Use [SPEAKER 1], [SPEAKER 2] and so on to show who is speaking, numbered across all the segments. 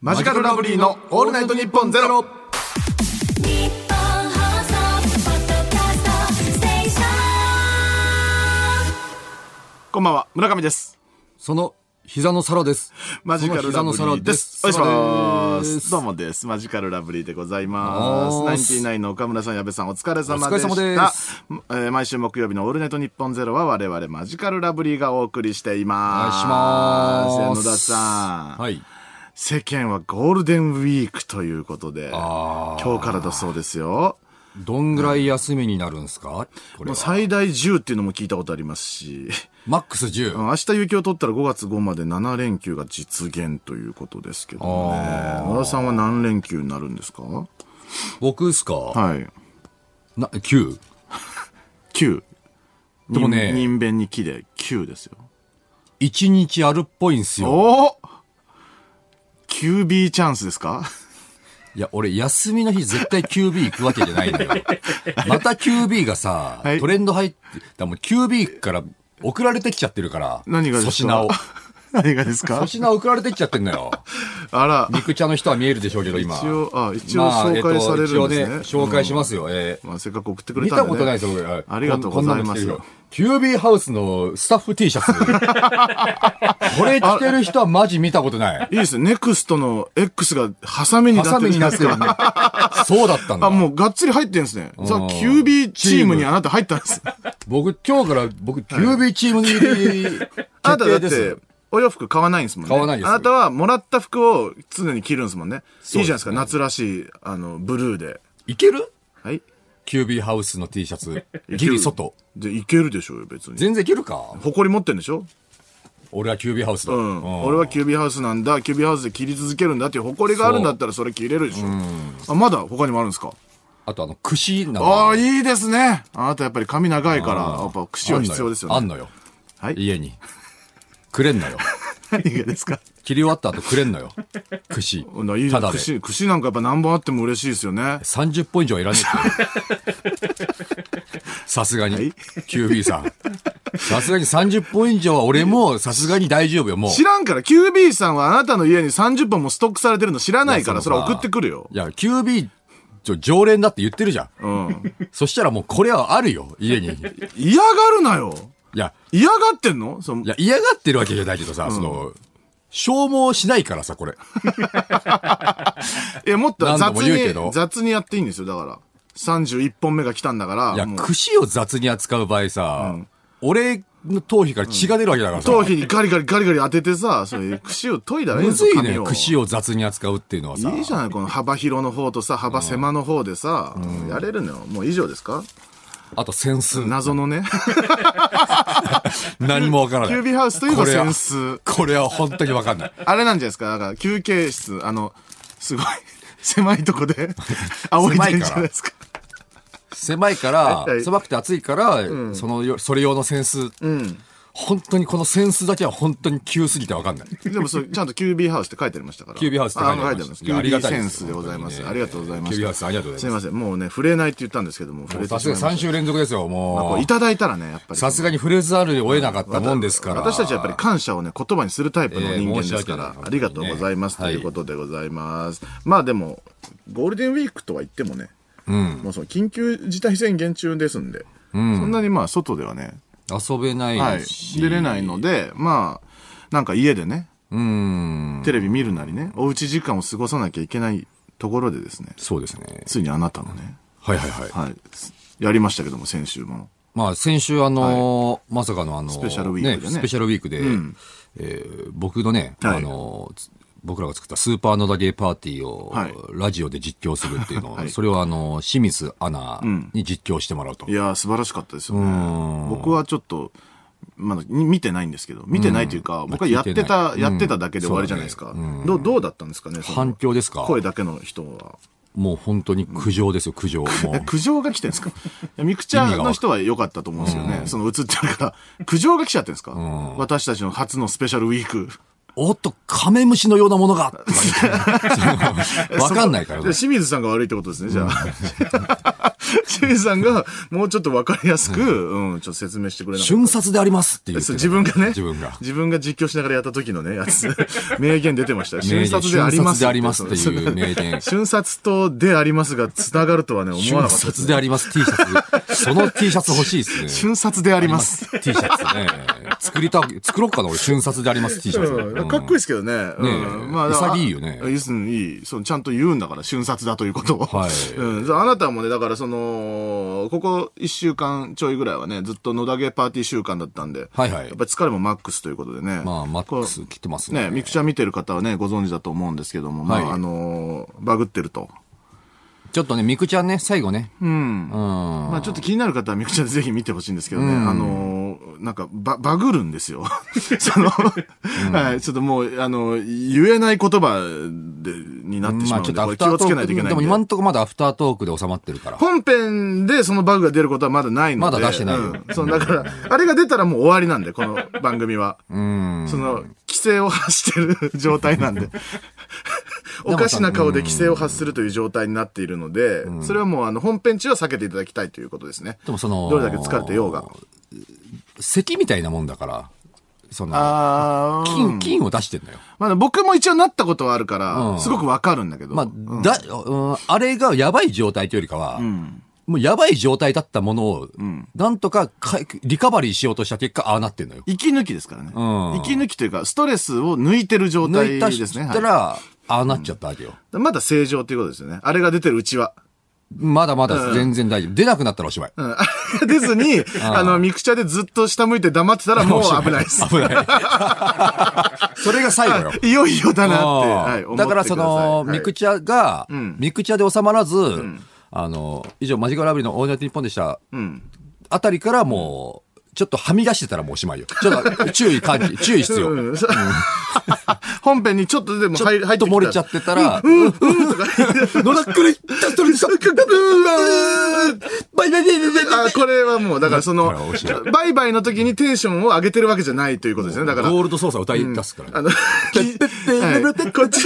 [SPEAKER 1] マジカルラブリーのオールナイトニッポンゼロ。
[SPEAKER 2] 日本放送ポッドキャストステーショ
[SPEAKER 1] こんばんは、村上です。
[SPEAKER 3] その膝の皿です。
[SPEAKER 1] マジカルラブリーです。お願いし
[SPEAKER 3] 皿
[SPEAKER 1] ま。
[SPEAKER 3] です
[SPEAKER 1] どうもです。マジカルラブリーでございます。
[SPEAKER 3] お
[SPEAKER 1] ナ
[SPEAKER 3] ー
[SPEAKER 1] インテ
[SPEAKER 3] す
[SPEAKER 1] ィナインの岡村さん、矢部さん、お疲れ様
[SPEAKER 3] お疲
[SPEAKER 1] で
[SPEAKER 3] れ
[SPEAKER 1] した。
[SPEAKER 3] 様です
[SPEAKER 1] えー毎週木曜日のオールナイトニッポンゼロは我々マジカルラブリーがお送りしてい
[SPEAKER 3] お願い
[SPEAKER 1] ます。
[SPEAKER 3] します。
[SPEAKER 1] 野田さん、
[SPEAKER 3] はい。
[SPEAKER 1] 世間はゴールデンウィークということで、
[SPEAKER 3] あ
[SPEAKER 1] 今日からだそうですよ。
[SPEAKER 3] どんぐらい休みになるんですか
[SPEAKER 1] も
[SPEAKER 3] これ
[SPEAKER 1] う
[SPEAKER 3] は。
[SPEAKER 1] 最大10っていうのも聞いたことありますし。
[SPEAKER 3] マックス10。
[SPEAKER 1] 明日有給を取ったら5月5まで7連休が実現ということですけどね。野田さんは何連休になるんですかは
[SPEAKER 3] 僕っすか、
[SPEAKER 1] い。
[SPEAKER 3] な、9?
[SPEAKER 1] 9。
[SPEAKER 3] でもね
[SPEAKER 1] 人人弁に木で9ですよ。
[SPEAKER 3] 1日あるっぽいんすよ。
[SPEAKER 1] おお !QB チャンスですか
[SPEAKER 3] いや、俺、休みの日絶対 QB 行くわけじゃないの よ。また QB がさ、
[SPEAKER 1] はい
[SPEAKER 3] トレンド入って、だもう QB から送られてきちゃってるから。
[SPEAKER 1] 何がで
[SPEAKER 3] 粗
[SPEAKER 1] すか
[SPEAKER 3] 品を。
[SPEAKER 1] 何がですか
[SPEAKER 3] 粗品送られてきちゃってんのよ。
[SPEAKER 1] あら、
[SPEAKER 3] 肉茶の人は見えるでしょうけど、今。
[SPEAKER 1] 一応あ一応紹介されるんですね
[SPEAKER 3] 一応紹介しますよ。えー
[SPEAKER 1] まあ、せっかく送ってくれ
[SPEAKER 3] 見
[SPEAKER 1] たんで、ね。
[SPEAKER 3] たことないですよ、俺。
[SPEAKER 1] ありがとうございます
[SPEAKER 3] こんなの着てるよ QB ハウスのスタッフ T シャツ。 これ着てる人はマジ見たことない。
[SPEAKER 1] いいですね。ネクストの X がハサミになって
[SPEAKER 3] ハサ
[SPEAKER 1] る
[SPEAKER 3] ミ
[SPEAKER 1] じ
[SPEAKER 3] に
[SPEAKER 1] ゃな
[SPEAKER 3] ない
[SPEAKER 1] で
[SPEAKER 3] って
[SPEAKER 1] す
[SPEAKER 3] る
[SPEAKER 1] か。
[SPEAKER 3] よね。 そうだったんだ。
[SPEAKER 1] あ、もうがっつり入ってるんですね。さあ、
[SPEAKER 3] うん
[SPEAKER 1] QB チームにあなた入ったんです。
[SPEAKER 3] 僕、今日から僕、QB チームに決
[SPEAKER 1] あなただ
[SPEAKER 3] 定
[SPEAKER 1] っ
[SPEAKER 3] です
[SPEAKER 1] て。、お洋服買わないんですもんね。
[SPEAKER 3] 買わないです
[SPEAKER 1] あなたはもらった服を常に着るんですもんね。
[SPEAKER 3] すね
[SPEAKER 1] いいじゃないですか。夏らしい、あの、ブルーで。
[SPEAKER 3] いける
[SPEAKER 1] はい。
[SPEAKER 3] ?QB ハウスの T シャツ。ギリ外。
[SPEAKER 1] で、いけるでしょうよ、別に。
[SPEAKER 3] 全然いけるか
[SPEAKER 1] 誇り持ってんでしょ
[SPEAKER 3] 俺は QB ハウスだ。
[SPEAKER 1] うん。
[SPEAKER 3] うん
[SPEAKER 1] 俺はキュービーハウスなんだ、キュービーハウスで着り続けるんだっていう誇りがあるんだったらそれ着れるでしょ。あ、まだ他にもあるんですか
[SPEAKER 3] あとあの、串なん
[SPEAKER 1] あ
[SPEAKER 3] か
[SPEAKER 1] あ、いいですね。あなたやっぱり髪長いから、やっぱ櫛は必要ですよね。
[SPEAKER 3] あんのよ。
[SPEAKER 1] はい
[SPEAKER 3] 家に。くれんのよ。
[SPEAKER 1] 何がですか
[SPEAKER 3] 切り終わった後くれんのよ。串。
[SPEAKER 1] ないい
[SPEAKER 3] ただで。
[SPEAKER 1] 櫛、櫛なんかやっぱ何本あっても嬉しいですよね。
[SPEAKER 3] 30本以上いらね えってさすがに、QB さん。さすがに30本以上は俺もさすがに大丈夫よ、もう。
[SPEAKER 1] 知らんから、QB さんはあなたの家に30本もストックされてるの知らないから、それは送ってくるよ
[SPEAKER 3] い。や、QB、ちょ常連だって言ってるじゃん。
[SPEAKER 1] うん。
[SPEAKER 3] そしたらもうこれはあるよ、家に。い
[SPEAKER 1] 嫌がるなよ。
[SPEAKER 3] や、
[SPEAKER 1] 嫌がってんのその
[SPEAKER 3] いや、嫌がってるわけじゃないけどさ、その、消耗しないからさ、これ。
[SPEAKER 1] いや、もっと雑
[SPEAKER 3] 何度も言うけ
[SPEAKER 1] に
[SPEAKER 3] ど、
[SPEAKER 1] 雑にやっていいんですよ、だから。31本目が来たんだから、
[SPEAKER 3] いや、
[SPEAKER 1] もう
[SPEAKER 3] 串を雑に扱う場合さ、俺の頭皮から血が出るわけだからさ。
[SPEAKER 1] 頭皮にガリガリガリガリ当ててさ、それ、櫛を研いだらいいん
[SPEAKER 3] む
[SPEAKER 1] ですよ
[SPEAKER 3] ず、い
[SPEAKER 1] 髪
[SPEAKER 3] ね、
[SPEAKER 1] を。
[SPEAKER 3] 串を雑に扱うっていうのはさ。
[SPEAKER 1] いいじゃない、この幅広の方とさ、幅狭の方でさ、やれるのよ。もう以上ですか
[SPEAKER 3] あと、センス。
[SPEAKER 1] 謎のね、
[SPEAKER 3] 何もわからない。
[SPEAKER 1] キュービーハウスといえば
[SPEAKER 3] これは
[SPEAKER 1] センス
[SPEAKER 3] これは本当にわかんない。
[SPEAKER 1] あれなんじゃないですか、だから休憩室、あの、すごい、狭いとこで、 仰いでるんじゃないですか。
[SPEAKER 3] 狭いから
[SPEAKER 1] はい、
[SPEAKER 3] 狭くて暑いから、そのよ、それ用のセンス。本当にこのセンスだけは本当に急すぎてわかんない。
[SPEAKER 1] でもそれ、ちゃんとキュービーハウスって書いてありましたから。
[SPEAKER 3] キュービーハウスって書いてありました
[SPEAKER 1] あ
[SPEAKER 3] いやあ
[SPEAKER 1] キ
[SPEAKER 3] り
[SPEAKER 1] ュー
[SPEAKER 3] が
[SPEAKER 1] ビー
[SPEAKER 3] たい
[SPEAKER 1] セ
[SPEAKER 3] です
[SPEAKER 1] ンスでございます。
[SPEAKER 3] 本当にね
[SPEAKER 1] ありがとうございます。
[SPEAKER 3] キュービーハウスありがとうございます
[SPEAKER 1] すいません、もうね、触れないって言ったんですけども、触れて
[SPEAKER 3] さ
[SPEAKER 1] し
[SPEAKER 3] す
[SPEAKER 1] まい
[SPEAKER 3] がに
[SPEAKER 1] まし
[SPEAKER 3] 3
[SPEAKER 1] た。
[SPEAKER 3] 週連続ですよ、
[SPEAKER 1] こ
[SPEAKER 3] も
[SPEAKER 1] う
[SPEAKER 3] う
[SPEAKER 1] い。ただいたらね、やっぱり。
[SPEAKER 3] さすがに触れざるを得なかったもんですから。
[SPEAKER 1] 私たちはやっぱり感謝をね、言葉にするタイプの人間ですから
[SPEAKER 3] ええ申し訳ない、
[SPEAKER 1] ありがとうございます、
[SPEAKER 3] はい
[SPEAKER 1] ということでございます。まあでも、ゴールデンウィークとは言ってもね、もうその緊急事態宣言中ですんで、そんなにまあ外ではね、
[SPEAKER 3] 遊べな
[SPEAKER 1] はいい、
[SPEAKER 3] し。
[SPEAKER 1] 出れないので、まあ、なんか家でね、
[SPEAKER 3] うん。
[SPEAKER 1] テレビ見るなりね、おうち時間を過ごさなきゃいけないところでですね、
[SPEAKER 3] そうですね。
[SPEAKER 1] ついにあなたのね、
[SPEAKER 3] はいはいはい。
[SPEAKER 1] はい、やりましたけども、先週も。
[SPEAKER 3] まあ、先週、あのーまさかのあのー
[SPEAKER 1] スペシャルウィークでね
[SPEAKER 3] スペシャルウィークで、えー僕のね、
[SPEAKER 1] はい
[SPEAKER 3] あのーつ僕らが作ったスーパー野田ゲーパーティーを、
[SPEAKER 1] はい
[SPEAKER 3] ラジオで実況するっていうのを、
[SPEAKER 1] はい
[SPEAKER 3] それをあのー清水アナに実況してもらうと。
[SPEAKER 1] いやー、素晴らしかったですよね
[SPEAKER 3] ん。
[SPEAKER 1] 僕はちょっと、まだに見てないんですけど、見てないというか、僕はやって
[SPEAKER 3] まあ
[SPEAKER 1] た
[SPEAKER 3] 聞、いてな
[SPEAKER 1] や
[SPEAKER 3] い
[SPEAKER 1] ってただけで終わりじゃないですか。どうどうだったんですかね、その
[SPEAKER 3] 反響ですか
[SPEAKER 1] 声だけの人は。
[SPEAKER 3] もう本当に苦情ですよ、苦情。も
[SPEAKER 1] え苦情が来てるんですかいやミクチャの人は良かったと思うんですよね。その映ってるから、苦情が来ちゃってるんですか私たちの初のスペシャルウィーク。
[SPEAKER 3] う、おっと、カメムシのようなものがとか 言ってそのわかんないから
[SPEAKER 1] じゃあ
[SPEAKER 3] ね。
[SPEAKER 1] 清水さんが悪いってことですね、じゃあ。シンさんがもうちょっとわかりやすく、うん、ちょっと説明してくれなかった
[SPEAKER 3] 瞬殺でありますって言って
[SPEAKER 1] そ
[SPEAKER 3] た
[SPEAKER 1] う自分がね
[SPEAKER 3] 自分が。
[SPEAKER 1] 自分が実況しながらやった時のね、やつ。 名言出てました。
[SPEAKER 3] 名言
[SPEAKER 1] 瞬殺であります。
[SPEAKER 3] 瞬殺でありますっていう名言
[SPEAKER 1] 瞬殺とであり ますが、つながるとはね、思わなか
[SPEAKER 3] 瞬
[SPEAKER 1] った
[SPEAKER 3] 殺であります T シャツ。その T シャツ欲し いですね。
[SPEAKER 1] 瞬殺であります。
[SPEAKER 3] T シャツね。作りた、作ろうかな、俺、瞬殺であります T シャツ。
[SPEAKER 1] うんかっこいいですけどね。うん
[SPEAKER 3] え
[SPEAKER 1] まあ、だから
[SPEAKER 3] 潔いよね
[SPEAKER 1] あうんいい。そのちゃんと言うんだから、瞬殺だということを。
[SPEAKER 3] はい
[SPEAKER 1] うんそうあなたもね、だからその、ここ一週間ちょいぐらいはね、ずっと野田家パーティー週間だったんで。
[SPEAKER 3] はいはい
[SPEAKER 1] やっぱり疲れもマックスということでね。
[SPEAKER 3] まあ、マックス来てます
[SPEAKER 1] ね、
[SPEAKER 3] ね。
[SPEAKER 1] ミクチャ見てる方はね、ご存知だと思うんですけども、
[SPEAKER 3] は
[SPEAKER 1] ま
[SPEAKER 3] い
[SPEAKER 1] あ、あのーバグってると。
[SPEAKER 3] ちょっとね、ミクちゃんね、最後ね。うん。
[SPEAKER 1] まあ、ちょっと気になる方はミクチャでぜひ見てほしいんですけどね、あのーなんか、ば、バグるんですよ。 その、はい、ちょっともう、あの、言えない言葉で、になってしま
[SPEAKER 3] まあ、
[SPEAKER 1] う
[SPEAKER 3] ちょ
[SPEAKER 1] の
[SPEAKER 3] っ
[SPEAKER 1] で、これ
[SPEAKER 3] とアフ
[SPEAKER 1] 気
[SPEAKER 3] ター
[SPEAKER 1] を
[SPEAKER 3] ト
[SPEAKER 1] つけな
[SPEAKER 3] ー
[SPEAKER 1] いといけ
[SPEAKER 3] ク。
[SPEAKER 1] ないん
[SPEAKER 3] でも
[SPEAKER 1] で。
[SPEAKER 3] 今んとこまだアフタートークで収まってるから。
[SPEAKER 1] 本編でそのバグが出ることはまだないので。
[SPEAKER 3] まだ出してないよ
[SPEAKER 1] うん、そのだから、あれが出たらもう終わりなんで、この番組は。その、規制を発してる状態なんで。 おかしな顔で規制を発するという状態になっているので、それはもうあの本編中は避けていただきたいということですね。
[SPEAKER 3] でもその
[SPEAKER 1] どれだけ疲れてようが。
[SPEAKER 3] 咳みたいなもんだから、その、
[SPEAKER 1] あー
[SPEAKER 3] 金、金を出してんのよ。
[SPEAKER 1] まあ僕も一応なったことはあるから、
[SPEAKER 3] ん
[SPEAKER 1] すごくわかるんだけど。
[SPEAKER 3] まあ、だ、うん、あれがやばい状態というよりかは、もうやばい状態だったものを、なんとかかリカバリーしようとした結果、ああなってんのよ。
[SPEAKER 1] 息抜きですからね、
[SPEAKER 3] ん
[SPEAKER 1] 息抜きというか、ストレスを抜いてる状
[SPEAKER 3] 抜
[SPEAKER 1] 態
[SPEAKER 3] いた
[SPEAKER 1] で
[SPEAKER 3] し
[SPEAKER 1] すね。
[SPEAKER 3] たら、
[SPEAKER 1] は
[SPEAKER 3] ああなっちゃったわけよ。
[SPEAKER 1] いまだ正常ということですよね。あれが出てるうちは。
[SPEAKER 3] まだまだ全然大丈夫。出なくなったらおしまい。
[SPEAKER 1] うん、あれが出ず に、あの、ミクチャでずっと下向いて黙ってたらもう危ないです。
[SPEAKER 3] 危ない。それが最後よ。
[SPEAKER 1] いよいよだなって、はい、
[SPEAKER 3] う
[SPEAKER 1] 思
[SPEAKER 3] ん
[SPEAKER 1] って
[SPEAKER 3] だ
[SPEAKER 1] く
[SPEAKER 3] からその、
[SPEAKER 1] ださい
[SPEAKER 3] ミクチャが、
[SPEAKER 1] ん
[SPEAKER 3] ミクチャで収まらず、あの、以上、マジカルラブリーのオールナイトニッポンでした、あたりからもう、ちょっとはみ出してたらもうおしまいよ。ちょっと注意喚 起、注意必
[SPEAKER 1] はい
[SPEAKER 3] 要。
[SPEAKER 1] うん本編にちょっとでも
[SPEAKER 3] ちょ
[SPEAKER 1] 入入っ
[SPEAKER 3] っ
[SPEAKER 1] て
[SPEAKER 3] と
[SPEAKER 1] きた
[SPEAKER 3] 漏れちゃってたら、うん、 うん、野田くり、たとりさ、バイバイバイバイバイ
[SPEAKER 1] あこれはもう、だからその
[SPEAKER 3] これは面白、
[SPEAKER 1] バイバイの時にテンションを上げてるわけじゃないということですね。だから、
[SPEAKER 3] ゴールド操作歌い出すから
[SPEAKER 1] あ
[SPEAKER 3] ね。
[SPEAKER 1] の、はいこっち、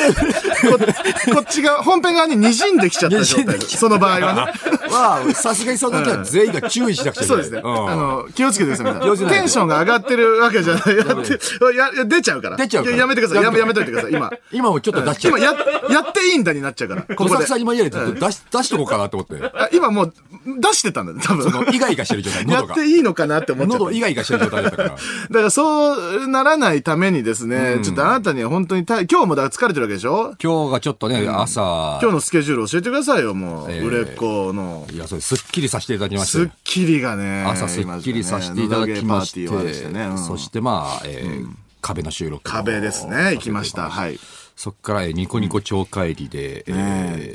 [SPEAKER 1] ここっちが、本編側に滲んできちゃった状
[SPEAKER 3] 滲んで
[SPEAKER 1] 態
[SPEAKER 3] きちゃった
[SPEAKER 1] その場合 はね。
[SPEAKER 3] まあ、さすがにその時は全員が注意しなくちゃいけ
[SPEAKER 1] そう
[SPEAKER 3] ない。
[SPEAKER 1] ですね。
[SPEAKER 3] ん
[SPEAKER 1] あの、気をつけてください皆
[SPEAKER 3] 気をつけ
[SPEAKER 1] さん。
[SPEAKER 3] ないと
[SPEAKER 1] テンションが上がってるわけじゃない。やって、やや、出ちゃうから。
[SPEAKER 3] 出ちゃうから
[SPEAKER 1] いややめてください。やめ、やめといてください。今。
[SPEAKER 3] 今もちょっと出しちゃう
[SPEAKER 1] 今、。や、やっていいんだになっちゃうから。こ
[SPEAKER 3] 小
[SPEAKER 1] こで
[SPEAKER 3] 作。さんに紛れてちょっと出し、出しとこうかなと思って。
[SPEAKER 1] あ今もう、出してたんだね、多分。
[SPEAKER 3] その、イガイガしてる状態、
[SPEAKER 1] や
[SPEAKER 3] 喉
[SPEAKER 1] っ
[SPEAKER 3] が。
[SPEAKER 1] ていいのかなって思っちゃった
[SPEAKER 3] 喉。イガイガしてる状態だったから。
[SPEAKER 1] だからそうならないためにですね、ちょっとあなたには本当にた、今日もだから疲れてるわけでしょ
[SPEAKER 3] 今日がちょっとね、朝、
[SPEAKER 1] 今日のスケジュール教えてくださいよ、もう。
[SPEAKER 3] ええ
[SPEAKER 1] 売れっ子の。
[SPEAKER 3] いや、それ、すっきりさせていただきまし
[SPEAKER 1] ス
[SPEAKER 3] て
[SPEAKER 1] ッ。キリがね。
[SPEAKER 3] 朝、すっきりさせていただきまして
[SPEAKER 1] 今ね野田ゲーパーティーをあれしてねうん
[SPEAKER 3] そして、まあ、えー壁の収録。
[SPEAKER 1] 壁ですね、行きました。はい。
[SPEAKER 3] そっから、えーニコニコ超会議で、え
[SPEAKER 1] ね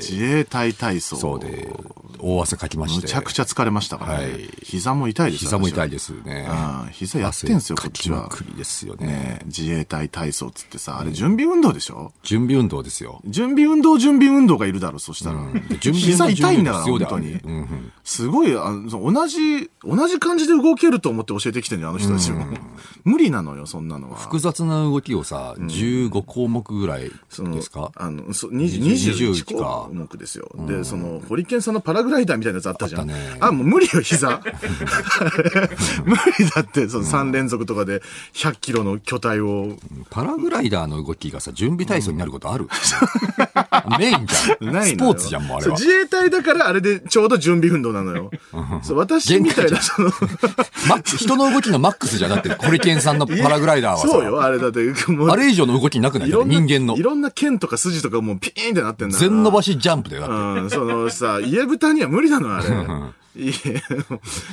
[SPEAKER 1] え
[SPEAKER 3] ー
[SPEAKER 1] 自衛隊体操。
[SPEAKER 3] そうで、大汗かきまし
[SPEAKER 1] む
[SPEAKER 3] て。
[SPEAKER 1] ちゃくちゃ疲れましたから
[SPEAKER 3] は
[SPEAKER 1] ね
[SPEAKER 3] い。
[SPEAKER 1] 膝も痛いです
[SPEAKER 3] 膝も痛い
[SPEAKER 1] で
[SPEAKER 3] ですね。
[SPEAKER 1] 膝やってんすよ、こっ
[SPEAKER 3] 汗かき
[SPEAKER 1] ち
[SPEAKER 3] ま
[SPEAKER 1] は。
[SPEAKER 3] くりですよね。
[SPEAKER 1] ねえ自衛隊体操っつってさ、あれ準備運動でしょ
[SPEAKER 3] 準備運動ですよ。
[SPEAKER 1] 準備運動、準備運動がいるだろ、そした ら。
[SPEAKER 3] 準備運動
[SPEAKER 1] 膝痛いんだから、
[SPEAKER 3] 準
[SPEAKER 1] 本
[SPEAKER 3] 備
[SPEAKER 1] 当
[SPEAKER 3] 運動必
[SPEAKER 1] に
[SPEAKER 3] 要だ。よねうんうん
[SPEAKER 1] すごい、あの、その同じ、同じ感じで動けると思って教えてきてんじゃん、あの人たちも。 無理なのよ、そんなのは。
[SPEAKER 3] 複雑な動きをさ、15項目ぐらい
[SPEAKER 1] その
[SPEAKER 3] ですか
[SPEAKER 1] あの、そう、
[SPEAKER 3] 20
[SPEAKER 1] 21
[SPEAKER 3] 21か
[SPEAKER 1] 項目ですよ。で、その、ホリケンさんのパラグライダーみたいなやつあったじゃん。
[SPEAKER 3] あ
[SPEAKER 1] あ,、
[SPEAKER 3] ったね
[SPEAKER 1] もう無理よ、 膝。 無理だって、その3連続とかで100キロの巨体を。
[SPEAKER 3] パラグライダーの動きがさ、準備体操になること ある、メインじゃん。
[SPEAKER 1] ないのよ
[SPEAKER 3] スポーツじゃん、もうあれは
[SPEAKER 1] そう。自衛隊だからあれでちょうど準備運動なのよ。そう、私みたいな、その、
[SPEAKER 3] マックス人の動きのマックスじゃんだって、コリケンさん のパラグライダーはさ、
[SPEAKER 1] そうよ、あれだって、もう
[SPEAKER 3] あれ以上の動きなくない
[SPEAKER 1] い
[SPEAKER 3] だっ
[SPEAKER 1] ろ
[SPEAKER 3] て
[SPEAKER 1] んな、
[SPEAKER 3] 人間の
[SPEAKER 1] い。ろんな剣とか筋とかもうピーンってなってんだから
[SPEAKER 3] 全伸ばしジャンプでだって。
[SPEAKER 1] うん、そのさ、家豚には無理なの、あれ。 いえ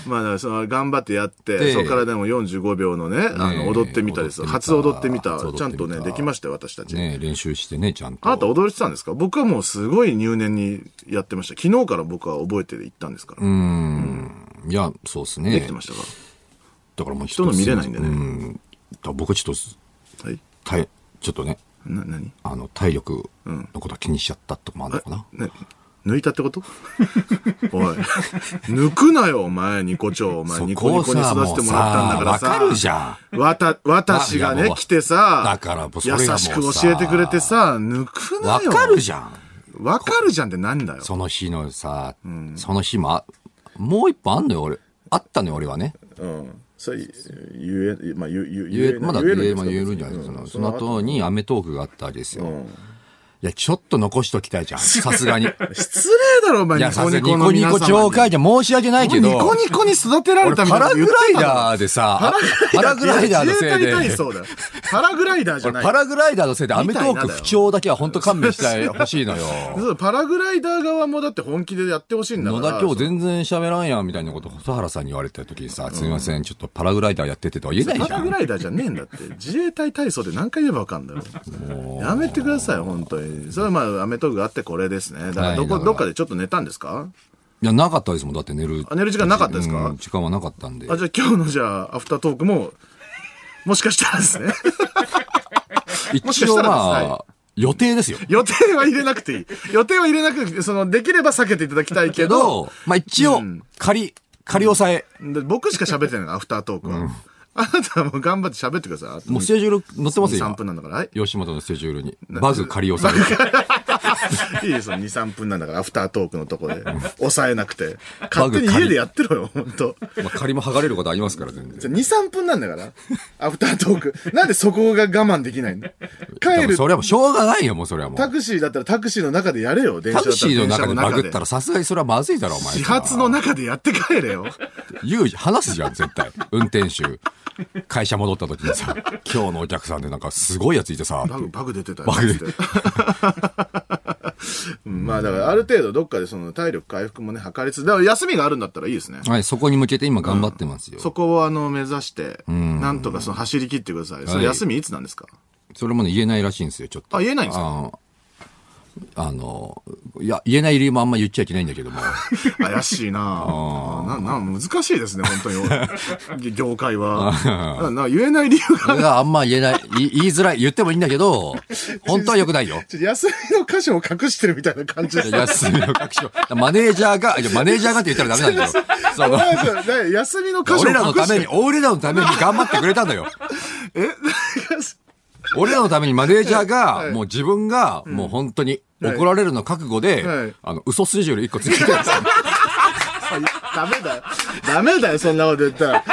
[SPEAKER 1] まあ、だからその、頑張ってやっ
[SPEAKER 3] で
[SPEAKER 1] て、そこからでも45秒のね、あ
[SPEAKER 3] ね
[SPEAKER 1] の、
[SPEAKER 3] え
[SPEAKER 1] 踊ってみたです
[SPEAKER 3] 踊ってみた
[SPEAKER 1] 初踊ってみた
[SPEAKER 3] 初踊ってみ。た
[SPEAKER 1] ちゃんとね、できましたよ、私たち。
[SPEAKER 3] ね練習してね、ちゃんと。
[SPEAKER 1] あなた踊れてたんですか僕はもうすごい入念にやってました。昨日から僕は覚えて行ったんですから。
[SPEAKER 3] うん。いや、そうです
[SPEAKER 1] で
[SPEAKER 3] ね
[SPEAKER 1] きて。ましたか
[SPEAKER 3] だからもう
[SPEAKER 1] 人の見れないんでね
[SPEAKER 3] うん。だから僕ちょっ
[SPEAKER 1] ら。はい。
[SPEAKER 3] と、体ちょっとね、
[SPEAKER 1] な、何
[SPEAKER 3] あの、体力のこと気にしちゃったとかもあるのかな。
[SPEAKER 1] ね、抜いたってこと おい。抜くなよ、お前、ニコ長。お前、
[SPEAKER 3] そ
[SPEAKER 1] ニ
[SPEAKER 3] こ
[SPEAKER 1] コ
[SPEAKER 3] を
[SPEAKER 1] ニ
[SPEAKER 3] さ
[SPEAKER 1] コに育ててもらったんだからさ。
[SPEAKER 3] もうさわかるじゃ
[SPEAKER 1] わた、私が
[SPEAKER 3] いや
[SPEAKER 1] ね
[SPEAKER 3] も、う
[SPEAKER 1] 来てさ、
[SPEAKER 3] だからもうそれ
[SPEAKER 1] 優
[SPEAKER 3] がもうさ
[SPEAKER 1] しく教えてくれてさ、抜くな
[SPEAKER 3] わ
[SPEAKER 1] よ。
[SPEAKER 3] かるじゃん。
[SPEAKER 1] わかるじゃんってなんだよ。
[SPEAKER 3] その日のさ、その日もあもう一本あんのよ、俺。あったのよ、俺はね。
[SPEAKER 1] うん。それ、言え、まあ、言え、言
[SPEAKER 3] 言え、まだ言え
[SPEAKER 1] んですか
[SPEAKER 3] 言えるんじゃないですか。
[SPEAKER 1] うん
[SPEAKER 3] その後にアメトークがあったわけですよ。
[SPEAKER 1] う
[SPEAKER 3] い
[SPEAKER 1] ん
[SPEAKER 3] や、ちょっと残しときたいじゃん。さす がに。い
[SPEAKER 1] 失礼だろ、お前、
[SPEAKER 3] や、
[SPEAKER 1] ニ
[SPEAKER 3] さ
[SPEAKER 1] コ
[SPEAKER 3] すが
[SPEAKER 1] ニ
[SPEAKER 3] にニ
[SPEAKER 1] コ
[SPEAKER 3] コ
[SPEAKER 1] の
[SPEAKER 3] ニ
[SPEAKER 1] 皆
[SPEAKER 3] コ
[SPEAKER 1] 様
[SPEAKER 3] 超会じゃ申し訳ないけど。
[SPEAKER 1] ニコニコに育てられた
[SPEAKER 3] 俺
[SPEAKER 1] みたい
[SPEAKER 3] パ
[SPEAKER 1] な
[SPEAKER 3] ラ
[SPEAKER 1] こと言
[SPEAKER 3] グ
[SPEAKER 1] って
[SPEAKER 3] ライ
[SPEAKER 1] ただろ
[SPEAKER 3] ダーでさ、パラグライダーのせい
[SPEAKER 1] 自衛隊
[SPEAKER 3] で
[SPEAKER 1] 体、操だよ。パラグライダーじゃな
[SPEAKER 3] 俺
[SPEAKER 1] い。
[SPEAKER 3] パラグライダーのせいでアメト
[SPEAKER 1] み
[SPEAKER 3] ー
[SPEAKER 1] たいな
[SPEAKER 3] ク
[SPEAKER 1] だよ
[SPEAKER 3] 不調だけは本当勘弁して ほしいのよ。
[SPEAKER 1] そうパラグライダー側もだって本気でやってほしいんだか
[SPEAKER 3] 野
[SPEAKER 1] ら。
[SPEAKER 3] 田今日全然喋らんやんみたいなこと細原さんに言われた時にさ、すみません、ちょっとパラグライダーやっててとは言えない
[SPEAKER 1] パ
[SPEAKER 3] じゃ
[SPEAKER 1] ラ
[SPEAKER 3] ん
[SPEAKER 1] グ。ライダーじゃねえんだって。自衛隊体操で何回言えばわかんだろう。やめてください、本当に。それはまあ、アメトークがあってこれですね。だからどこ、
[SPEAKER 3] はいだから
[SPEAKER 1] どっかでちょっと寝たんですか
[SPEAKER 3] いや、なかったですもん。だって寝る。
[SPEAKER 1] あ寝る時間なかったですか
[SPEAKER 3] うん時間はなかったんで。
[SPEAKER 1] あ、じゃあ今日のじゃあ、アフタートークも、もしかしたらですね。 もしかし
[SPEAKER 3] 一応
[SPEAKER 1] た
[SPEAKER 3] ま
[SPEAKER 1] らです
[SPEAKER 3] あ、予定ですよ。
[SPEAKER 1] 予定は入れなくていい。予定は入れなくて、その、できれば避けていただきたいけ
[SPEAKER 3] け
[SPEAKER 1] ど、
[SPEAKER 3] ど、まあ一応、仮、仮押さえ。
[SPEAKER 1] で僕しか喋ってないの、アフタートークは。あなたはもう頑張って喋ってください。
[SPEAKER 3] もうスケジュール載ってます
[SPEAKER 1] 3
[SPEAKER 3] よ、今
[SPEAKER 1] 分なんだ から。はい。
[SPEAKER 3] 吉本のスケジュールに。バグ仮押さ え。
[SPEAKER 1] いいですよ、2、3分なんだから、アフタートークのとこで。抑えなくて。
[SPEAKER 3] バ
[SPEAKER 1] 勝
[SPEAKER 3] グ
[SPEAKER 1] 手に家でやってろよ、ほんと。
[SPEAKER 3] まあ仮も剥がれることありますから、全然。
[SPEAKER 1] 2、3分なんだから、アフタートーク。なんでそこが我慢できないんだ帰
[SPEAKER 3] でも
[SPEAKER 1] る
[SPEAKER 3] そ、れはもうしょうがないよ、もうそれはもう。
[SPEAKER 1] タクシーだったらタクシーの中でやれよ、電車
[SPEAKER 3] タ
[SPEAKER 1] だった
[SPEAKER 3] ク
[SPEAKER 1] ら
[SPEAKER 3] シーの中で
[SPEAKER 1] 電車
[SPEAKER 3] バグったらさすがにそれはまずいだろ、お前。
[SPEAKER 1] 始発の中でやって帰れよ。
[SPEAKER 3] 言うじゃん話すじゃん、絶対。 運転手。会社戻った時にさ、今日のお客さんでなんかすごいやついてさ、
[SPEAKER 1] バグ、バグ出てたよ。
[SPEAKER 3] バグ出
[SPEAKER 1] つってうんまあだからある程度どっかでその体力回復もね、測りつつ、だから休みがあるんだったらいいですね。
[SPEAKER 3] はい、そこに向けて今頑張ってますよ。
[SPEAKER 1] そこをあの目指して、なんとかその走り切ってください。それ休みいつなんですか、
[SPEAKER 3] それもね、言えないらしいんですよ、ちょっと。
[SPEAKER 1] あ言えないんですか
[SPEAKER 3] あのあの、いや、言えない理由もあんま言っちゃいけないんだけど も。
[SPEAKER 1] 怪しいななな難しいですね、本当 に。業界は。なな言えない理由が。
[SPEAKER 3] それがあんま言えない、い言いづらい、言ってもいいんだけ ど、本当は良くない よ。
[SPEAKER 1] ちょっと休みの箇所を隠してるみたいな感 じです。
[SPEAKER 3] 休みの隠しを。マネージャーが、いやマネージャーがって言ったらダメなんだよ。その、
[SPEAKER 1] なんかね休みの箇所を
[SPEAKER 3] 俺らの
[SPEAKER 1] 隠
[SPEAKER 3] た
[SPEAKER 1] して
[SPEAKER 3] めに、俺らのために頑張ってくれたん だよ。俺らのためにマネージャー
[SPEAKER 1] は
[SPEAKER 3] が、
[SPEAKER 1] い
[SPEAKER 3] もう自分が、もう本当に
[SPEAKER 1] はい
[SPEAKER 3] 怒られるの覚悟で、
[SPEAKER 1] はい
[SPEAKER 3] あの、嘘スケジュール一個つけてたんで すよ
[SPEAKER 1] ダメだよ。ダメだよ、そんなこと言ったら。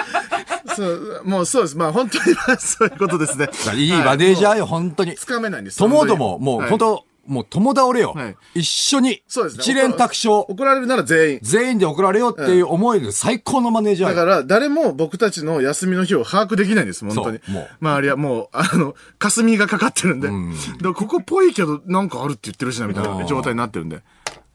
[SPEAKER 1] そう、もうそうです。まあ本当に、まあそういうことですね。
[SPEAKER 3] いいマネージャーよ、本当に。
[SPEAKER 1] つかめないんです
[SPEAKER 3] ともども、もう
[SPEAKER 1] はい
[SPEAKER 3] 本当、もう友倒れよ
[SPEAKER 1] はい。
[SPEAKER 3] 一緒に、
[SPEAKER 1] そうですね
[SPEAKER 3] 一連卓勝、
[SPEAKER 1] 怒られるなら全員。
[SPEAKER 3] 全員で怒られようっていう思いで最高のマネージャー
[SPEAKER 1] だ
[SPEAKER 3] よ。
[SPEAKER 1] から、誰も僕たちの休みの日を把握できないんです、本当に。
[SPEAKER 3] そうもう
[SPEAKER 1] 周りはもう、あの、霞がかかってるんで。でここっぽいけど、なんかあるって言ってるしな、みたいな状態になってるんで。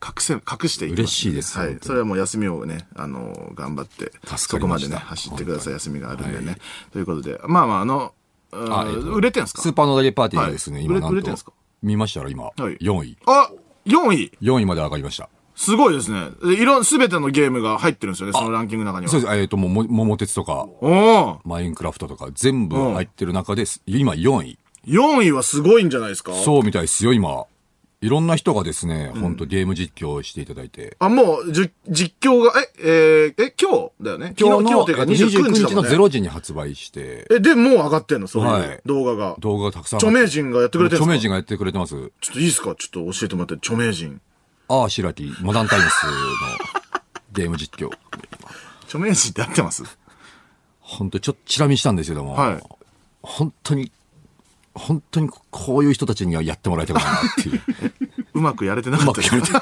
[SPEAKER 1] 隠せ、隠していきます
[SPEAKER 3] 嬉しいです
[SPEAKER 1] はい
[SPEAKER 3] 本。当に
[SPEAKER 1] それはもう休みをね、あの、頑張って、
[SPEAKER 3] 助
[SPEAKER 1] そ
[SPEAKER 3] かり
[SPEAKER 1] こ
[SPEAKER 3] ま
[SPEAKER 1] ま
[SPEAKER 3] し
[SPEAKER 1] で
[SPEAKER 3] た
[SPEAKER 1] ね、走ってください、休みがあるんでね。ということで、まあまあ、あの、うん
[SPEAKER 3] あえっと
[SPEAKER 1] 売れてんすか
[SPEAKER 3] スーパーのダゲパーティーがですね、
[SPEAKER 1] はい売
[SPEAKER 3] 今
[SPEAKER 1] れ
[SPEAKER 3] な
[SPEAKER 1] 売れ
[SPEAKER 3] ん
[SPEAKER 1] てんすか
[SPEAKER 3] と、見ましたら今、
[SPEAKER 1] はい
[SPEAKER 3] 4位。
[SPEAKER 1] あ、4位
[SPEAKER 3] 4位まで上がりました。
[SPEAKER 1] すごいですね。でいろん、すべてのゲームが入ってるんですよね、そのランキングの中には。
[SPEAKER 3] そうです。えっ、と、もうも、桃鉄とか、
[SPEAKER 1] おー
[SPEAKER 3] マインクラフトとか、全部入ってる中です。今4位。
[SPEAKER 1] 4位はすごいんじゃないですか
[SPEAKER 3] そうみたいですよ、今。いろんな人がですね、ほん、本当ゲーム実況をしていただいて。
[SPEAKER 1] あ、もう、じゅ実況が、え、えーえ、今日だよね
[SPEAKER 3] 今日
[SPEAKER 1] 今
[SPEAKER 3] の
[SPEAKER 1] 日というか
[SPEAKER 3] 29
[SPEAKER 1] 29日だ
[SPEAKER 3] 日
[SPEAKER 1] も
[SPEAKER 3] の
[SPEAKER 1] んね。
[SPEAKER 3] 0時に発売して、
[SPEAKER 1] え、で、もう上がってんのそういう、
[SPEAKER 3] はい
[SPEAKER 1] 動画が。
[SPEAKER 3] 動画がたくさん。
[SPEAKER 1] 著名人がやってくれてる
[SPEAKER 3] 著
[SPEAKER 1] んですか
[SPEAKER 3] 名人がやってくれてます。
[SPEAKER 1] ちょっといいですかちょっと教えてもらって、著名人。
[SPEAKER 3] ああ、白木、モダンタイム スのゲーム実況。
[SPEAKER 1] 著名人ってやってます
[SPEAKER 3] 本当ちょっとチラ見したんですけども、
[SPEAKER 1] はい
[SPEAKER 3] 本当に、本当にこういう人たちにはやってもらいたくないなっ ていう。
[SPEAKER 1] うまくやれてな
[SPEAKER 3] う
[SPEAKER 1] か
[SPEAKER 3] ま
[SPEAKER 1] った
[SPEAKER 3] く
[SPEAKER 1] で
[SPEAKER 3] や
[SPEAKER 1] す
[SPEAKER 3] れ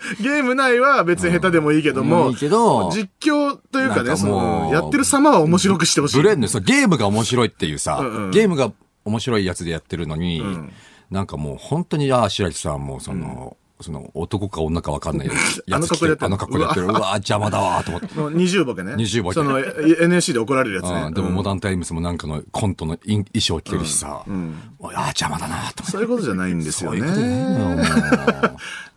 [SPEAKER 3] てない
[SPEAKER 1] ゲーム内は別に下手でもいいけども、
[SPEAKER 3] うんいいけど
[SPEAKER 1] 実況というか
[SPEAKER 3] なん
[SPEAKER 1] ね、
[SPEAKER 3] か
[SPEAKER 1] そ
[SPEAKER 3] も
[SPEAKER 1] の、
[SPEAKER 3] う
[SPEAKER 1] やってる様は面白くしてほしい。
[SPEAKER 3] ブレんのよそうゲームが面白いっていうさ、
[SPEAKER 1] んうん
[SPEAKER 3] ゲームが面白いやつでやってるのに、なんかもう本当に、ああ、白木さんもその、その男か女かわかんないやつ
[SPEAKER 1] あの格好でやってる
[SPEAKER 3] あの格好でやってる。うわ、邪魔だわーと 思って。
[SPEAKER 1] の20ボケね。
[SPEAKER 3] 20ボケ
[SPEAKER 1] その、え NSC で怒られるやつ
[SPEAKER 3] う
[SPEAKER 1] ね。
[SPEAKER 3] ん、でも、
[SPEAKER 1] うん
[SPEAKER 3] モダンタイムスもなんかのコントの衣衣装着てるしさ、おいああ、邪魔だなーと思って。
[SPEAKER 1] そういうことじゃないんですよ
[SPEAKER 3] そういうことじゃない
[SPEAKER 1] ね。
[SPEAKER 3] のよも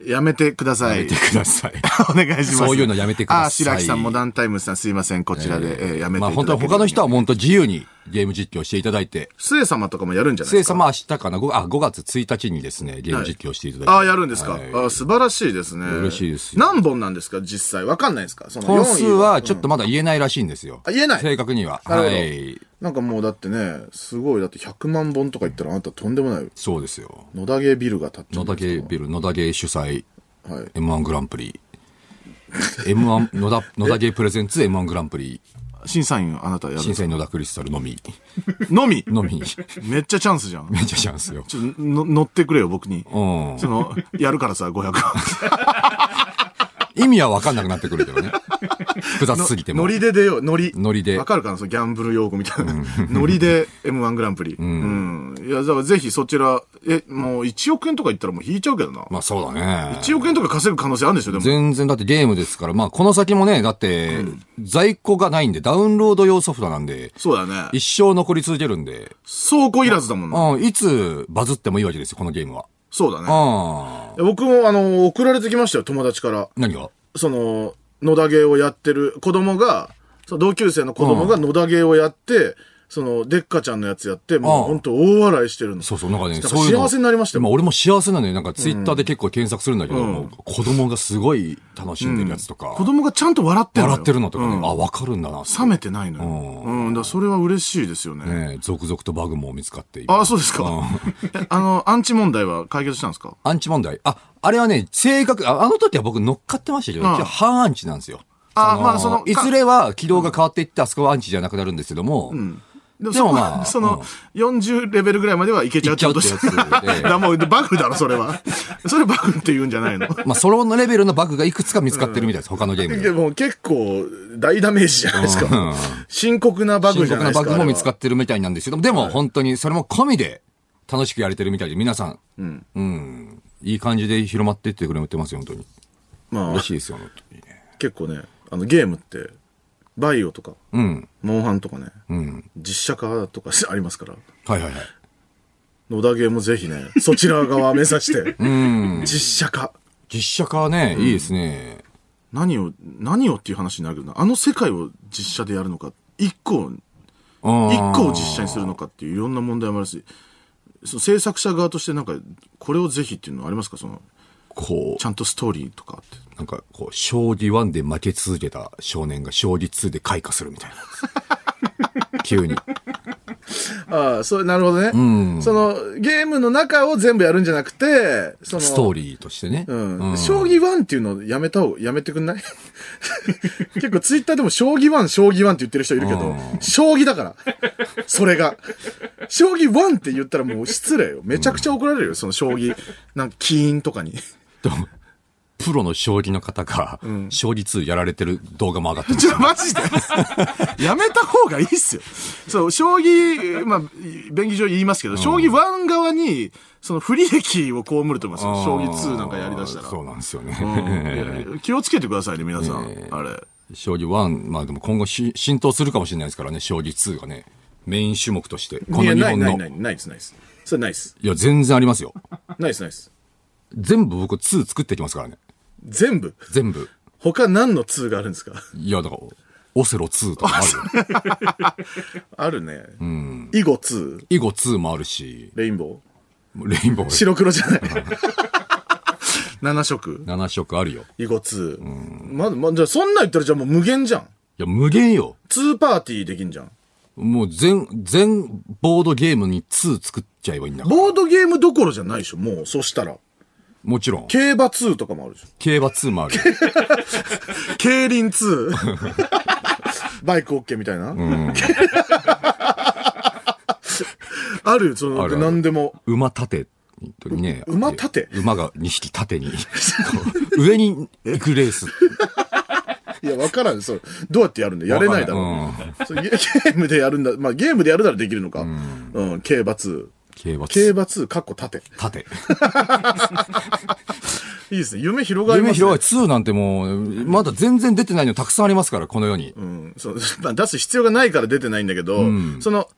[SPEAKER 3] う
[SPEAKER 1] やめてくださ
[SPEAKER 3] やめ
[SPEAKER 1] い
[SPEAKER 3] て。ください。
[SPEAKER 1] お願いします。
[SPEAKER 3] そういうのやめてください
[SPEAKER 1] あ、白木さん、モダンタイムズさん、すいません、こちらで、えーやめていただけるように。
[SPEAKER 3] まあ本当は他の人は本当自由にゲーム実況していただいて、
[SPEAKER 1] 末様とかもやるんじゃない
[SPEAKER 3] せ
[SPEAKER 1] で
[SPEAKER 3] い
[SPEAKER 1] すか
[SPEAKER 3] さま明日かな、5, あ5月1日にですね、ゲーム実況していただいて。
[SPEAKER 1] ああ、やるんですか、
[SPEAKER 3] はい
[SPEAKER 1] あ素晴らしいですね。
[SPEAKER 3] 嬉しいですよ
[SPEAKER 1] 何本なんですか実際。わかんないですかその
[SPEAKER 3] 本
[SPEAKER 1] 4
[SPEAKER 3] 数
[SPEAKER 1] 位
[SPEAKER 3] はちょっとまだ言えないらしいんですよ。
[SPEAKER 1] あ言えない
[SPEAKER 3] 正確には。
[SPEAKER 1] なるほ
[SPEAKER 3] は
[SPEAKER 1] ど
[SPEAKER 3] い。
[SPEAKER 1] なんかもうだってね、すごい、だって100万本とか言ったらあなたとんでもない。
[SPEAKER 3] そうですよ。
[SPEAKER 1] 野田ゲビルが立って
[SPEAKER 3] 野田ゲービル、野田ゲー主催、
[SPEAKER 1] はい。
[SPEAKER 3] M1 グランプリ、 M1、野田、 野田芸プレゼンツ M1 グランプリ、
[SPEAKER 1] 審査員あなたや
[SPEAKER 3] 新
[SPEAKER 1] る。
[SPEAKER 3] 鮮野田クリスタル のみ、
[SPEAKER 1] のみ
[SPEAKER 3] のみ、
[SPEAKER 1] めっちゃチャンスじゃん。
[SPEAKER 3] めっちゃチャンスよ。
[SPEAKER 1] ちょっとの乗ってくれよ、僕に。
[SPEAKER 3] うん。
[SPEAKER 1] その、やるからさ、500。
[SPEAKER 3] 意味は分かんなくなってくる けどね。複雑すぎても。
[SPEAKER 1] ノリで出よう、ノリ。
[SPEAKER 3] ノリで
[SPEAKER 1] わかるかなそのギャンブル用語みたいな。ノリで M1 グランプリ。うん。いや、だからぜひそちら、え、もう1億円とか言ったらもう引いちゃうけどな。
[SPEAKER 3] まあそうだね。
[SPEAKER 1] 1億円とか稼ぐ可能性あるんでしょ、でも。
[SPEAKER 3] 全然だってゲームですから、まあこの先もね、だって在庫がないんで、ダウンロード用ソフトなんで、
[SPEAKER 1] そうだね。
[SPEAKER 3] 一生残り続けるんで、
[SPEAKER 1] 倉庫いらずだもんな。
[SPEAKER 3] うん、いつバズってもいいわけですよ、このゲームは。
[SPEAKER 1] そうだね。
[SPEAKER 3] ああ。
[SPEAKER 1] 僕も、あの、送られてきましたよ、友達から。
[SPEAKER 3] 何が
[SPEAKER 1] その、野田芸をやってる子供が、その同級生の子供が野田芸をやって、その、でっかちゃんのやつやって、もう
[SPEAKER 3] うん
[SPEAKER 1] 本当大笑いしてるの。
[SPEAKER 3] そうそう、なんかね、
[SPEAKER 1] だから
[SPEAKER 3] そういうの。
[SPEAKER 1] 幸せになりましたよ
[SPEAKER 3] 今俺も幸せなのよ。なんかツイッターで結構検索するんだけど、もう子供がすごい楽しんでるやつとか、
[SPEAKER 1] 子供がちゃんと笑ってるのよ。
[SPEAKER 3] 笑ってるのとかね、
[SPEAKER 1] うん
[SPEAKER 3] あ、わかるんだな。
[SPEAKER 1] 冷めてないのよ。
[SPEAKER 3] う
[SPEAKER 1] うん。だからそれは嬉しいですよね。
[SPEAKER 3] ね続々とバグも見つかっている
[SPEAKER 1] ああ、そうですか。え あの、アンチ問題は解決したんですか
[SPEAKER 3] アンチ問題。あ、あれはね、正確、ああの時は僕乗っかってましたけど、
[SPEAKER 1] うん
[SPEAKER 3] 今日半アンチなんですよ。
[SPEAKER 1] あ
[SPEAKER 3] の
[SPEAKER 1] まあその
[SPEAKER 3] いずれは軌道が変わっていって、あそこはアンチじゃなくなるんですけども、
[SPEAKER 1] でも
[SPEAKER 3] でもまあ
[SPEAKER 1] そこはその、40レベルぐらいまではいけちゃうってこと
[SPEAKER 3] いけちゃうってやつで
[SPEAKER 1] だからもう、バグだろ、それは。それバグって言うんじゃないの
[SPEAKER 3] まあ、そのレベルのバグがいくつか見つかってるみたいです、他のゲーム
[SPEAKER 1] で
[SPEAKER 3] で。
[SPEAKER 1] も結構、大ダメージじゃないです
[SPEAKER 3] うん
[SPEAKER 1] か。深刻なバグ
[SPEAKER 3] 深
[SPEAKER 1] じゃ
[SPEAKER 3] 刻
[SPEAKER 1] ないで
[SPEAKER 3] な
[SPEAKER 1] すか。
[SPEAKER 3] バグも見つか
[SPEAKER 1] っ
[SPEAKER 3] ってるみたいなんですけども、でも本当にそれも込みで楽しくやれてるみたいで、皆さん、うん、いい感じで広まっていってくれてますよ、本当に。
[SPEAKER 1] ま
[SPEAKER 3] 嬉
[SPEAKER 1] あ、
[SPEAKER 3] しいですよ、本当にね。
[SPEAKER 1] 結構ね、あの、ゲームって、バイオとか、
[SPEAKER 3] うん、
[SPEAKER 1] モンハンとかね、
[SPEAKER 3] うん。
[SPEAKER 1] 実写化とかありますから、
[SPEAKER 3] はいはいはい。
[SPEAKER 1] 野田ゲーもぜひね、そちら側目指して、実写化。
[SPEAKER 3] 実写化はね、いいですね。
[SPEAKER 1] 何を、何をっていう話になるけどな、あの世界を実写でやるのか、一個を、
[SPEAKER 3] うん
[SPEAKER 1] 一個を実写にするのかっていういろんな問題もあるし、その制作者側としてなんか、これをぜひっていうのはありますかその、
[SPEAKER 3] こう
[SPEAKER 1] ち、ゃんとストーリーとかって。
[SPEAKER 3] なんか、こう、将棋1で負け続けた少年が将棋2で開花するみたい な。急に。
[SPEAKER 1] ああ、そう、なるほどね。
[SPEAKER 3] ん
[SPEAKER 1] その、ゲームの中を全部やるんじゃなくて、その、
[SPEAKER 3] ストーリーとしてね。
[SPEAKER 1] うん。将棋ワンっていうのやめた方、やめてくんない 結構ツイッターでも将棋ワン、将棋ワンって言ってる人いるけど、
[SPEAKER 3] うん
[SPEAKER 1] 将棋だから。それが。将棋ワンって言ったらもう失礼よ。めちゃくちゃ怒られるよ、その将棋。なんか、キーンと かに。
[SPEAKER 3] でもプロの将棋の方が、将棋2やられてる動画も上がってる。
[SPEAKER 1] ちょ、マジで。やめた方がいいっすよ。そう、将棋、まあ、便宜上言いますけど、将棋ワン側に、その不利益を被ると思いますよ。将棋2なんかやりだしたら。
[SPEAKER 3] そうなんですよ
[SPEAKER 1] うん
[SPEAKER 3] ね。
[SPEAKER 1] いや気をつけてくださいね、皆さん。あれ。
[SPEAKER 3] 将棋1、まあでも今後し浸透するかもしれないですからね、将棋2がね。メイン種目として。この
[SPEAKER 1] い
[SPEAKER 3] 日
[SPEAKER 1] や、ない
[SPEAKER 3] 本
[SPEAKER 1] な
[SPEAKER 3] の。
[SPEAKER 1] い
[SPEAKER 3] い
[SPEAKER 1] ない、ないです、ないです。それないです。
[SPEAKER 3] や、全然ありますよ。
[SPEAKER 1] ないです、ないです。
[SPEAKER 3] 全部僕2作ってきますからね。
[SPEAKER 1] 全部。
[SPEAKER 3] 全部。
[SPEAKER 1] 他何の2があるんですか
[SPEAKER 3] いや、だから、オセロ2とかあるよ。
[SPEAKER 1] あるね。うん。囲碁2、
[SPEAKER 3] 囲碁2もあるし、
[SPEAKER 1] レインボ
[SPEAKER 3] レインボー
[SPEAKER 1] ー。
[SPEAKER 3] が
[SPEAKER 1] 白黒じ ゃない。7色、
[SPEAKER 3] 7色あるよ。い
[SPEAKER 1] 囲碁2。まだ、ま、じゃあそんなん言ったらじゃあもう無限じゃん。
[SPEAKER 3] や、無限よ。
[SPEAKER 1] 2パーティーできんじゃん。
[SPEAKER 3] もう全、全ボードゲームに2作っちゃえばいいんだから。
[SPEAKER 1] ボードゲームどころじゃないでしょ、もう。そしたら。
[SPEAKER 3] もちろん。
[SPEAKER 1] 競馬2とかもあるでしょ。
[SPEAKER 3] 競馬2もあるよ。
[SPEAKER 1] 競輪2。バイク OK みたいな。 あるよ、そ
[SPEAKER 3] あ
[SPEAKER 1] の、
[SPEAKER 3] るある
[SPEAKER 1] 何でも。
[SPEAKER 3] 馬縦にね。
[SPEAKER 1] う馬縦
[SPEAKER 3] 馬が2匹縦に。こう上に行くレース。
[SPEAKER 1] いや、わからん。そう。どうやってやるんだ やれないだろ
[SPEAKER 3] わかんないうん
[SPEAKER 1] う。そうゲゲームでやるんだ。まあ、ゲームでやるならできるのか。うん。競馬2。
[SPEAKER 3] 競馬
[SPEAKER 1] 競
[SPEAKER 3] 2。
[SPEAKER 1] 馬2、かっこ縦。い
[SPEAKER 3] 縦。
[SPEAKER 1] いですね。夢広がります、ね。
[SPEAKER 3] 夢広い2なんてもう、まだ全然出てないのたくさんありますから、この世に。
[SPEAKER 1] うん。そう。 まあ、出す必要がないから出てないんだけど、その、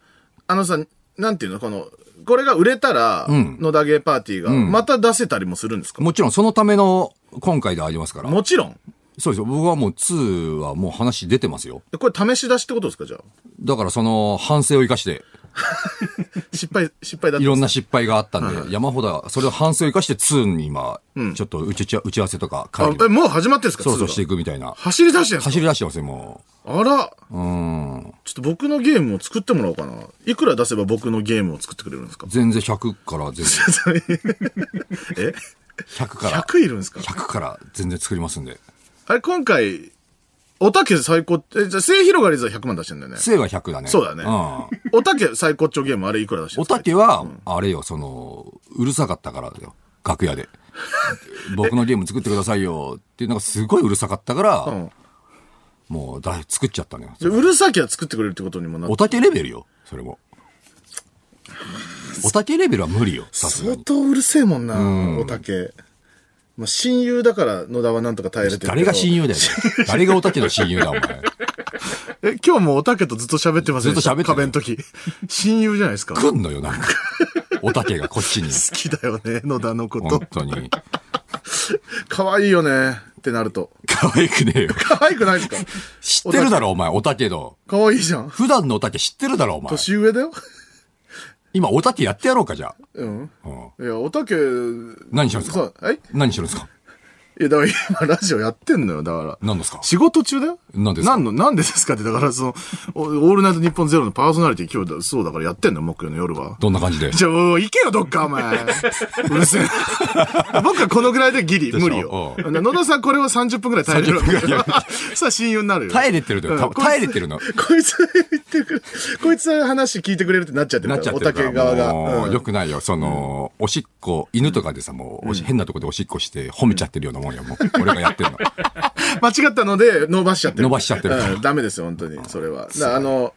[SPEAKER 1] あのさ、なんていうのこの、これが売れたら、野田ゲーパーティーが、また出せたりもするんですか、
[SPEAKER 3] もちろんそのための今回でありますから。
[SPEAKER 1] もちろん。
[SPEAKER 3] そうですよ。僕はもう2はもう話出てますよ。
[SPEAKER 1] これ試し出しってことですかじゃあ。
[SPEAKER 3] だからその反省を生かして、
[SPEAKER 1] 失敗、失敗だっ
[SPEAKER 3] い
[SPEAKER 1] た
[SPEAKER 3] ろん
[SPEAKER 1] です
[SPEAKER 3] な失敗があったんで、山ほど、それを反省を生かして2に今、ちょっと打ち打ち打ち合わせとか会
[SPEAKER 1] あ
[SPEAKER 3] 議
[SPEAKER 1] え、
[SPEAKER 3] を
[SPEAKER 1] もう始まってるんですか
[SPEAKER 3] そう
[SPEAKER 1] ツ
[SPEAKER 3] そう
[SPEAKER 1] ーが
[SPEAKER 3] していくみたいな。
[SPEAKER 1] 走り出してるんです
[SPEAKER 3] 走り出してますよ、も
[SPEAKER 1] かあら。
[SPEAKER 3] う。うーん。
[SPEAKER 1] ちょっと僕のゲームを作ってもらおうかな。いくら出せば僕のゲームを作ってくれるんです か
[SPEAKER 3] 全然100から 全然。
[SPEAKER 1] え
[SPEAKER 3] 100から。
[SPEAKER 1] ?100 いるんですか
[SPEAKER 3] 100から全然作りますんで。
[SPEAKER 1] あれ、今回、おたけ最高、え、じゃあ、末広がりずは100万出してんだよね。
[SPEAKER 3] 生は100だね。
[SPEAKER 1] そうだね
[SPEAKER 3] ん。
[SPEAKER 1] おたけ最高潮ゲームあれいくら出してん
[SPEAKER 3] おたけは、あれよ、その、うるさかったからだよ。楽屋で。僕のゲーム作ってくださいよ。っていうのがすごいうるさかったから、
[SPEAKER 1] ん
[SPEAKER 3] もうだ、作っちゃったのよ。
[SPEAKER 1] じゃあうるさきは作ってくれるってことにもなっ
[SPEAKER 3] おたけレベルよ、それも。おたけレベルは無理よ、さすが
[SPEAKER 1] 相
[SPEAKER 3] に。
[SPEAKER 1] 当うるせえもんな、おたけ。まあ、親友だから野田はなんとか耐えれてるけど。
[SPEAKER 3] 誰が親友だよ。誰がおたけの親友だ、お前。
[SPEAKER 1] え、今日もおたけとずっと喋ってます
[SPEAKER 3] ずっと喋ってる
[SPEAKER 1] 壁の時。親友じゃないです か。好
[SPEAKER 3] 来んのよ、なんか。おたけがこっちに。
[SPEAKER 1] きだよね、野田のこ
[SPEAKER 3] 本
[SPEAKER 1] と。
[SPEAKER 3] 当に。
[SPEAKER 1] 可愛いよね、ってなると。
[SPEAKER 3] 可愛くねえよ。
[SPEAKER 1] 可愛くない ですか
[SPEAKER 3] 知ってるだろ、お前、おたけの。
[SPEAKER 1] 可愛いじゃん。
[SPEAKER 3] 普段のおたけ知ってるだろ、お前。
[SPEAKER 1] 年上だよ。
[SPEAKER 3] 今、おたけやってやろうか、じゃ
[SPEAKER 1] うん。
[SPEAKER 3] あ。うん。
[SPEAKER 1] いや、おたけ、
[SPEAKER 3] 何してるんです
[SPEAKER 1] そ
[SPEAKER 3] か
[SPEAKER 1] う、えい
[SPEAKER 3] 何してるんですか
[SPEAKER 1] や、だから 今ラジオやってんのよ、だから。
[SPEAKER 3] 何ですか
[SPEAKER 1] 仕事中だよ
[SPEAKER 3] なんですか
[SPEAKER 1] の、なんでですかって、だからその、おオールナイトニッポンゼロのパーソナリティ今日だ、そうだからやってんの、木曜の夜は。
[SPEAKER 3] どんな感じで
[SPEAKER 1] じゃあ、おい行けよ、どっか、お前。 うるせえ。僕はこのぐらいでギリ、
[SPEAKER 3] しょ
[SPEAKER 1] 無理よ。野田さん、これを30分ぐらい耐えれるわけだから。 さあ、親友になるよ。
[SPEAKER 3] 耐えれてるのよ。
[SPEAKER 1] うん
[SPEAKER 3] た
[SPEAKER 1] こいつ
[SPEAKER 3] 耐えれてる の。
[SPEAKER 1] こいつ言ってくれ、こいつ話聞いてくれるってなっちゃってる
[SPEAKER 3] な
[SPEAKER 1] か
[SPEAKER 3] っちゃ
[SPEAKER 1] ら、
[SPEAKER 3] っ
[SPEAKER 1] お
[SPEAKER 3] てる
[SPEAKER 1] た
[SPEAKER 3] から。
[SPEAKER 1] け側が。
[SPEAKER 3] も
[SPEAKER 1] う
[SPEAKER 3] うん良くないよ。その、おしっこ、犬とかでさ、もう、おし変なとこでおしっこして褒めちゃってるようなもんよ、もう。俺がやってるの。
[SPEAKER 1] 間違ったので、伸ばしちゃってる。
[SPEAKER 3] 伸ばしちゃってる
[SPEAKER 1] うんダメですよ、本当に、それは。だからあの、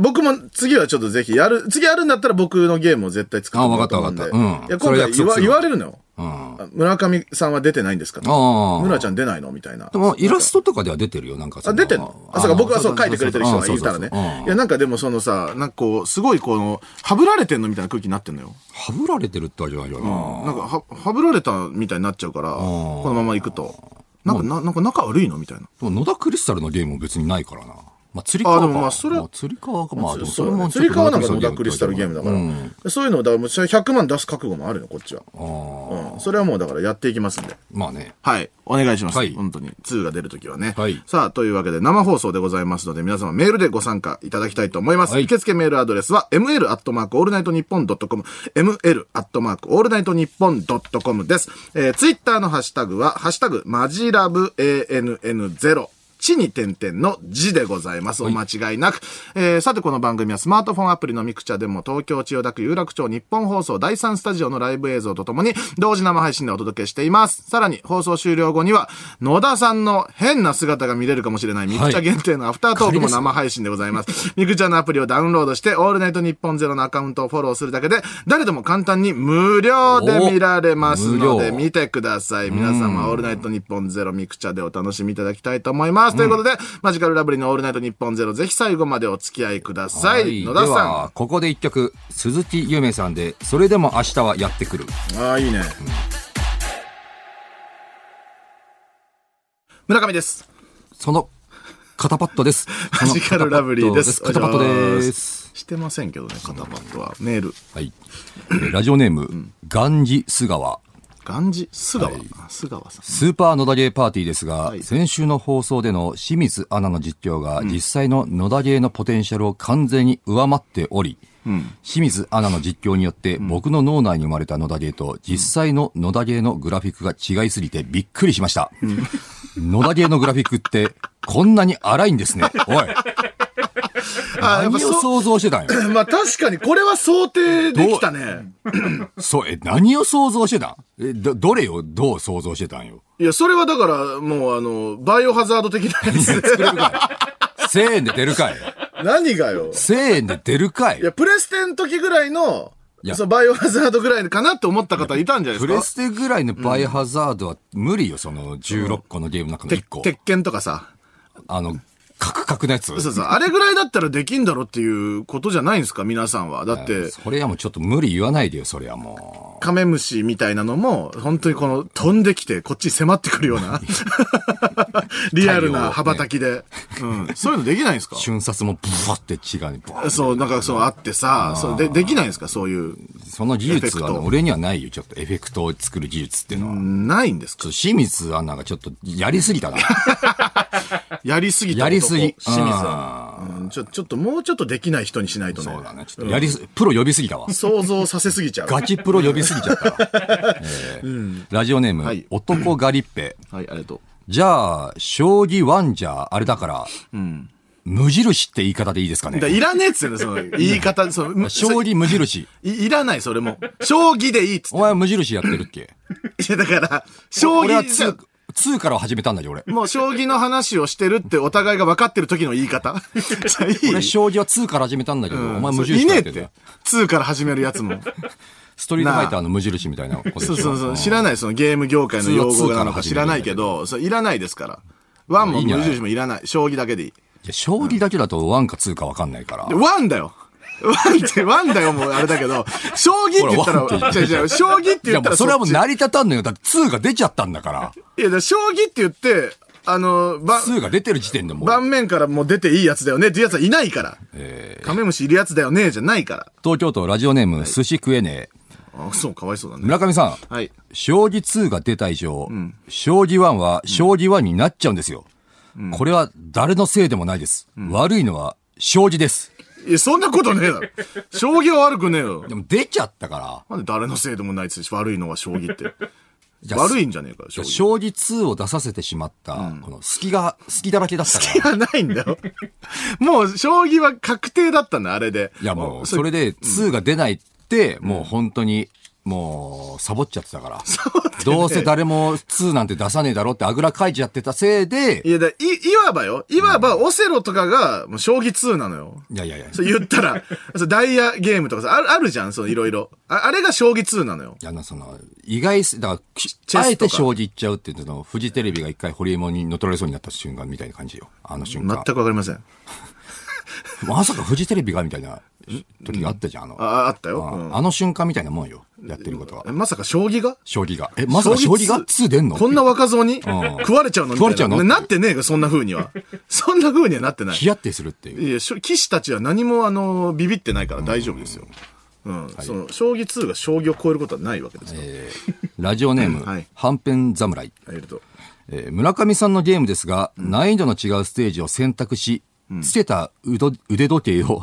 [SPEAKER 1] 僕も次はちょっとぜひやる、次やるんだったら僕のゲームを絶対作ってもらおうと思うんで。
[SPEAKER 3] あわかったわかったうん
[SPEAKER 1] いや、今
[SPEAKER 3] そ
[SPEAKER 1] 回
[SPEAKER 3] れ約
[SPEAKER 1] 言
[SPEAKER 3] 束
[SPEAKER 1] わ
[SPEAKER 3] する
[SPEAKER 1] 言われるのよ。
[SPEAKER 3] うん。
[SPEAKER 1] あ村上さんは出てないんですかと
[SPEAKER 3] ああ
[SPEAKER 1] 村ちゃん出ないのみたいな。
[SPEAKER 3] でも、イラストとかでは出てるよ、なんかそ
[SPEAKER 1] あ、出てんのあ、そうか、僕はそう書いてくれてる人がいたらね。いや、
[SPEAKER 3] や、
[SPEAKER 1] なんかでもそのさ、なんかこう、すごいこの、はぶられてんのみたいな空気になってんのよ。
[SPEAKER 3] はぶられてるってわけじゃないよ
[SPEAKER 1] な
[SPEAKER 3] な。
[SPEAKER 1] んかは、はぶられたみたいになっちゃうから、このまま行くと。なんか、ななんか仲悪いのみたいな。
[SPEAKER 3] でも野田クリスタルのゲームも別にないからな。まあ、釣り革
[SPEAKER 1] あ
[SPEAKER 3] か。
[SPEAKER 1] でもまあそれは
[SPEAKER 3] まあ釣り革か。まあ、でもそれ
[SPEAKER 1] うだ
[SPEAKER 3] も
[SPEAKER 1] ね
[SPEAKER 3] ちょ
[SPEAKER 1] 釣り
[SPEAKER 3] っと
[SPEAKER 1] 革なんか野田クリスタルゲームだから。
[SPEAKER 3] うん
[SPEAKER 1] そういうのを、だからもうそれ100万出す覚悟もあるの、こっちは。
[SPEAKER 3] あー
[SPEAKER 1] うんそれはもうだからやっていきますんで。
[SPEAKER 3] まあね。
[SPEAKER 1] はい。お願いします。
[SPEAKER 3] はい
[SPEAKER 1] 本当に。2が出るときはね。
[SPEAKER 3] はい
[SPEAKER 1] さあ、というわけで生放送でございますので、皆様メールでご参加いただきたいと思います。
[SPEAKER 3] はい
[SPEAKER 1] 受付メールアドレスは、m l a l l n i g h t n i p p o n c o m ml a l l n i g h t n i p p o n c o m です。えー、ツイッターのハッシュタグは、ハッシュタグ、マジラブ ANN0。地に点々の字でございます。お間違いなく。えーさて、この番組はスマートフォンアプリのミクチャでも東京千代田区有楽町日本放送第3スタジオのライブ映像とともに同時生配信でお届けしています。さらに放送終了後には野田さんの変な姿が見れるかもしれないミクチャ限定のアフタートークも生配信でござい ます。ミクチャのアプリをダウンロードしてオールナイト日本ゼロのアカウントをフォローするだけで誰でも簡単に無料で見られますの
[SPEAKER 3] お無
[SPEAKER 1] で
[SPEAKER 3] 料
[SPEAKER 1] 見てください。皆様、オールナイトニッポンゼロミクチャでお楽しみいただきたいと思います。ということで、マジカルラブリーのオールナイトニッポンゼロ、ぜひ最後までお付き合いください。野田
[SPEAKER 3] で
[SPEAKER 1] さ
[SPEAKER 3] は、ここで一曲、鈴木ゆめさんで、それでも明日はやってくる。
[SPEAKER 1] ん。ああ、いいね。村上です。
[SPEAKER 3] その、肩パッ ドです。
[SPEAKER 1] マジカルラブリーです。
[SPEAKER 3] 肩パッド
[SPEAKER 1] お願い
[SPEAKER 3] で。。
[SPEAKER 1] しますしてませんけどね、肩パッドは。メール。
[SPEAKER 3] はい。えーラジオネーム、ガンジ・スガワ。
[SPEAKER 1] ガンジ、菅川。あ菅川さん。
[SPEAKER 3] スーパー野田ゲーパーティーですが、
[SPEAKER 1] い
[SPEAKER 3] 先週の放送での清水アナの実況が実際の野田ゲーのポテンシャルを完全に上回っており、清水アナの実況によって僕の脳内に生まれた野田ゲーと実際の野田ゲーのグラフィックが違いすぎてびっくりしました。野田ゲーのグラフィックってこんなに荒い んですね。おい。
[SPEAKER 1] あ、やっ
[SPEAKER 3] 何
[SPEAKER 1] ぱ
[SPEAKER 3] を
[SPEAKER 1] そう。
[SPEAKER 3] 想像してたんよ。
[SPEAKER 1] まあ確かに、これは想定できたね。
[SPEAKER 3] そう、え、何を想像してたんえ、ど、どれをどう想像してた んよ。
[SPEAKER 1] いや、それはだから、もうあの、バイオハザード的なやつ。
[SPEAKER 3] 1000円で出るかい。
[SPEAKER 1] 何がよ。
[SPEAKER 3] 1000円で出るかい
[SPEAKER 1] い。や、プレステの時ぐらいの、
[SPEAKER 3] いや
[SPEAKER 1] そう、バイオハザードぐらいかなって思った方いたんじゃない
[SPEAKER 3] プ
[SPEAKER 1] で
[SPEAKER 3] レ
[SPEAKER 1] す
[SPEAKER 3] ステぐらいのバイオハザードは無理よ、その16個のゲームの中の1
[SPEAKER 1] か
[SPEAKER 3] 個。
[SPEAKER 1] 鉄拳とかさ。
[SPEAKER 3] あの、カクカクのやつ。
[SPEAKER 1] そうそう。あれぐらいだったらできんだろっていうことじゃないんですか皆さんは。だって、
[SPEAKER 3] それはもうちょっと無理言わないでよ、それはも
[SPEAKER 1] カメムシみたいなのも、本当にこの飛んできて、こっちに迫ってくるよう な、リアルな羽ばたきで。うん。そういうのできないんですか
[SPEAKER 3] う。瞬殺もブワって違うに、ブワ ッ
[SPEAKER 1] そう、なんかそうあってさ、そうで、できないんですかそういう。
[SPEAKER 3] その技術は
[SPEAKER 1] エフェ
[SPEAKER 3] ね
[SPEAKER 1] クト
[SPEAKER 3] 俺にはないよ、ちょっとエフェクトを作る技術っていうのは。
[SPEAKER 1] ないんです
[SPEAKER 3] ち
[SPEAKER 1] か
[SPEAKER 3] ょっと清水アナがちょっとやりすぎ たな。
[SPEAKER 1] やりすぎた
[SPEAKER 3] やりすぎ。
[SPEAKER 1] 清水は。
[SPEAKER 3] は。
[SPEAKER 1] うんちょ、ちょっともうちょっとできない人にしないとね。
[SPEAKER 3] そうだね。ちょっとやりす、プロ呼び すぎたわ。
[SPEAKER 1] 想像させすぎちゃう。
[SPEAKER 3] ガチプロ呼びすぎちゃったわ。えーラジオネーム、
[SPEAKER 1] はい
[SPEAKER 3] 男ガリッペ。
[SPEAKER 1] はい、ありがとう。
[SPEAKER 3] じゃあ、将棋ワンじゃ、あれだから、
[SPEAKER 1] うん。
[SPEAKER 3] 無印って言い方でいいですか
[SPEAKER 1] だから
[SPEAKER 3] ね。
[SPEAKER 1] いらねえっつってんだよ、その言い方、その、
[SPEAKER 3] 将棋無印。
[SPEAKER 1] いいらない、それも。将棋でいいっつっ
[SPEAKER 3] お前無印やってるっけ
[SPEAKER 1] て。いや、だから、将
[SPEAKER 3] 俺は
[SPEAKER 1] 棋じゃ
[SPEAKER 3] 2、2から始めたんだよ、俺。
[SPEAKER 1] もう将棋の話をしてるってお互いが分かってる時の言い方。 さいい
[SPEAKER 3] 俺将棋は2から始めたんだけど、
[SPEAKER 1] うん
[SPEAKER 3] お前無
[SPEAKER 1] そうい
[SPEAKER 3] 印
[SPEAKER 1] ね
[SPEAKER 3] や
[SPEAKER 1] え
[SPEAKER 3] っ
[SPEAKER 1] って
[SPEAKER 3] んだよ
[SPEAKER 1] て。。2から始めるやつ も。
[SPEAKER 3] ストリートファイターの無印みたいなことでし
[SPEAKER 1] そ
[SPEAKER 3] ょ
[SPEAKER 1] うそうそう。知らない、そのゲーム業界の用語なのか
[SPEAKER 3] 普
[SPEAKER 1] 知
[SPEAKER 3] 通は
[SPEAKER 1] ら
[SPEAKER 3] 2から始めるんだ
[SPEAKER 1] な
[SPEAKER 3] けど
[SPEAKER 1] いけど、そういらないですから。1も
[SPEAKER 3] いいんじゃ
[SPEAKER 1] 無
[SPEAKER 3] ない
[SPEAKER 1] 印もいらない。将棋だけでいい。
[SPEAKER 3] いや将棋だけだと1か2か分かんないから。
[SPEAKER 1] で、ワンだよ。ワンって、ワンだよ、もうあれだけど、将棋って言ったら、
[SPEAKER 3] ほらワンって
[SPEAKER 1] 違う違う、将棋って
[SPEAKER 3] い
[SPEAKER 1] 言
[SPEAKER 3] や
[SPEAKER 1] った
[SPEAKER 3] もう
[SPEAKER 1] ら
[SPEAKER 3] それはもう
[SPEAKER 1] っち
[SPEAKER 3] 成り立たんのよ。だって2が出ちゃったんだから。
[SPEAKER 1] いや、だから将棋って言って、あの、ば、
[SPEAKER 3] 2が出てる時点でもう、
[SPEAKER 1] 盤面からもう出ていいやつだよねっていうやつはいないから。
[SPEAKER 3] え
[SPEAKER 1] カメムシいるやつだよねじゃないか
[SPEAKER 3] ー東京都ラジオネーム寿司食えね
[SPEAKER 1] ら。あ、そう、かわいそうだ
[SPEAKER 3] え。
[SPEAKER 1] ね。
[SPEAKER 3] 村上さん、
[SPEAKER 1] はい。
[SPEAKER 3] 将棋2が出た以上、将棋1は将棋1になっちゃうんですよ。これは誰のせいでもないです。悪いのは将棋です。
[SPEAKER 1] いや、そんなことねえだろ。将棋は悪くねえよ
[SPEAKER 3] で。も出ちゃったか
[SPEAKER 1] な
[SPEAKER 3] ら。
[SPEAKER 1] んで誰のせいでもないっつうし、悪いのは将棋って。
[SPEAKER 3] じゃあ
[SPEAKER 1] 悪いんじゃねえか、将棋。
[SPEAKER 3] 将棋2を出させてしまった、この隙が、隙だらけだったから。
[SPEAKER 1] いや、ないんだよ。 もう、将棋は確定だったんだ、あれで。
[SPEAKER 3] いやもう、
[SPEAKER 1] そ
[SPEAKER 3] そ
[SPEAKER 1] れ
[SPEAKER 3] れで2が出ないって、もう本当に、もう、サボっちゃってたから。どうせ誰も2なんて出さねえだろってあぐらかいちゃってたせいで、
[SPEAKER 1] いやだ、い、いわばよ。いわば、オセロとかが、もう、将棋2なのよ。
[SPEAKER 3] いやいやいや、
[SPEAKER 1] そう言った ら、そうダイヤゲームとかさ、ある、あるじゃん、その、いろいろ。あ、あれが将棋2なのよ。
[SPEAKER 3] いやな、その、意外す、だからき
[SPEAKER 1] チ、ェスとか
[SPEAKER 3] あえて将棋行っちゃうっていうのを、フジテレビが一回ホリエモンに乗っ取られそうになった瞬間みたいな感じよ。あの瞬
[SPEAKER 1] 全く
[SPEAKER 3] 間
[SPEAKER 1] わ。かりません。
[SPEAKER 3] まさかフジテレビがみたいな時があったじゃん、あの。
[SPEAKER 1] あ、あったよ。
[SPEAKER 3] あ
[SPEAKER 1] うん
[SPEAKER 3] あの瞬間みたいなもんよ。やってることは
[SPEAKER 1] え。まさか将棋が
[SPEAKER 3] 将棋が。え、まさか将棋が 2? 出んの
[SPEAKER 1] こんな若造に食われちゃうのみたいな
[SPEAKER 3] 食われちゃうの
[SPEAKER 1] ななってねえが、そんな風に は。そんな風にはなってない。
[SPEAKER 3] ヒヤッてするっていう。
[SPEAKER 1] いや、しょ棋士たちは何も、あの、ビビってないから大丈夫ですよ。うん。その、将棋2が将棋を超えることはないわけですから。
[SPEAKER 3] えーラジオネーム、
[SPEAKER 1] はい
[SPEAKER 3] はんぺん侍。
[SPEAKER 1] ありがとう
[SPEAKER 3] えー村上さんのゲームですが、難易度の違うステージを選択し、つけた腕時腕時計を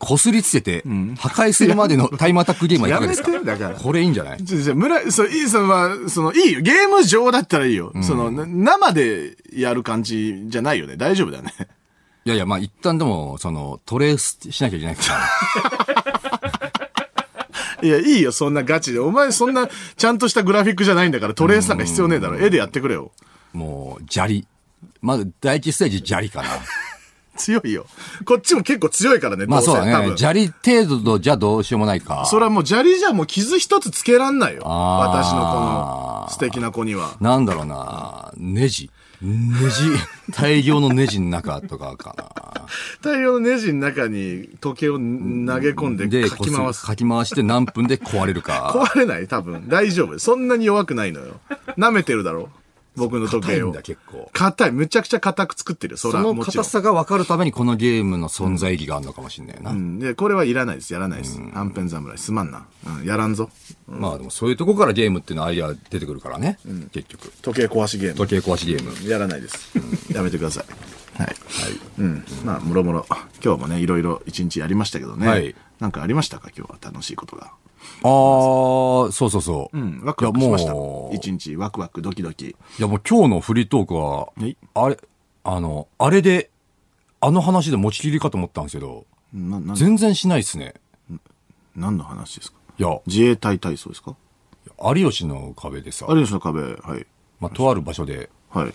[SPEAKER 3] こすりつけて、破壊するまでのタイムアタックゲームはい
[SPEAKER 1] や
[SPEAKER 3] かが
[SPEAKER 1] め
[SPEAKER 3] ですか
[SPEAKER 1] て、だから。
[SPEAKER 3] これいいんじゃない
[SPEAKER 1] じゃじゃ村、そう、いい、その、まあ、その、いいよ。ゲーム上だったらいいよ。その、な生でやる感じじゃないよね。大丈夫だよね。
[SPEAKER 3] いやいや、まあ一旦でも、その、トレースしなきゃいけないから。
[SPEAKER 1] いや、いいよ、そんなガチで。お前、そんな、ちゃんとしたグラフィックじゃないんだから、トレースなんか必要ねえだろ。絵でやってくれよ。
[SPEAKER 3] もう、砂利。まず、第一ステージ砂利 かな。
[SPEAKER 1] 強いよ。こっちも結構強いからね、
[SPEAKER 3] まあ
[SPEAKER 1] ど
[SPEAKER 3] そう
[SPEAKER 1] せ
[SPEAKER 3] だ
[SPEAKER 1] 多
[SPEAKER 3] ね。
[SPEAKER 1] 分
[SPEAKER 3] 砂利程度じゃどうしようもないか。
[SPEAKER 1] それはもう砂利じゃもう傷一つつけらんないよ。
[SPEAKER 3] あー
[SPEAKER 1] 私のこの素敵な子には。
[SPEAKER 3] なんだろうな。ネジ。ネ ジ。大量のネジの中とかか
[SPEAKER 1] 大量のネジの中に時計を投げ込ん
[SPEAKER 3] な。
[SPEAKER 1] でか
[SPEAKER 3] こ
[SPEAKER 1] き
[SPEAKER 3] す
[SPEAKER 1] 回す。
[SPEAKER 3] かき回して何分で壊れる か。
[SPEAKER 1] 壊れない多分。大丈夫。そんなに弱くないのよ。舐めてるだろ僕の時
[SPEAKER 3] 硬い
[SPEAKER 1] 計
[SPEAKER 3] ん
[SPEAKER 1] を
[SPEAKER 3] だ、。結構。
[SPEAKER 1] 硬い。むちゃくちゃ硬く作ってる。そ
[SPEAKER 3] そ
[SPEAKER 1] ら、
[SPEAKER 3] の
[SPEAKER 1] もちろ
[SPEAKER 3] 硬
[SPEAKER 1] ん。
[SPEAKER 3] さが分かるためにこのゲームの存在意義があるのかもしれないな。
[SPEAKER 1] うん。で、これはいらないです。やらないです。アンペン侍。すまんな。うん。やらんぞ。
[SPEAKER 3] まあでもそういうとこからゲームっていうのはアイデア出てくるからね。結局。
[SPEAKER 1] 時計壊しゲーム。
[SPEAKER 3] 時計壊しゲーム。
[SPEAKER 1] やらないです。やめてください。はい。うん。まあ、もろもろ。今日もね、いろいろ一日やりましたけどね。
[SPEAKER 3] はい
[SPEAKER 1] なんかありましたか今日は楽しいことが。
[SPEAKER 3] ああ、そうそうそう。
[SPEAKER 1] うん、ワクワクしました
[SPEAKER 3] いやも。う
[SPEAKER 1] 一日ワクワクドキドキ。
[SPEAKER 3] いやもう今日のフリートークは
[SPEAKER 1] はい、
[SPEAKER 3] あれ、あの、あれで、あの話で持ちきりかと思ったんですけど、
[SPEAKER 1] な、な、
[SPEAKER 3] 全然しないですね。
[SPEAKER 1] 何の話ですか
[SPEAKER 3] いや、
[SPEAKER 1] 自衛隊体操ですか
[SPEAKER 3] 有吉の壁でさ、
[SPEAKER 1] 有吉の壁、はい。
[SPEAKER 3] まあ、とある場所で、
[SPEAKER 1] はい。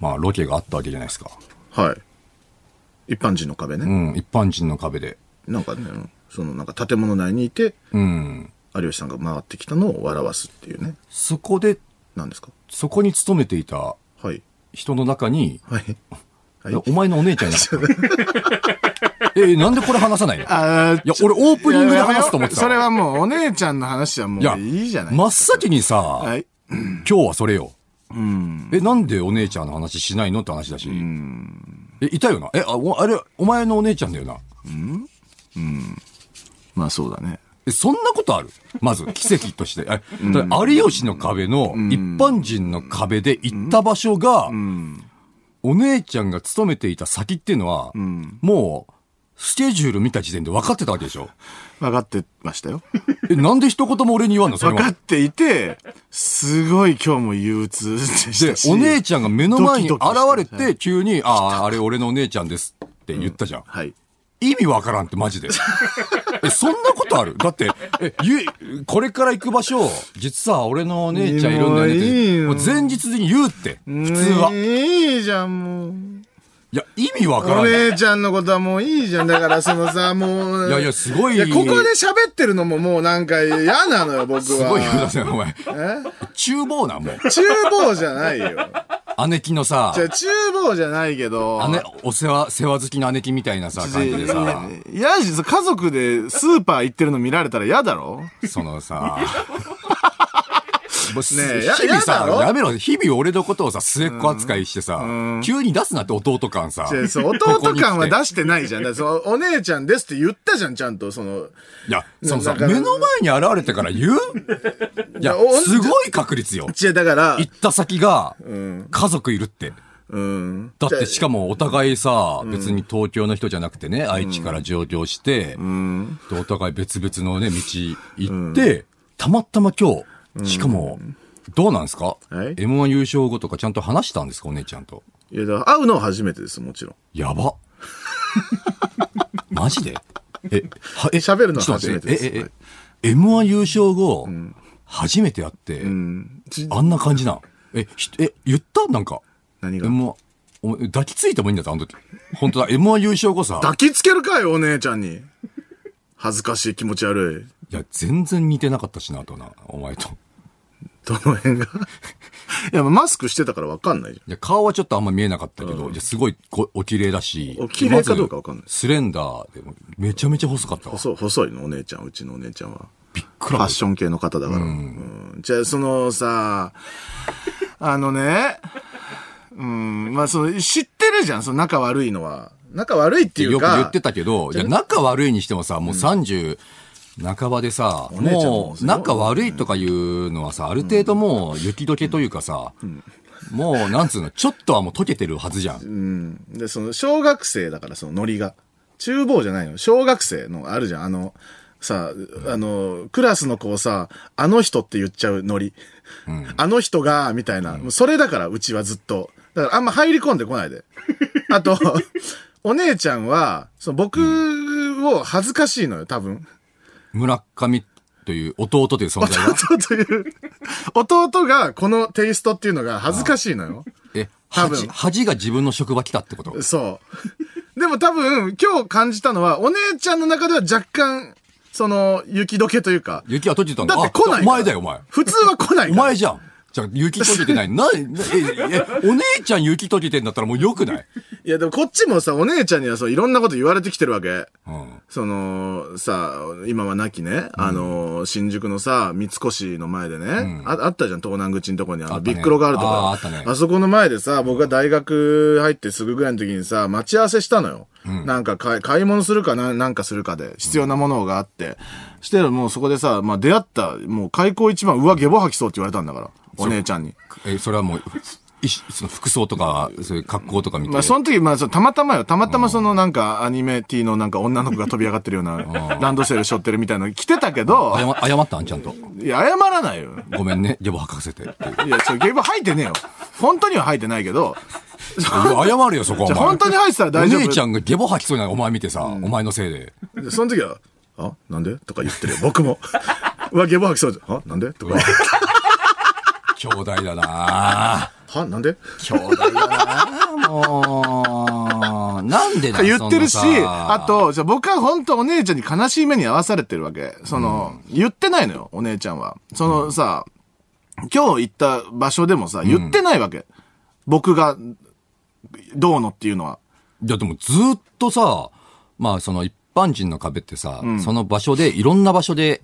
[SPEAKER 3] まあ、ロケがあったわけじゃないですか。
[SPEAKER 1] はい。一般人の壁
[SPEAKER 3] う
[SPEAKER 1] ね。
[SPEAKER 3] ん、一般人の壁で。
[SPEAKER 1] なんかね、そのなんか建物内にいて、
[SPEAKER 3] うん。
[SPEAKER 1] 有吉さんが回ってきたのを笑わすっていうね。
[SPEAKER 3] そこで、
[SPEAKER 1] 何ですか
[SPEAKER 3] そこに勤めていた
[SPEAKER 1] はい。
[SPEAKER 3] 人の中に、
[SPEAKER 1] はい。はい
[SPEAKER 3] お前のお姉ちゃんいなかった。 え、なんでこれ話さないのい
[SPEAKER 1] あー
[SPEAKER 3] や、俺オープニングで話すと思ってた。
[SPEAKER 1] それはもう、お姉ちゃんの話はも
[SPEAKER 3] いう
[SPEAKER 1] いいじゃない。
[SPEAKER 3] 真っ先にさ、
[SPEAKER 1] はい。
[SPEAKER 3] 今日はそれよ。え、なんでお姉ちゃんの話しないのって話だし。え、いたよな。え、あ、おあれ、お前のお姉ちゃんだよな。
[SPEAKER 1] まあそうだね。
[SPEAKER 3] え、そんなことあるまず、 奇跡として。え、だから有吉の壁の、一般人の壁で行った場所が、お姉ちゃんが勤めていた先っていうのは、もう、スケジュール見た時点で分かってたわけでしょ。
[SPEAKER 1] 分かってましたよ。
[SPEAKER 3] え、なんで一言も俺に言わんのそれ
[SPEAKER 1] 分か
[SPEAKER 3] は
[SPEAKER 1] っていて、すごい今日も憂鬱でし
[SPEAKER 3] で
[SPEAKER 1] たし。、
[SPEAKER 3] お姉ちゃんが目の前に
[SPEAKER 1] ド
[SPEAKER 3] 現
[SPEAKER 1] キドキ
[SPEAKER 3] れ、
[SPEAKER 1] して
[SPEAKER 3] 急に、ああ、あれ俺のお姉ちゃんですって言ったじゃん。
[SPEAKER 1] はい。
[SPEAKER 3] 意味わからんって、マジで。え、そんなことあるだって、え、ゆ、これから行く場所、実は俺のお姉ちゃんいるんだよねっ
[SPEAKER 1] いい
[SPEAKER 3] て。
[SPEAKER 1] よ
[SPEAKER 3] もう前日に言うって、普通は。い
[SPEAKER 1] いいじゃん、もう。
[SPEAKER 3] や、意味わから
[SPEAKER 1] お
[SPEAKER 3] ん。い
[SPEAKER 1] 姉ちゃんのことはもういいじゃん。だからそのさ、もう。
[SPEAKER 3] やいや、すごい。
[SPEAKER 1] いやここで喋ってるのももうなんか嫌なのよ、僕は。
[SPEAKER 3] すごい言うだせお前。
[SPEAKER 1] え
[SPEAKER 3] 厨房なん、もう。
[SPEAKER 1] 厨房じゃないよ。
[SPEAKER 3] 姉貴のさ
[SPEAKER 1] じ、ゃあ厨房じゃないけど。
[SPEAKER 3] 姉、お世話、世話好きの姉貴みたいなさ、感じでさ、
[SPEAKER 1] いや、家族でスーパー行ってるの見られたら嫌だろ
[SPEAKER 3] そのさ、 もうす
[SPEAKER 1] ねえや
[SPEAKER 3] 日々さ
[SPEAKER 1] やだろ
[SPEAKER 3] やめろ、日々俺のことをさ、末っ子扱いしてさ、急に出すなって弟感さ。
[SPEAKER 1] じゃあそう弟感は
[SPEAKER 3] ここに来て
[SPEAKER 1] 出してないじゃん。だからそのお姉ちゃんですって言ったじゃん、ちゃんと。その、
[SPEAKER 3] いや、そのさ、
[SPEAKER 1] だから
[SPEAKER 3] 目の前に現れてから言ういや
[SPEAKER 1] いやお、
[SPEAKER 3] すごい確率よ。
[SPEAKER 1] じゃあだから
[SPEAKER 3] 行、った先が、家族いるって。
[SPEAKER 1] うん。
[SPEAKER 3] だっ
[SPEAKER 1] じ
[SPEAKER 3] て
[SPEAKER 1] ゃ
[SPEAKER 3] しかもお互いさ、別に東京の人じゃなくてね、愛知から上京して、でお互い別々のね、道行って、たまたま今日、しかも、どうなんですか
[SPEAKER 1] い
[SPEAKER 3] ?M1 優勝後とかちゃんと話したんですかお姉ちゃんと。
[SPEAKER 1] いやだから会うのは初めてです、もちろん。
[SPEAKER 3] やば。 マジでえ、はえ
[SPEAKER 1] 喋るのは
[SPEAKER 3] ちょっと
[SPEAKER 1] 初
[SPEAKER 3] 待って
[SPEAKER 1] めてです
[SPEAKER 3] え、え、え、M1 優勝後、初めてやって、
[SPEAKER 1] うん。ち
[SPEAKER 3] あんな感じなん。え、ひえ、言ったなんか。
[SPEAKER 1] 何が
[SPEAKER 3] M1、お前抱きついてもいいんだぞ、あの時。本当だ、M1 優勝後さ。
[SPEAKER 1] 抱きつけるかい、お姉ちゃんに。恥ずかしい、気持ち悪い。
[SPEAKER 3] いや、全然似てなかったしな、とな、お前と。
[SPEAKER 1] どの辺がいや、マスクしてたからわかんないじ
[SPEAKER 3] いや、顔はちょっとあんま見えなかったけど、いや、すごいこお綺麗だし。
[SPEAKER 1] お綺麗かどうかわかんない
[SPEAKER 3] まずスレンダーで、めちゃめちゃ細かった
[SPEAKER 1] ゃん。
[SPEAKER 3] わ。
[SPEAKER 1] 細細いの、お姉ちゃん、うちのお姉ちゃんは。
[SPEAKER 3] びっく
[SPEAKER 1] フ
[SPEAKER 3] ら
[SPEAKER 1] ァッ
[SPEAKER 3] だ
[SPEAKER 1] ション系の方だから。うんじゃあ、そのさ、あのね、うん、まあ、その、知ってるじゃん、その仲悪いのは。仲悪いっていう
[SPEAKER 3] よく
[SPEAKER 1] か。
[SPEAKER 3] 言ってたけど、いや、仲悪いにしてもさ、もう30、半ばでさ、
[SPEAKER 1] お姉ちゃんも
[SPEAKER 3] も
[SPEAKER 1] す
[SPEAKER 3] う、
[SPEAKER 1] ごい
[SPEAKER 3] 仲悪いとかいうのはさ、ある程度もう、雪解けというかさ、もう、なんつうの、ちょっとはもう溶けてるはずじゃん。
[SPEAKER 1] うん。で、その、小学生だから、そのノリが。厨房じゃないの。小学生の、あるじゃん。あの、さ、あの、クラスの子をさ、あの人って言っちゃうノリ。あの人が、みたいな。もうそれだから、うちはずっと。だから、あんま入り込んでこ ないで。あと、お姉ちゃんは、その僕を恥ずかしいのよ、多分。
[SPEAKER 3] 村上という、弟という存在が。
[SPEAKER 1] 弟という、弟がこのテイストっていうのが恥ずかしいのよ。
[SPEAKER 3] え、
[SPEAKER 1] 多分
[SPEAKER 3] 恥、恥が自分の職場来たってこと
[SPEAKER 1] そう。で も多分、今日感じたのは、お姉ちゃんの中では若干、その、雪解けというか。
[SPEAKER 3] 雪は閉じたの
[SPEAKER 1] だって来ないから。
[SPEAKER 3] あお前だよ、お前。
[SPEAKER 1] 普通は来ない
[SPEAKER 3] お
[SPEAKER 1] から。
[SPEAKER 3] 前じゃん。じゃあ雪解け てない。な、え、え、お姉ちゃん雪解けてんだったらもう良くない
[SPEAKER 1] いや、でもこっちもさ、お姉ちゃんにはそういろんなこと言われてきてるわけ。
[SPEAKER 3] うん。
[SPEAKER 1] その、さ、今は亡きね、あの、新宿のさ、三越の前でね、ああったじゃん、東南口のとこに、あ
[SPEAKER 3] あ
[SPEAKER 1] の、
[SPEAKER 3] ったね
[SPEAKER 1] ビックロがあるとこ
[SPEAKER 3] あーあったね
[SPEAKER 1] あそこの前でさ、僕が大学入ってすぐぐらいの時にさ、待ち合わせしたのよ。なんか買い、買い物するかな、なんかするかで、必要なものがあって。してるもうそこでさ、まあ出会った、もう開口一番、うわ、ゲボ吐きそうって言われたんだから、お姉ちゃんに。
[SPEAKER 3] え、それはもう、いしその服装とか、そういう格好とか見て。
[SPEAKER 1] まあ、その時、まあ、そうたまたまよ。たまたまそのなんか、アニメティのなんか女の子が飛び上がってるような、ランドセル背負ってるみたいなの着てたけど、
[SPEAKER 3] 謝謝ったんちゃんと。
[SPEAKER 1] いや、謝らないよ。
[SPEAKER 3] ごめんね、ゲボ吐かせてって いう。
[SPEAKER 1] いや、ちょ、ゲーム吐いてねえよ。本当には吐いてないけど、
[SPEAKER 3] いや謝るよ、そこは。
[SPEAKER 1] じゃあ
[SPEAKER 3] お前
[SPEAKER 1] 本当に吐いてたら大丈夫
[SPEAKER 3] お姉ちゃんがゲボ吐きそうになるお前見てさ、お前のせいで。
[SPEAKER 1] でその時は、あ、なんでとか言ってるよ。僕も。 うわ、ゲボ吐きそうじゃん。あ、なんでとか。
[SPEAKER 3] 兄弟 だな
[SPEAKER 1] は、なんで
[SPEAKER 3] 兄弟だなもう、なんでだ
[SPEAKER 1] 言ってるし、
[SPEAKER 3] そんなさ
[SPEAKER 1] あと、じゃあ僕は本当お姉ちゃんに悲しい目に遭わされてるわけ。その、言ってないのよ、お姉ちゃんは。そのさ、今日行った場所でもさ、言ってないわけ。僕が、どうのっていうのは。
[SPEAKER 3] いや、でもずっとさ、まあその一般人の壁ってさ、その場所で、いろんな場所で、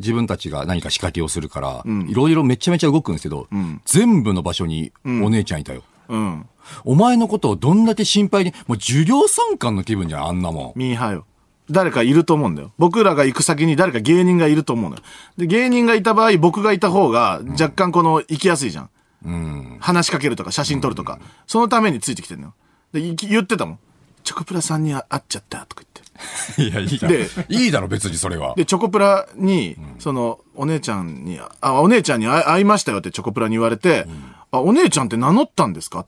[SPEAKER 3] 自分たちが何か仕掛けをするから、いろいろめちゃめちゃ動くんですけど、全部の場所にお姉ちゃんいたよ。
[SPEAKER 1] うん。
[SPEAKER 3] お前のことをどんだけ心配に、もう授業参観の気分じゃん、あんなもん。
[SPEAKER 1] ミーハーよ。誰かいると思うんだよ。僕らが行く先に誰か芸人がいると思うのよ。で、芸人がいた場合、僕がいた方が、若干この、行きやすいじゃん。話しかけるとか、写真撮るとか。そのためについてきてんのよ。で、い言ってたもん。チョコプラさんに会っちゃったとか言って。
[SPEAKER 4] いや、いいだろ
[SPEAKER 1] で。
[SPEAKER 4] いいだろ、別にそれは。
[SPEAKER 1] で、チョコプラに、その、お姉ちゃんに、あ、お姉ちゃんに会会いましたよってチョコプラに言われて、あ、お姉ちゃんって名乗ったんですかっ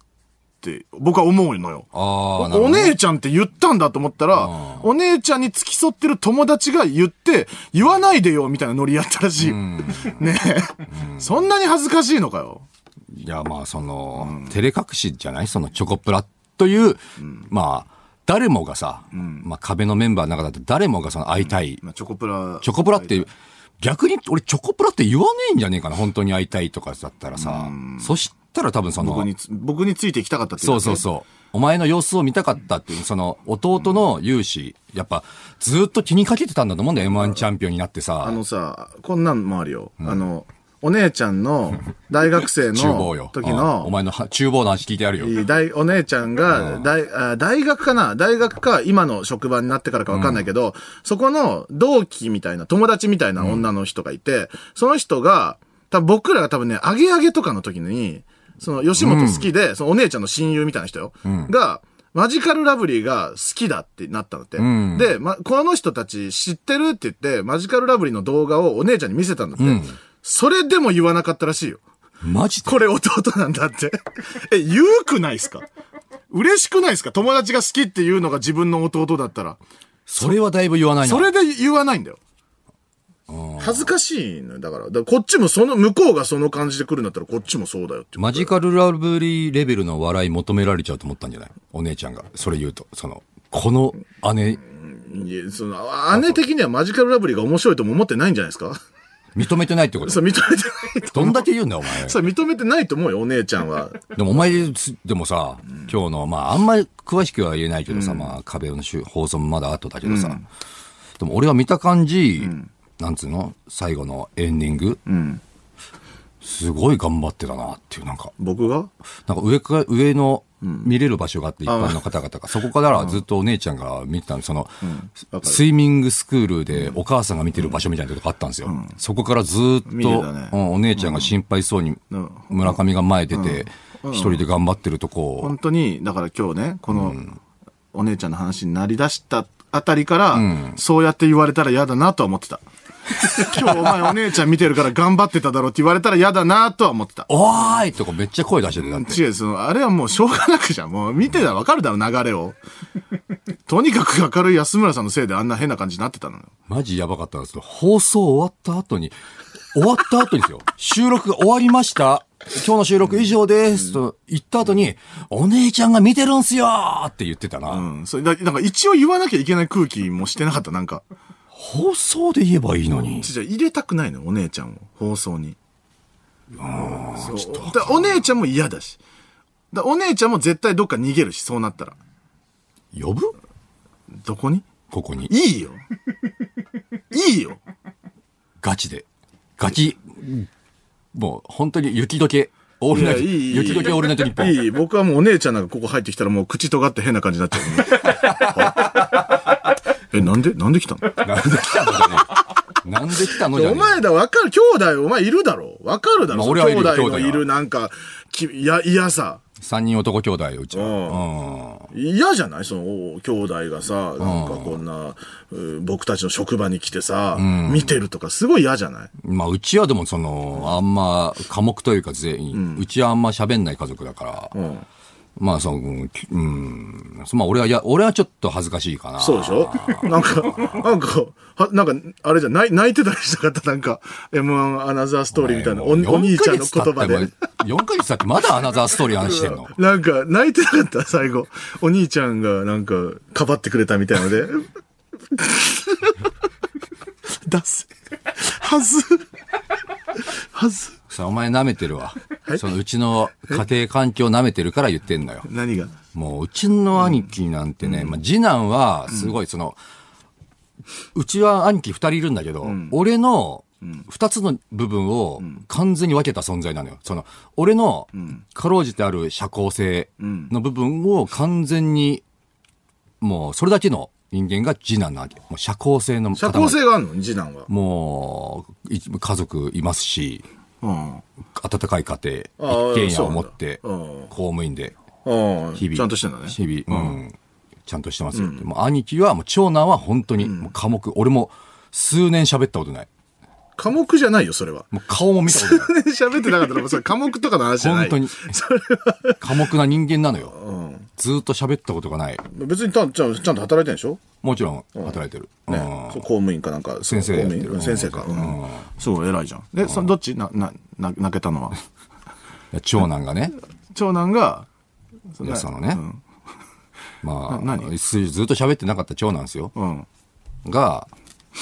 [SPEAKER 1] て、僕は思うのよ。
[SPEAKER 3] ああ、なる
[SPEAKER 1] お
[SPEAKER 3] ほど。
[SPEAKER 1] 姉ちゃんって言ったんだと思ったら、お姉ちゃんに付き添ってる友達が言って、言わないでよみたいなノリやったらしい。 ねえ。そんなに恥ずかしいのかよ。
[SPEAKER 3] いや、まあ、その、照れ隠しじゃないそのチョコプラという、まあ、誰もがさ、まあ、壁のメンバーの中だと誰もがその会いたい。
[SPEAKER 1] まあチョコプラ。
[SPEAKER 3] チョコプラって、逆に俺チョコプラって言わねえんじゃねえかな本当に会いたいとかだったらさ。そしたら多分その、
[SPEAKER 1] 僕につ、僕についていきたかったってい
[SPEAKER 3] そうそう
[SPEAKER 1] うだ
[SPEAKER 3] そう。お前の様子を見たかったっていう、その、弟の勇士、やっぱ、ずっと気にかけてたんだと思うんだよ、M1 チャンピオンになっ
[SPEAKER 1] け。
[SPEAKER 3] て
[SPEAKER 1] あ
[SPEAKER 3] さ。
[SPEAKER 1] のさ、こんなんもあるよ。あの、お姉ちゃんの大学生
[SPEAKER 3] 厨房よ
[SPEAKER 1] の。時
[SPEAKER 3] うん
[SPEAKER 1] の
[SPEAKER 3] お、前のは厨房の話聞いてやるよ。
[SPEAKER 1] いい大お姉ちゃんが大あ大学かな大学か今の職場になってからかわかんないけど、そこの同期みたいな友達みたいな女の人がいて、その人が多分僕らが多分ねあげあげとかの時にその吉本好きで、そのお姉ちゃんの親友みたいな人よ、がマジカルラブリーが好きだってなったのって。
[SPEAKER 3] ん
[SPEAKER 1] で、ま、この人たち知ってるって言って、マジカルラブリーの動画をお姉ちゃんに見せたんだって。それでも言わなかったらしいよ。
[SPEAKER 3] マジで
[SPEAKER 1] これ弟なんだって。 え、言うくないですか嬉しくないですか友達が好きっていうのが自分の弟だったら。
[SPEAKER 3] それはだいぶ言わないな。
[SPEAKER 1] それで言わないんだよ。恥ずかしいのよだから。だからこっちもその、向こうがその感じで来るんだったらこっちもそうだよって。
[SPEAKER 3] マジカルラブリーレベルの笑い求められちゃうと思ったんじゃないお姉ちゃんが。それ言うと。その、この姉、
[SPEAKER 1] いや、その、あ姉的にはマジカルラブリーが面白いとも思ってないんじゃないですか
[SPEAKER 3] 認めてないってこと
[SPEAKER 1] そう、認めてない。
[SPEAKER 3] どんだけ言うんだよ、お前。
[SPEAKER 1] そう、認めてないと思うよ、お姉ちゃんは。
[SPEAKER 3] でもお前、でもさ、今日の、まあ、あんまり詳しくは言えないけどさ、まあ、壁の週放送もまだ後だけどさ、でも俺は見た感じ、なんつうの最後のエンディング、すごい頑張ってたなっていう、なんか、
[SPEAKER 1] 僕が
[SPEAKER 3] なんか上か、上の見れる場所があって、一般の方々が、そこからずっとお姉ちゃんが見てたの、その、
[SPEAKER 1] わかる
[SPEAKER 3] スイミングスクールでお母さんが見てる場所みたいなとこあったんですよ。そこからずーっ
[SPEAKER 1] 見て
[SPEAKER 3] と、
[SPEAKER 1] たね
[SPEAKER 3] うんお姉ちゃんが心配そうに
[SPEAKER 1] ん
[SPEAKER 3] 村上が前出て、一人で頑張ってるとこを、
[SPEAKER 1] 本当に、だから今日ね、この、お姉ちゃんの話になりだしたあたりから、そうやって言われたら嫌だなとは思ってた。今日お前お姉ちゃん見てるから頑張ってただろうって言われたら嫌だなとは思ってた。
[SPEAKER 3] おーいとかめっちゃ声出してて、だって。
[SPEAKER 1] 違う、その、あれはもうしょうがなくじゃん。もう見てたらわかるだろ、流れを。とにかく明るい安村さんのせいであんな変な感じになってたのよ。
[SPEAKER 3] マジやばかったんですけど、放送終わった後に、終わった後にですよ、収録が終わりました。今日の収録以上です。と言った後に、お姉ちゃんが見てるんすよーって言ってたな。
[SPEAKER 1] うん。それだ、なんか一応言わなきゃいけない空気もしてなかった、なんか。
[SPEAKER 3] 放送で言えばいいのに。
[SPEAKER 1] じゃ入れたくないのよお姉ちゃんを放送にそうだからお姉ちゃんも嫌だしだからお姉ちゃんも絶対どっか逃げるしそうなったら
[SPEAKER 3] 呼ぶ
[SPEAKER 1] どこに
[SPEAKER 3] ここに。
[SPEAKER 1] いいよいいよ
[SPEAKER 3] ガチで。ガチ。もう、本当に雪解け。オールナイト。
[SPEAKER 1] いやいいいい
[SPEAKER 3] 雪解けオールナイト日本。
[SPEAKER 1] いい僕はもうお姉ちゃんなんかここ入ってきたらもう口尖って変な感じになっちゃうと思うえなんでなんで来たの
[SPEAKER 3] なんで来たのじゃね えなんで来たのじゃ
[SPEAKER 1] お
[SPEAKER 3] ねえ
[SPEAKER 1] 前だ、わかる。兄弟、お前いるだろ。わかるだろ。
[SPEAKER 3] まあ俺はいる
[SPEAKER 1] 兄弟の
[SPEAKER 3] 兄
[SPEAKER 1] い
[SPEAKER 3] 弟は
[SPEAKER 1] る、なんか、きいや、嫌さ。
[SPEAKER 3] 三人男兄弟、うちは。うん。
[SPEAKER 1] 嫌じゃないその、お兄弟がさ、なんかこんな、う僕たちの職場に来てさ、見てるとか、すごい嫌じゃない
[SPEAKER 3] まあ、うちはでもその、あんま、寡黙というか全員、うちはあんま喋んない家族だから、
[SPEAKER 1] うん。
[SPEAKER 3] まあ、その、うんきうん、まあ、俺は、いや、俺はちょっと恥ずかしいかな。
[SPEAKER 1] そうでしょなんか、なんか、はなんか、あれじゃない、泣いてたりしたかった、なんか、M1 アナザーストーリーみたいな、おお
[SPEAKER 3] もう
[SPEAKER 1] 兄ちゃんの
[SPEAKER 3] 4ヶ月経って
[SPEAKER 1] 言葉で。
[SPEAKER 3] 4ヶ月経ってまだアナザーストーリー話してんの。
[SPEAKER 1] なんか、泣いてなかった、最後。お兄ちゃんが、なんか、かばってくれたみたいので。出せ。はず。はず。
[SPEAKER 3] さあ、お前舐めてるわ。そのうちの家庭環境舐めてるから言ってんのよ。
[SPEAKER 1] 何が
[SPEAKER 3] もう、うちの兄貴なんてね、まあ、次男は、すごい、その、うちは兄貴二人いるんだけど、俺の、二つの部分を完全に分けた存在なのよ。その、俺の、かろうじてある社交性の部分を完全に、もう、それだけの人間が次男なわけ。もう社交性の塊
[SPEAKER 1] 社交性があるの次男は。
[SPEAKER 3] もう、い家族いますし、
[SPEAKER 1] うん。
[SPEAKER 3] 温かい家
[SPEAKER 1] あ
[SPEAKER 3] 庭、
[SPEAKER 1] あ
[SPEAKER 3] 一軒家を持って、
[SPEAKER 1] そうなんだうん
[SPEAKER 3] 公務員で、
[SPEAKER 1] ああ、
[SPEAKER 3] 日々。
[SPEAKER 1] ちゃんとしてんだね。
[SPEAKER 3] 日々、うん。ちゃんとしてますよって。もう兄貴は、もう長男は本当に、もう寡黙。俺も数年喋ったことない。
[SPEAKER 1] 科目じゃないよ、それは。
[SPEAKER 3] もう顔も見たことない。
[SPEAKER 1] 喋ってなかったら、もうそれ科目とかの話じゃな
[SPEAKER 3] 本
[SPEAKER 1] い。
[SPEAKER 3] 当に。寡黙な人間なのよ。ずーっと喋ったことがない。
[SPEAKER 1] 別にたちゃんちゃんと働いてるんでしょ
[SPEAKER 3] もちろん働いてる。
[SPEAKER 1] ね
[SPEAKER 3] うん
[SPEAKER 1] そう公務員かなんか。
[SPEAKER 3] 先生
[SPEAKER 1] 公
[SPEAKER 3] やって
[SPEAKER 1] 務員
[SPEAKER 3] る
[SPEAKER 1] うん先生か。うんすごい偉いじゃん。で、そどっちな、な、な泣けた のは。
[SPEAKER 3] 長男がね、
[SPEAKER 1] 長男が、そ
[SPEAKER 3] やつのね。ま
[SPEAKER 1] な
[SPEAKER 3] あ、
[SPEAKER 1] 何
[SPEAKER 3] ずずっと喋ってなかった長男ですよ。
[SPEAKER 1] うん。
[SPEAKER 3] が、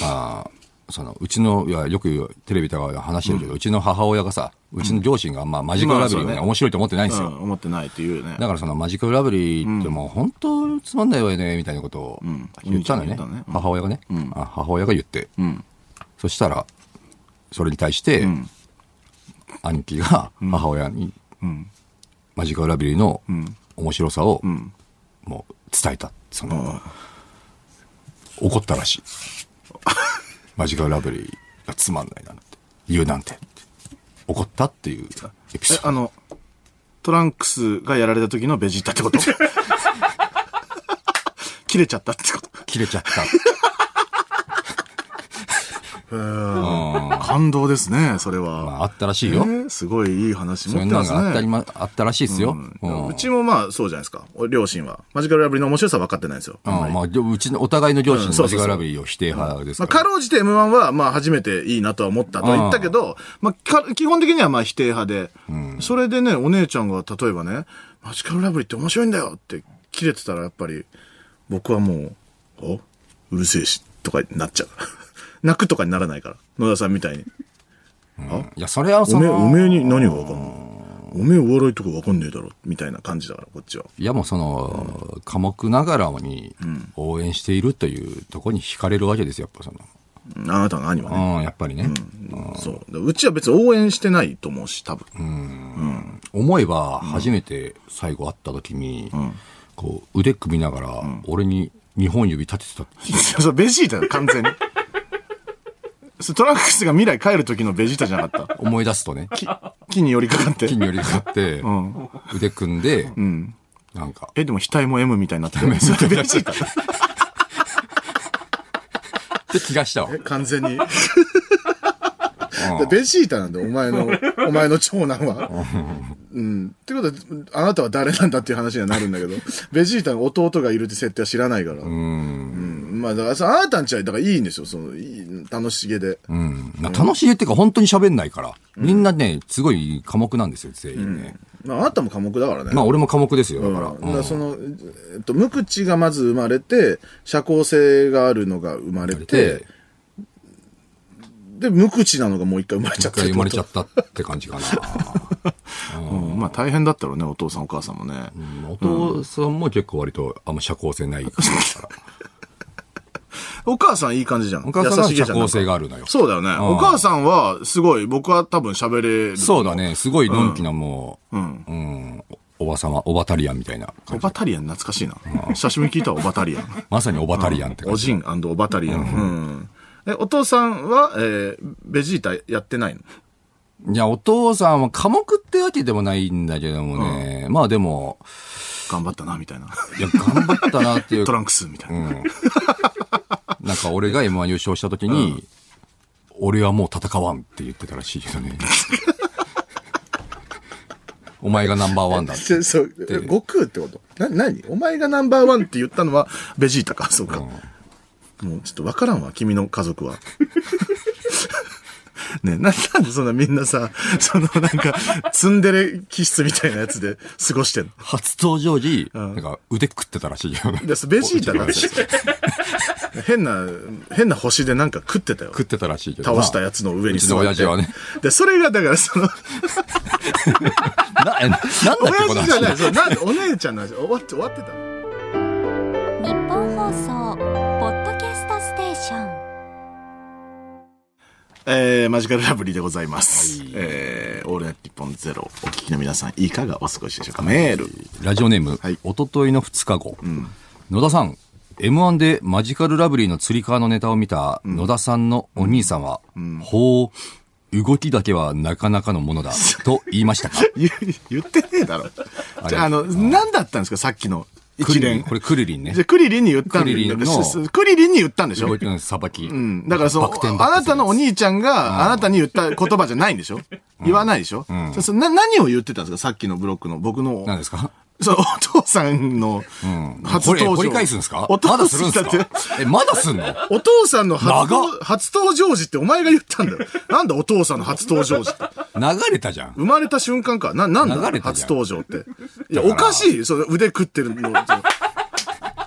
[SPEAKER 3] まあ、その、うちの、いや、よくテレビとかで話してるけど、うちの母親がさ、うちの両親が、まあ、マジカルラブリー
[SPEAKER 1] ま
[SPEAKER 3] が
[SPEAKER 1] あそう
[SPEAKER 3] ね、
[SPEAKER 1] ね
[SPEAKER 3] 面白いと思ってないんです
[SPEAKER 1] う
[SPEAKER 3] よ。
[SPEAKER 1] ん思ってないっていうね。
[SPEAKER 3] だからそのマジカルラブリーってもう本当つまんないわよね、みたいなことを言ったのね。
[SPEAKER 1] 言ったねうん
[SPEAKER 3] 母親がね、あ母親が言って。そしたら、それに対して、兄貴が母親に、マジカルラブリーの面白さを、もう伝えた。その、怒ったら しい。マジカルラブリーがつまんないなんて。言うなんて。怒ったっていうエピソ
[SPEAKER 1] え
[SPEAKER 3] ー、ド。
[SPEAKER 1] あの、トランクスがやられた時のベジータってこと 切れちゃったってこと
[SPEAKER 3] 切れちゃった。
[SPEAKER 1] 感動ですね、それは。
[SPEAKER 3] まあ、あったらしいよ。
[SPEAKER 1] ねすごいいい話
[SPEAKER 3] そ
[SPEAKER 1] 持っ
[SPEAKER 3] ん
[SPEAKER 1] て
[SPEAKER 3] な
[SPEAKER 1] ま
[SPEAKER 3] の
[SPEAKER 1] す
[SPEAKER 3] があったり
[SPEAKER 1] ね。
[SPEAKER 3] ま、あったらしいですよ。うん。うん
[SPEAKER 1] うちもまあそうじゃないですか。お両親は。マジカルラブリーの面白さは分かってないんですよ。あんまり
[SPEAKER 3] まあ、でうちの、お互いの両親
[SPEAKER 1] うん
[SPEAKER 3] の
[SPEAKER 1] そう
[SPEAKER 3] マ
[SPEAKER 1] そ
[SPEAKER 3] ジ
[SPEAKER 1] うそう
[SPEAKER 3] カルラブリーを否定派です
[SPEAKER 1] まあ、
[SPEAKER 3] か。
[SPEAKER 1] からろうじて M1 は、まあ、初めていいなとは思ったとは言ったけど、まあか、基本的にはまあ否定派で、それでね、お姉ちゃんが例えばね、マジカルラブリーって面白いんだよって切れてたら、やっぱり、僕はもう、おうるせえし、とかになっちゃう。 泣くとかにならないから、野田さんみたいに。
[SPEAKER 3] いや、それは
[SPEAKER 1] お
[SPEAKER 3] そ
[SPEAKER 1] めえ、お
[SPEAKER 3] の、
[SPEAKER 1] めえに何がわかんのおめえお笑いとかわかんねえだろ、みたいな感じだから、こっちは。
[SPEAKER 3] いやもうその、寡黙ながらに応援しているというところに惹かれるわけですよ、やっぱその。
[SPEAKER 1] うんあなたの兄はね。
[SPEAKER 3] うん、やっぱりね。
[SPEAKER 1] そう。うちは別に応援してないと思うし、多分。
[SPEAKER 3] 思えば、初めて最後会った時に、こう、腕組みながら、俺に2本指立ててた。
[SPEAKER 1] いや それベジータだよ、完全に。 それトランクスが未来帰る時のベジータじゃなか った。
[SPEAKER 3] 思い出すと ね、
[SPEAKER 1] 木木に寄りかかって
[SPEAKER 3] 金。に寄りかかって、
[SPEAKER 1] ん
[SPEAKER 3] 腕組んで、なんか、
[SPEAKER 1] え、でも額も M みたいになってる。 それベジータ
[SPEAKER 3] って気がしたわ。
[SPEAKER 1] 完全に。ベジータなんだよ、お前の、お前の長男は。うん。ってことは、あなたは誰なんだっていう話にはなるんだけど、ベジータの弟がいるって設定は知らないから。うんまあ、だからさ、あなたんちは、だからいいんですよ、その、いい楽しげで。
[SPEAKER 3] うんな楽しいっていうか本当に喋んないから。みんなね、すごい寡黙なんですよ、全員ね。
[SPEAKER 1] まあ、あなたも科目だからね。
[SPEAKER 3] まあ俺も寡黙ですよ、だ
[SPEAKER 1] だ
[SPEAKER 3] から。
[SPEAKER 1] からだからその、えっと、無口がまず生まれて、社交性があるのが生まれてで、
[SPEAKER 3] で、、
[SPEAKER 1] 無口なのがもう一回生まれちゃ
[SPEAKER 3] 一
[SPEAKER 1] った。
[SPEAKER 3] 回生まれちゃったって感じかな。
[SPEAKER 1] うんまあ大変だったろうね、お父さんお母さんもね。
[SPEAKER 3] お父さんも結構割とあんま社交性ない から。
[SPEAKER 1] お母さんいい感じじゃん。
[SPEAKER 3] お母さんは
[SPEAKER 1] 優しげ
[SPEAKER 3] 社
[SPEAKER 1] じゃん
[SPEAKER 3] 交性があるのよ。
[SPEAKER 1] そうだよね。
[SPEAKER 3] ん
[SPEAKER 1] お母さんは、すごい、僕は多分喋れる。
[SPEAKER 3] そうだね、すごいのんきなもう、
[SPEAKER 1] ん
[SPEAKER 3] うん、おばさま、おばタリアンみたいな
[SPEAKER 1] オ
[SPEAKER 3] 感じ。
[SPEAKER 1] バタリアン懐かしいな。久しぶりに聞いたわオバタリアン。
[SPEAKER 3] まさにおばタリアンって感
[SPEAKER 1] お
[SPEAKER 3] じ。
[SPEAKER 1] じんオバタリアン。うん。え、お父さんは、えーベジータやってないの
[SPEAKER 3] いや、お父さんは寡黙ってわけでもないんだけどもね、まあでも、
[SPEAKER 1] 頑張ったな、みたいな。
[SPEAKER 3] いや、頑張ったなっていう
[SPEAKER 1] トランクス、みたいな。
[SPEAKER 3] なんか俺が M1 優勝した時に、俺はもう戦わんって言ってたらしいけどね。 お前がナンバーワン だって。
[SPEAKER 1] でそう、え悟空ってことな、何お前がナンバーワンって言ったのは、ベジータか、そうか。もうちょっとわからんわ、君の家族は。 ねえな、なんでそんなみんなさ、そのなんか、ツンデレ気質みたいなやつで過ごしてんの
[SPEAKER 3] 初登場時、なんか腕食ってたらしいよ。
[SPEAKER 1] でそベジータが 変な、変な星でなんか食ってたよ。
[SPEAKER 3] 食ってたらしいけど。
[SPEAKER 1] 倒したやつの上に座って。
[SPEAKER 3] うちの親父はね。
[SPEAKER 1] で、それがだからその、
[SPEAKER 3] まあな、えなんだっけこの
[SPEAKER 1] 親父じゃない、
[SPEAKER 3] 話。
[SPEAKER 1] そうなんでお姉ちゃんの話、終わって、終わってた。
[SPEAKER 2] 日本放送ポッドキャストステーション
[SPEAKER 1] えー、マジカルラブリーでございます。えー、オールナイト日本ゼロ、お聞きの皆さん、いかがお過ごしでしょうかメール。
[SPEAKER 3] ラジオネーム、
[SPEAKER 1] はい
[SPEAKER 3] おとといの2日後。野田さん、M1 でマジカルラブリーの釣り革のネタを見た野田さんのお兄さんは、ほう、動きだけはなかなかのものだ、と言いましたか
[SPEAKER 1] 言言ってねえだろ。じゃあ、あの、何だったんですかさっきの
[SPEAKER 3] クリ
[SPEAKER 1] 一
[SPEAKER 3] リン
[SPEAKER 1] 連
[SPEAKER 3] これクリリンね
[SPEAKER 1] じゃあ、。クリリンに言ったんだ
[SPEAKER 3] クリリンの
[SPEAKER 1] すすクリリンに言ったんでしょ
[SPEAKER 3] 動いてるのさばき。
[SPEAKER 1] うん。だからその
[SPEAKER 3] バク転、
[SPEAKER 1] あ
[SPEAKER 3] バック
[SPEAKER 1] な
[SPEAKER 3] する
[SPEAKER 1] たのお兄ちゃんが、あなたに言った言葉じゃないんでしょ言わないでしょそそな何を言ってたんですかさっきのブロックの、僕の。
[SPEAKER 3] 何ですか
[SPEAKER 1] そのお父さんの初
[SPEAKER 3] これ、
[SPEAKER 1] 登場。
[SPEAKER 3] 掘り返すんですか
[SPEAKER 1] お
[SPEAKER 3] ま
[SPEAKER 1] 父
[SPEAKER 3] だするんです
[SPEAKER 1] だっ
[SPEAKER 3] か
[SPEAKER 1] て
[SPEAKER 3] え、まだすんの
[SPEAKER 1] お父さんの初
[SPEAKER 3] 長っ
[SPEAKER 1] 登初登場時ってお前が言った んだよ。なんだお父さんの初登場時って。
[SPEAKER 3] 流れたじゃん。
[SPEAKER 1] 生まれた瞬間か。な、なんだ
[SPEAKER 3] 流れた
[SPEAKER 1] 初
[SPEAKER 3] じゃん
[SPEAKER 1] 登場って。いや、
[SPEAKER 3] だから
[SPEAKER 1] おかしいよその腕食ってるの。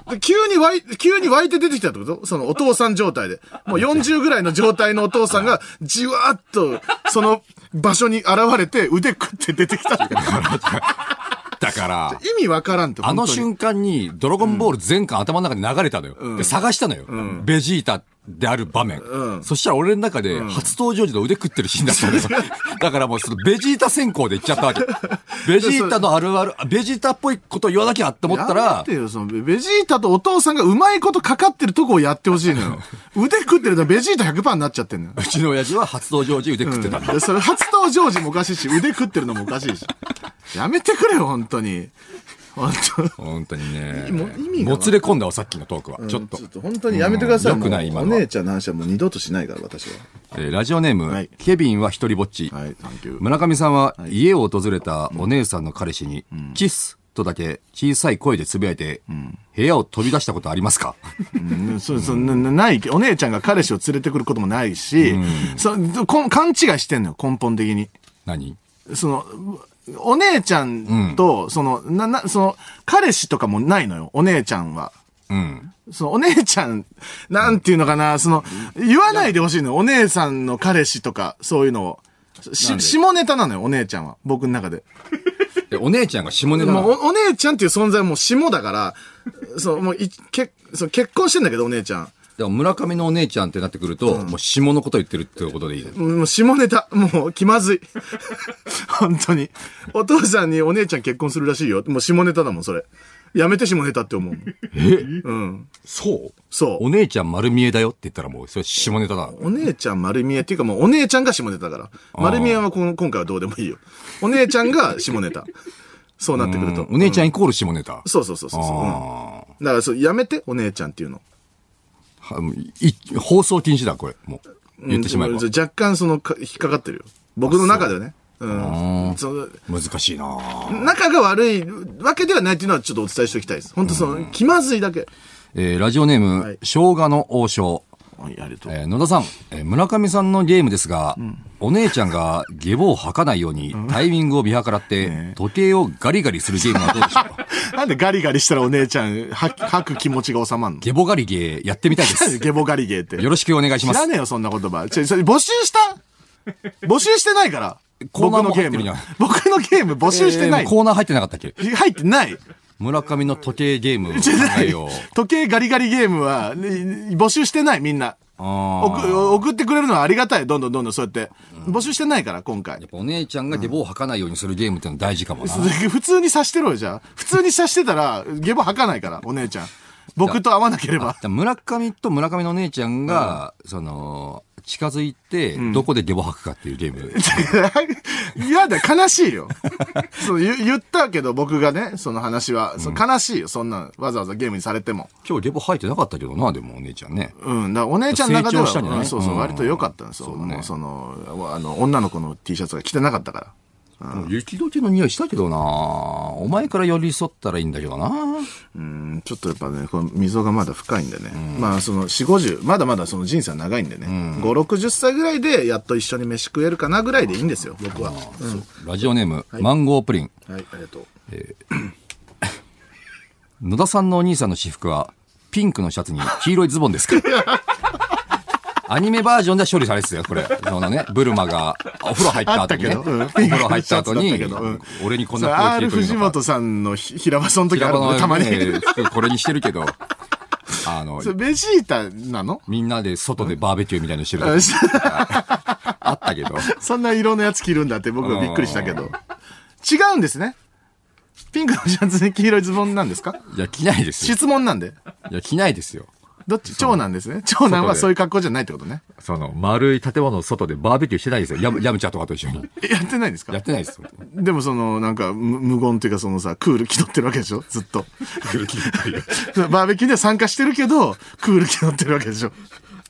[SPEAKER 1] で急に湧い、急に湧いて出てきたってことそのお父さん状態で。もう40ぐらいの状態のお父さんが、じわーっと、その場所に現れて腕食って出てきたってこと。
[SPEAKER 3] だから、
[SPEAKER 1] 意味わからんって、
[SPEAKER 3] あ
[SPEAKER 1] 本
[SPEAKER 3] の
[SPEAKER 1] 当に
[SPEAKER 3] 瞬間に、ドラゴンボール全巻頭の中に流れたのよ。で、探したのよ。ベジータである場面。そしたら俺の中で、初登場時の腕食ってるシーンだったんですよ。だからもう、そのベジータ先行でいっちゃった わけ。ベジータのあるある、あベジータっぽいこと言わなきゃって思った
[SPEAKER 1] やめ
[SPEAKER 3] ら
[SPEAKER 1] て、よ、その、ベジータとお父さんがうまいことかかってるとこをやってほしい のよ。腕食ってるとベジータ100%になっちゃってんのよ。
[SPEAKER 3] うちの親父は初登場時腕食っ てたの。
[SPEAKER 1] でそれ初登場時もおかしいし、腕食ってるのもおかしいし。やめてくれよ、本当に。本
[SPEAKER 3] 本当にね。
[SPEAKER 1] も意味が
[SPEAKER 3] もつれ込んだわ、さっきのトークは。
[SPEAKER 1] 当
[SPEAKER 3] ちょっと。
[SPEAKER 1] 本当にやめてください。
[SPEAKER 3] うん良くない
[SPEAKER 1] も
[SPEAKER 3] 今
[SPEAKER 1] う
[SPEAKER 3] のは
[SPEAKER 1] お姉ちゃんの話はもう二度としないから、私は。
[SPEAKER 3] えーラジオネーム、
[SPEAKER 1] はい
[SPEAKER 3] ケビンは一人ぼっち。
[SPEAKER 1] はい、サンキュー。
[SPEAKER 3] 村上さんは家を訪れたお姉さんの彼氏に、キスとだけ小さい声でつぶやいて、部屋を飛び出したことあります か
[SPEAKER 1] うんそう、そう、ななない、お姉ちゃんが彼氏を連れてくることもないし、そうこん勘違いしてんのよ、根本的に。
[SPEAKER 3] 何
[SPEAKER 1] その、お姉ちゃんと、その、な、な、その、彼氏とかもないのよ、お姉ちゃんは。
[SPEAKER 3] うん。
[SPEAKER 1] その、お姉ちゃん、なんていうのかな、その、言わないでほしいのよ、お姉さんの彼氏とか、そういうのを。
[SPEAKER 3] なん
[SPEAKER 1] し、
[SPEAKER 3] で
[SPEAKER 1] 下ネタなのよ、お姉ちゃんは。僕の中で。
[SPEAKER 3] でお姉ちゃんが下ネタ
[SPEAKER 1] も
[SPEAKER 3] なの
[SPEAKER 1] うお、お姉ちゃんっていう存在はもう下だから、そう、もうい、け、そう、結婚してんだけど、お姉ちゃん。
[SPEAKER 3] でも村上のお姉ちゃんってなってくると、もう下のこと言ってるってことでいいね
[SPEAKER 1] もう下ネタ、もう気まずい。本当に。お父さんにお姉ちゃん結婚するらしいよ。もう下ネタだもん、それ。やめて下ネタって思う。
[SPEAKER 3] そう
[SPEAKER 1] そう
[SPEAKER 3] お姉ちゃん丸見えだよって言ったらもう、それ下ネタだ。
[SPEAKER 1] お姉ちゃん丸見えっていうかもうお姉ちゃんが下ネタだから。丸見えはこの今回はどうでもいいよ。お姉ちゃんが下ネタ。そうなってくると。
[SPEAKER 3] お姉ちゃんイコール下ネタ。
[SPEAKER 1] そうそうそうそうそう、
[SPEAKER 3] あ
[SPEAKER 1] うんだからそう、やめて、お姉ちゃんっていうの。
[SPEAKER 3] あ、はもうい放送禁止だ、これ。もう。言ってしまえ
[SPEAKER 1] う
[SPEAKER 3] ば
[SPEAKER 1] ん。若干そのか、引っかかってるよ。僕の中ではね。うん。その
[SPEAKER 3] 難しいなぁ
[SPEAKER 1] 仲が悪いわけではないっていうのはちょっとお伝えしておきたいです。本当その、気まずいだけ。
[SPEAKER 3] えーラジオネーム、
[SPEAKER 1] はい
[SPEAKER 3] 生姜の王将。
[SPEAKER 1] はい、ありがとう。
[SPEAKER 3] えー野田さん、えー村上さんのゲームですが、お姉ちゃんが下棒を吐かないようにタイミングを見計らって、時計をガリガリするゲームはどうで しょうか
[SPEAKER 1] なんでガリガリしたらお姉ちゃん、は吐く気持ちが収まんの
[SPEAKER 3] 下棒ガリゲーやってみたいです。
[SPEAKER 1] ゲボガリゲーって。
[SPEAKER 3] よろしくお願いしま
[SPEAKER 1] 知ら
[SPEAKER 3] す。
[SPEAKER 1] ねえよ、そんな言葉。ちょ、それ募集した募集してないから。
[SPEAKER 3] コーナ
[SPEAKER 1] 僕
[SPEAKER 3] ー
[SPEAKER 1] の
[SPEAKER 3] も
[SPEAKER 1] ゲ
[SPEAKER 3] 入
[SPEAKER 1] ー
[SPEAKER 3] ってるじゃん
[SPEAKER 1] ム。僕のゲーム募集してな
[SPEAKER 3] え
[SPEAKER 1] い。
[SPEAKER 3] ーコーナー入ってなかったっけ
[SPEAKER 1] 入ってない。
[SPEAKER 3] 村上の時計ゲームを考
[SPEAKER 1] じゃな
[SPEAKER 3] え
[SPEAKER 1] い
[SPEAKER 3] よう。。
[SPEAKER 1] 時計ガリガリゲームは、ね募集してない、みんな。
[SPEAKER 3] あー
[SPEAKER 1] 送送ってくれるのはありがたい。どんどんどんどんそうやって。募集してないから、今回
[SPEAKER 3] やっ。ぱお姉ちゃんが下棒を吐かないようにするゲームってのは大事かもな。
[SPEAKER 1] 普通に刺してろよ、じゃあ。普通に刺してたら、ゲボ吐かないから、お姉ちゃん。僕と会わなければ。
[SPEAKER 3] で村上と村上のお姉ちゃんが、その、近づいて、どこで下棒吐くかっていうゲ ーム。
[SPEAKER 1] 嫌だ、悲しい よ。そう言言ったけど、僕がね、その話は。そう悲しいよ、そんな、わざわざゲームにされても。
[SPEAKER 3] 今日下棒吐いてなかったけどな、でもお姉ちゃんね。
[SPEAKER 1] うん、だからお姉ちゃんの中では、
[SPEAKER 3] 成長したんじゃない
[SPEAKER 1] うんそうそう、
[SPEAKER 3] うん
[SPEAKER 1] 割と良かったんですよ。
[SPEAKER 3] そうね
[SPEAKER 1] もうその、あの、女の子の T シャツが着てなかったから。
[SPEAKER 3] 雪解けの匂いしたけどなお前から寄り添ったらいいんだけどな
[SPEAKER 1] うん、ちょっとやっぱね、この溝がまだ深いんでね。まあ、その、4、50、まだまだその人生は長いんでね。5、60歳ぐらいで、やっと一緒に飯食えるかなぐらいでいいんですよ、僕は。
[SPEAKER 3] ラジオネーム、マンゴープリン。
[SPEAKER 1] うんはい、ありがとう。
[SPEAKER 3] 野田さんのお兄さんの私服は、ピンクのシャツに黄色いズボンですか アニメバージョンでは処理されてたよ、これ。そのね、ブルマが、お風呂入った後にね。
[SPEAKER 1] あったけどうん
[SPEAKER 3] お風呂入った後
[SPEAKER 1] ピン
[SPEAKER 3] に
[SPEAKER 1] クのシャツだったけどうん、
[SPEAKER 3] 俺にこん
[SPEAKER 1] そ
[SPEAKER 3] な
[SPEAKER 1] れ
[SPEAKER 3] 服を着
[SPEAKER 1] R
[SPEAKER 3] てくる
[SPEAKER 1] 藤
[SPEAKER 3] のか。
[SPEAKER 1] 本さんのひ平場その時あるの
[SPEAKER 3] 平場の
[SPEAKER 1] ねたまに。
[SPEAKER 3] ね服これにしてるけど、あの
[SPEAKER 1] そ、れベジータな の
[SPEAKER 3] みんなで外でバーベキューみたいなのしてる
[SPEAKER 1] うん
[SPEAKER 3] 時あったけど。
[SPEAKER 1] そんな色のやつ着るんだって僕はびっくりしたけど。違うんですね。ピンクのシャツに黄色いズボンなんですか
[SPEAKER 3] いや、着ないですよ。
[SPEAKER 1] 質問なんで。
[SPEAKER 3] いや、着ないですよ。
[SPEAKER 1] どっち長男ですね。長男はそういう格好じゃないってことね。
[SPEAKER 3] その、丸い建物の外でバーベキューしてないですよ。ヤ ム、ヤムチャとかと一緒に。
[SPEAKER 1] えやってないんですか
[SPEAKER 3] やってないですよ。
[SPEAKER 1] でもその、なんか、む無言っていうかそのさ、クール気取ってるわけでしょずっと。 バーベキューでは参加してるけど、クール気取ってるわけでしょ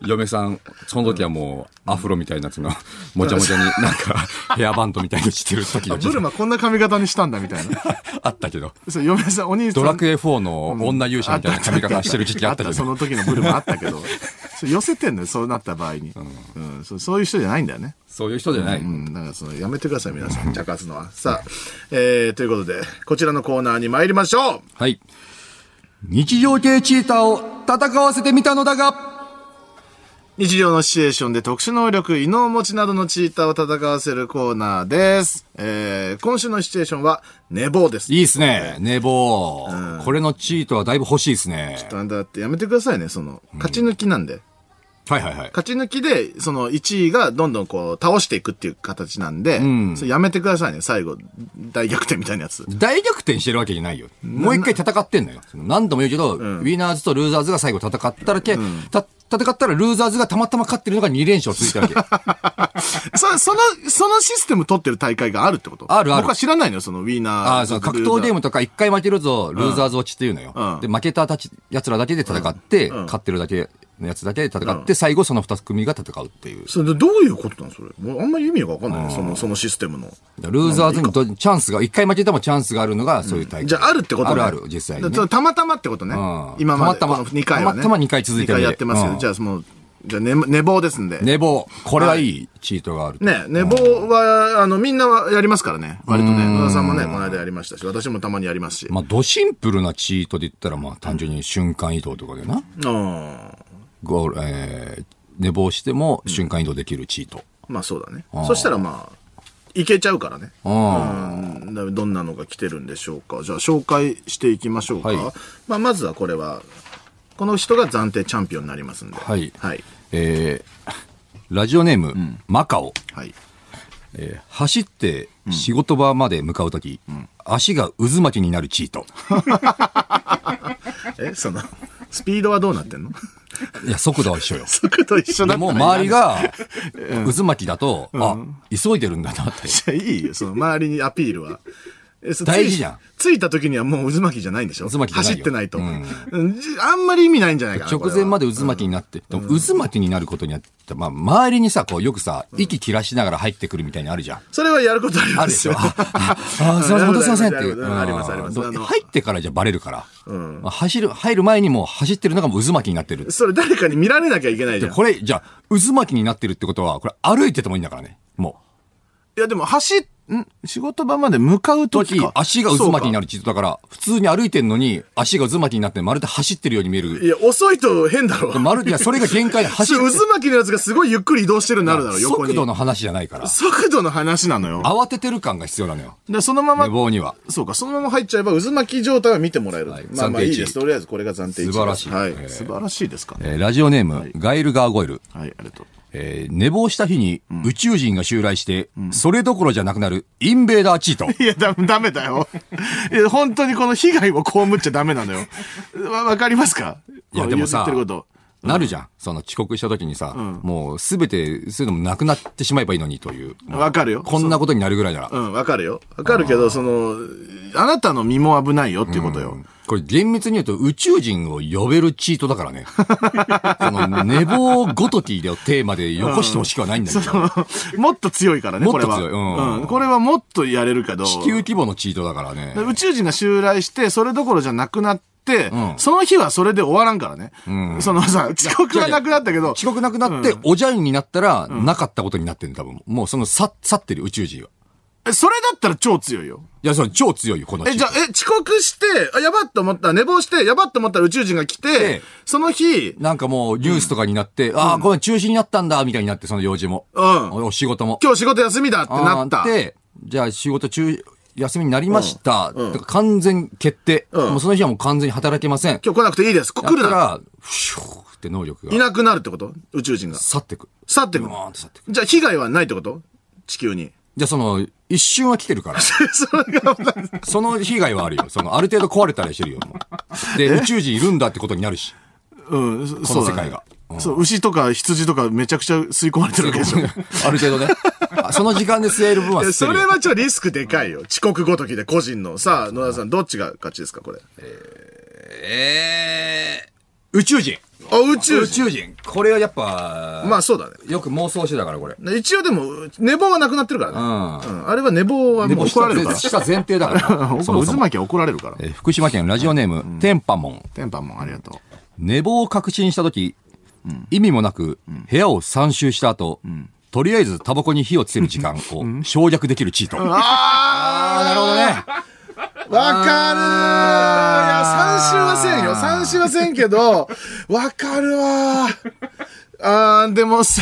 [SPEAKER 3] 嫁さん、その時はもう、アフロみたいなやつの、 もちゃもちゃになんか、ヘアバンドみたいにしてる時
[SPEAKER 1] あ
[SPEAKER 3] が
[SPEAKER 1] ブルマこんな髪型にしたんだみたいな。
[SPEAKER 3] あったけど。
[SPEAKER 1] そう、嫁さん、お兄さん。
[SPEAKER 3] ドラクエ4の女勇者みたいな髪型してる時期あったけ
[SPEAKER 1] そ
[SPEAKER 3] ど。
[SPEAKER 1] の時のブルもあった けど。それ寄せてんのよ、そうなった場合に。うん、そうそういう人じゃないんだよね。
[SPEAKER 3] そういう人じゃない。
[SPEAKER 1] うん、だからその、やめてください、皆さん、茶化すのは。さあ、えー、ということで、こちらのコーナーに参りましょう
[SPEAKER 3] はい。日常系チーターを戦わせてみたのだが、
[SPEAKER 1] 日常のシチュエーションで特殊能力、異能持ちなどのチーターを戦わせるコーナーです。えー、今週のシチュエーションは、寝坊です。
[SPEAKER 3] いいっすね。寝坊。これのチートはだいぶ欲しいっすね。
[SPEAKER 1] だだってやめてくださいね、その、勝ち抜きなんで。
[SPEAKER 3] はいはいはい。
[SPEAKER 1] 勝ち抜きで、その1位がどんどんこう、倒していくっていう形なんで、それやめてくださいね、最後。大逆転みたいなやつ。
[SPEAKER 3] 大逆転してるわけじゃないよ。もう一回戦ってんのよ。その何度も言うけど、ウィナーズとルーザーズが最後戦っただけ、た戦ったらルーザーズがたまたま勝ってるのが2連勝続いたわけ。
[SPEAKER 1] そ、その、そのシステム取ってる大会があるってこと
[SPEAKER 3] あるある
[SPEAKER 1] 僕は知らないのよ、そのウィーナー。
[SPEAKER 3] ああ、そう、格闘ゲームとか一回負けるぞ、ルーザーズ落ちっていうのよ。
[SPEAKER 1] うん
[SPEAKER 3] で、負けたたち、奴らだけで戦って、勝ってるだけのやつだけで戦って、最後その二組が戦うっていう。
[SPEAKER 1] それでどういうことなんそれ。もうあんまり意味がわかんないね、その、そのシステムの。
[SPEAKER 3] ルーザーズにどチャンスが、一回負けてもチャンスがあるのが、そういう大会。
[SPEAKER 1] じゃあ、あるってこと
[SPEAKER 3] あ
[SPEAKER 1] ね
[SPEAKER 3] るある、実際に、
[SPEAKER 1] だ
[SPEAKER 3] ね
[SPEAKER 1] から。たまたまってことね
[SPEAKER 3] ん。
[SPEAKER 1] 今まで。
[SPEAKER 3] たまたま
[SPEAKER 1] この2回はね。
[SPEAKER 3] たまたま二回続いてる
[SPEAKER 1] 2回やってますよ。
[SPEAKER 3] うん
[SPEAKER 1] じゃあ、その、じゃあ寝、寝坊ですんで。ね
[SPEAKER 3] 寝坊。これはいいチートがある。
[SPEAKER 1] 寝坊は、あの、みんなはやりますからね。割とね。野田さんもね、この間やりましたし、私もたまにやりますし。
[SPEAKER 3] まあ、ドシンプルなチートで言ったら、まあ、単純に瞬間移動とかでな。
[SPEAKER 1] うん。
[SPEAKER 3] ゴール、えー、寝坊しても瞬間移動できるチート。
[SPEAKER 1] まあそうだね。そしたらまあ、いけちゃうからね。
[SPEAKER 3] うん。
[SPEAKER 1] うんだどんなのが来てるんでしょうか。じゃあ紹介していきましょうか。
[SPEAKER 3] はい
[SPEAKER 1] まあまずはこれは、この人が暫定チャンピオンになりますんで。
[SPEAKER 3] はい
[SPEAKER 1] はい。
[SPEAKER 3] えー、ラジオネーム、マカオ。
[SPEAKER 1] はい。
[SPEAKER 3] えー走って仕事場まで向かうとき、足が渦巻きになるチート。
[SPEAKER 1] え、その、スピードはどうなってんの
[SPEAKER 3] いや、速度は一緒よ。
[SPEAKER 1] 速度一緒だ
[SPEAKER 3] で
[SPEAKER 1] った
[SPEAKER 3] も
[SPEAKER 1] ら
[SPEAKER 3] う周りが渦巻きだと、あ、急いでるんだなって。
[SPEAKER 1] いやいいよ、その周りにアピールは。えそう
[SPEAKER 3] 大事じゃん
[SPEAKER 1] つい着いた時にはもう渦巻きじゃないんでしょ
[SPEAKER 3] 渦巻きじゃないよ
[SPEAKER 1] 走ってないと、
[SPEAKER 3] うん
[SPEAKER 1] うんじあんまり意味ないんじゃないかな。
[SPEAKER 3] 直前ま
[SPEAKER 1] で。
[SPEAKER 3] で渦巻きになって、でも渦巻きになることによって、まあ、周りにさ、こう、よくさ、息切らしながら入ってくるみたいにあるじゃん。
[SPEAKER 1] それはやることあり
[SPEAKER 3] あ
[SPEAKER 1] ま
[SPEAKER 3] るですし
[SPEAKER 1] よ
[SPEAKER 3] ょ。。あ、 ああすいません、本当すいませんっていう。
[SPEAKER 1] ありますありますあります
[SPEAKER 3] うん
[SPEAKER 1] あの
[SPEAKER 3] 入ってからじゃバレるから。まあ走る、入る前にもう走ってるのがもう渦巻きになってる。
[SPEAKER 1] それ誰かに見られなきゃいけないじ
[SPEAKER 3] で、
[SPEAKER 1] ゃん。
[SPEAKER 3] これ、じゃあ、渦巻きになってるってことは、これ歩いててもいいんだからね。も
[SPEAKER 1] いやでも走っ、ん仕事場まで向かう
[SPEAKER 3] う。時
[SPEAKER 1] 時か、。
[SPEAKER 3] 足が渦巻きにな
[SPEAKER 1] る。
[SPEAKER 3] る地図だから、普通に歩いてんのに、足が渦巻きになって、まるで走ってるように見える。
[SPEAKER 1] いや、遅いと変だろ。
[SPEAKER 3] まるで、いや、それが限界で走
[SPEAKER 1] そ
[SPEAKER 3] る
[SPEAKER 1] れ。渦巻きのやつがすごいゆっくり移動してるなるだろ、横に。
[SPEAKER 3] 速度の話じゃないから。
[SPEAKER 1] 速度の話なのよ。
[SPEAKER 3] 慌ててる感が必要なのよ。
[SPEAKER 1] で、そのまま
[SPEAKER 3] 寝、坊には。
[SPEAKER 1] そうか、そのまま入っちゃえば渦巻き状態は見てもらえる。
[SPEAKER 3] い
[SPEAKER 1] まあまあ
[SPEAKER 3] 暫定
[SPEAKER 1] い
[SPEAKER 3] 値
[SPEAKER 1] いです。とりあえずこれが暫定値です
[SPEAKER 3] 素晴らしい
[SPEAKER 1] はい
[SPEAKER 3] え。ー
[SPEAKER 1] 素晴らしいですかね。
[SPEAKER 3] えーラジオネーム、ガイル・ガーゴイル。
[SPEAKER 1] はい、ありがとう。
[SPEAKER 3] えー寝坊した日に宇宙人が襲来して、それどころじゃなくなるインベーダーチー ト。
[SPEAKER 1] いや、だ、ダメだよ。 いや、本当にこの被害を被っちゃダメなのよ。わ、わかりますか
[SPEAKER 3] いや、でもさ
[SPEAKER 1] こう言ってること。、
[SPEAKER 3] なるじゃん。その遅刻した時にさ、もうすべて、そういうのもなくなってしまえばいいのにという。
[SPEAKER 1] わかるよ。
[SPEAKER 3] こんなことになるぐらいなら。
[SPEAKER 1] うん、わかるよ。わかるけど、その、あなたの身も危ないよっていうことよ。
[SPEAKER 3] これ厳密に言うと宇宙人を呼べるチートだか らね。その寝坊ごときでテーマでよこしてほしくはないんだけど、
[SPEAKER 1] もっと強いからね、
[SPEAKER 3] も
[SPEAKER 1] こ
[SPEAKER 3] っ
[SPEAKER 1] れ
[SPEAKER 3] と
[SPEAKER 1] は。
[SPEAKER 3] 強いうん
[SPEAKER 1] うんこれはもっとやれるけど。
[SPEAKER 3] 地球規模のチートだからね。
[SPEAKER 1] 宇宙人が襲来して、それどころじゃなくなって、その日はそれで終わらんからね。そのさ、遅刻はなくなったけど、
[SPEAKER 3] 遅刻なくなって、おじゃんになったら、なかったことになってる多分。もうその去去ってる宇宙人は。
[SPEAKER 1] えそれだったら超強いよ。
[SPEAKER 3] いや、それ超強いよ、このチー
[SPEAKER 1] え、
[SPEAKER 3] ト
[SPEAKER 1] じゃあ、え、遅刻して、あ、やばっと思った、寝坊して、やばっと思ったら宇宙人が来
[SPEAKER 3] え
[SPEAKER 1] て
[SPEAKER 3] え、
[SPEAKER 1] その日、
[SPEAKER 3] なんかもうニュースとかになって、ああ、ごめん、中止になったんだ、みたいになって、その用事も。
[SPEAKER 1] うん
[SPEAKER 3] お仕事も。
[SPEAKER 1] 今日仕事休みだってなった。
[SPEAKER 3] あーで、じゃあ仕事中、休みになりました。だから完全決定、
[SPEAKER 1] うん
[SPEAKER 3] もうその日はもう完全に働けません。
[SPEAKER 1] 今日来なくていいです。こ来る
[SPEAKER 3] だか
[SPEAKER 1] な。
[SPEAKER 3] ら、ふしょーって能力
[SPEAKER 1] い
[SPEAKER 3] が
[SPEAKER 1] なくなるってこと宇宙人が。
[SPEAKER 3] 去ってく。
[SPEAKER 1] 去ってく
[SPEAKER 3] うわーんって去ってく。
[SPEAKER 1] じゃあ、被害はないってこと地球に。
[SPEAKER 3] じゃあその、一瞬は来てるから。
[SPEAKER 1] それが、
[SPEAKER 3] その被害はあるよ。その、ある程度壊れたりしてるよ。もうで、宇宙人いるんだってことになるし。
[SPEAKER 1] うん、そそうだね
[SPEAKER 4] 世界が
[SPEAKER 1] そう、牛とか羊とかめちゃくちゃ吸い込まれてるわけでしょ。い
[SPEAKER 3] ある程度ね。 あその時間で吸える分は
[SPEAKER 1] や
[SPEAKER 3] 吸え
[SPEAKER 1] そ
[SPEAKER 3] る
[SPEAKER 1] れ
[SPEAKER 3] よ。
[SPEAKER 1] はちょっとリスクでかいよ。遅刻ごときで個人の。さあ、野田さん、どっちが勝ちですか、これ。
[SPEAKER 3] えー、宇宙人。
[SPEAKER 1] あ、宇宙
[SPEAKER 3] 宇
[SPEAKER 1] 人。
[SPEAKER 3] 宙人。これはやっぱ、
[SPEAKER 1] まあそうだね。
[SPEAKER 3] よく妄想してたから、これ。
[SPEAKER 1] 一応でも、寝坊はなくなってるからね。
[SPEAKER 3] う
[SPEAKER 1] うんあれは寝坊はもう怒られるから。
[SPEAKER 3] しか前提だ から。そもそ
[SPEAKER 1] 渦
[SPEAKER 3] も。
[SPEAKER 1] 巻きは怒られるから。
[SPEAKER 3] えー福島県ラジオネーム、テンパモン。
[SPEAKER 1] テンパンもんありがと
[SPEAKER 3] 寝坊を確信したとき、意味もなく、部屋を3周した後、とりあえずタバコに火をつける時間を省略できるチート。ああ、なるほどね。
[SPEAKER 1] う。わかるいや、三週はせんよ。三週はせんけど、わかるわあー、でもさ、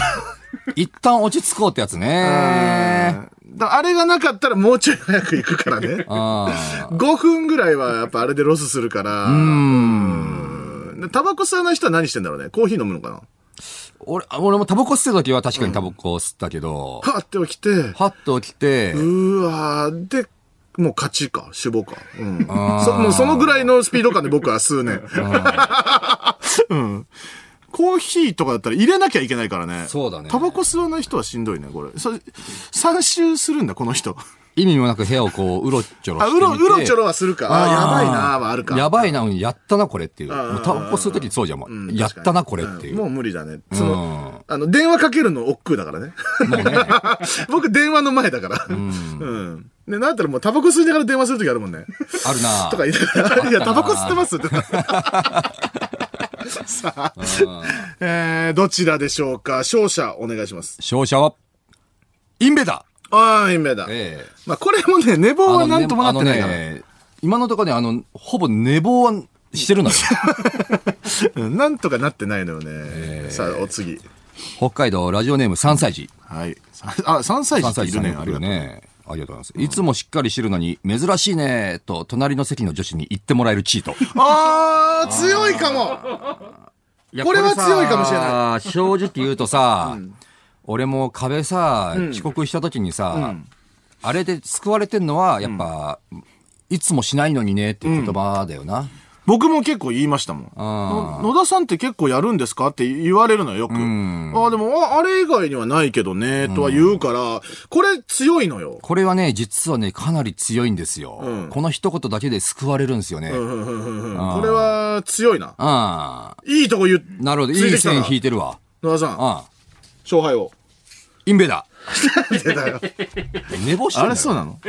[SPEAKER 3] 一旦落ち着こうってやつね。
[SPEAKER 1] だあれがなかったらもうちょい早く行くからね。
[SPEAKER 3] あ
[SPEAKER 1] 5分ぐらいはやっぱあれでロスするから。うんでタバコ吸わない人は何してんだろうね。コーヒー飲むのかな
[SPEAKER 3] 俺、あ俺もタバコ吸ってた時は確かにタバコ吸ったけど、
[SPEAKER 1] パーって起きて、う
[SPEAKER 3] パッと起きて、
[SPEAKER 1] ーわー、で、もう勝ちか、死亡か。うん。そもうそのぐらいのスピード感で僕は数年。 うん。コーヒーとかだったら入れなきゃいけないからね。
[SPEAKER 3] そうだね
[SPEAKER 1] タバコ吸わない人はしんどいね、これ。それ、3周するんだ、この人。
[SPEAKER 3] 意味もなく部屋をこう、うろちょろ
[SPEAKER 1] あ、
[SPEAKER 3] して
[SPEAKER 1] う
[SPEAKER 3] みて。
[SPEAKER 1] ろ、うろちょろはするか。あ、やばいなーはあるか。
[SPEAKER 3] やばいな、うんやったな、これっていう。
[SPEAKER 1] ん
[SPEAKER 3] もうタバコ吸う時そうじゃん、もう。
[SPEAKER 1] うん
[SPEAKER 3] やったな、これってい
[SPEAKER 1] うん
[SPEAKER 3] う。
[SPEAKER 1] もう無理だね。その、あの、電話かけるの億劫だからね。
[SPEAKER 3] もうね。
[SPEAKER 1] 僕、電話の前だから。うん。で、なんだったらもう、タバコ吸いながら電話するときあるもんね。
[SPEAKER 3] あるな。
[SPEAKER 1] とか言いながら、いや、タバコ吸ってます って。さあ、えー、どちらでしょうか勝者、お願いします。
[SPEAKER 3] 勝者は、インベーダ
[SPEAKER 1] ああ、インベーダ
[SPEAKER 3] ー。
[SPEAKER 1] ー。
[SPEAKER 3] ええ。
[SPEAKER 1] まあ、これもね、寝坊はなんともなってないか
[SPEAKER 3] あの
[SPEAKER 1] ら。
[SPEAKER 3] ね今のところね、あの、ほぼ寝坊はしてるのよ。
[SPEAKER 1] うんなんとかなってないのよね。さあ、お次。
[SPEAKER 3] 北海道ラジオネーム3歳児。
[SPEAKER 1] はい。さあ、3歳児
[SPEAKER 3] 3
[SPEAKER 1] って
[SPEAKER 3] 歳
[SPEAKER 1] い
[SPEAKER 3] 児さ
[SPEAKER 1] る
[SPEAKER 3] ん
[SPEAKER 1] ね。
[SPEAKER 3] よ
[SPEAKER 1] あ
[SPEAKER 3] く
[SPEAKER 1] りが
[SPEAKER 3] 来る
[SPEAKER 1] とう。
[SPEAKER 3] ね。ありがとうございます。いつもしっかりしてるのに、珍しいねと、隣の席の女子に言ってもらえるチート。
[SPEAKER 1] あー、強いかも
[SPEAKER 3] いや
[SPEAKER 1] これは
[SPEAKER 3] さ
[SPEAKER 1] 強いかもしれな
[SPEAKER 3] 正直言うとさ、俺も壁さ、遅刻した時にさ、あれで救われてんのは、やっぱ、いつもしないのにねっていう言葉だよな。
[SPEAKER 1] 僕も結構言いましたもん。
[SPEAKER 3] あ
[SPEAKER 1] の野田さんって結構やるんですかって言われるのよ、よく。ああ、でも、ああれ以外にはないけどね、とは言うから、これ強いのよ。
[SPEAKER 3] これはね、実はね、かなり強いんですよ。この一言だけで救われるんですよね。
[SPEAKER 1] うんうんうんうんこれは強いな。
[SPEAKER 3] ああ。
[SPEAKER 1] いいとこ言う。
[SPEAKER 3] なるほど。い
[SPEAKER 1] ついて
[SPEAKER 3] い
[SPEAKER 1] きた
[SPEAKER 3] 線
[SPEAKER 1] な
[SPEAKER 3] 引いてるわ。
[SPEAKER 1] 野田さん、
[SPEAKER 3] ああ。
[SPEAKER 1] 勝敗を。
[SPEAKER 3] インベーダ
[SPEAKER 1] 出たよ
[SPEAKER 3] ー。寝坊して ん
[SPEAKER 1] あ
[SPEAKER 3] の
[SPEAKER 1] れ
[SPEAKER 3] よ。
[SPEAKER 1] そうなの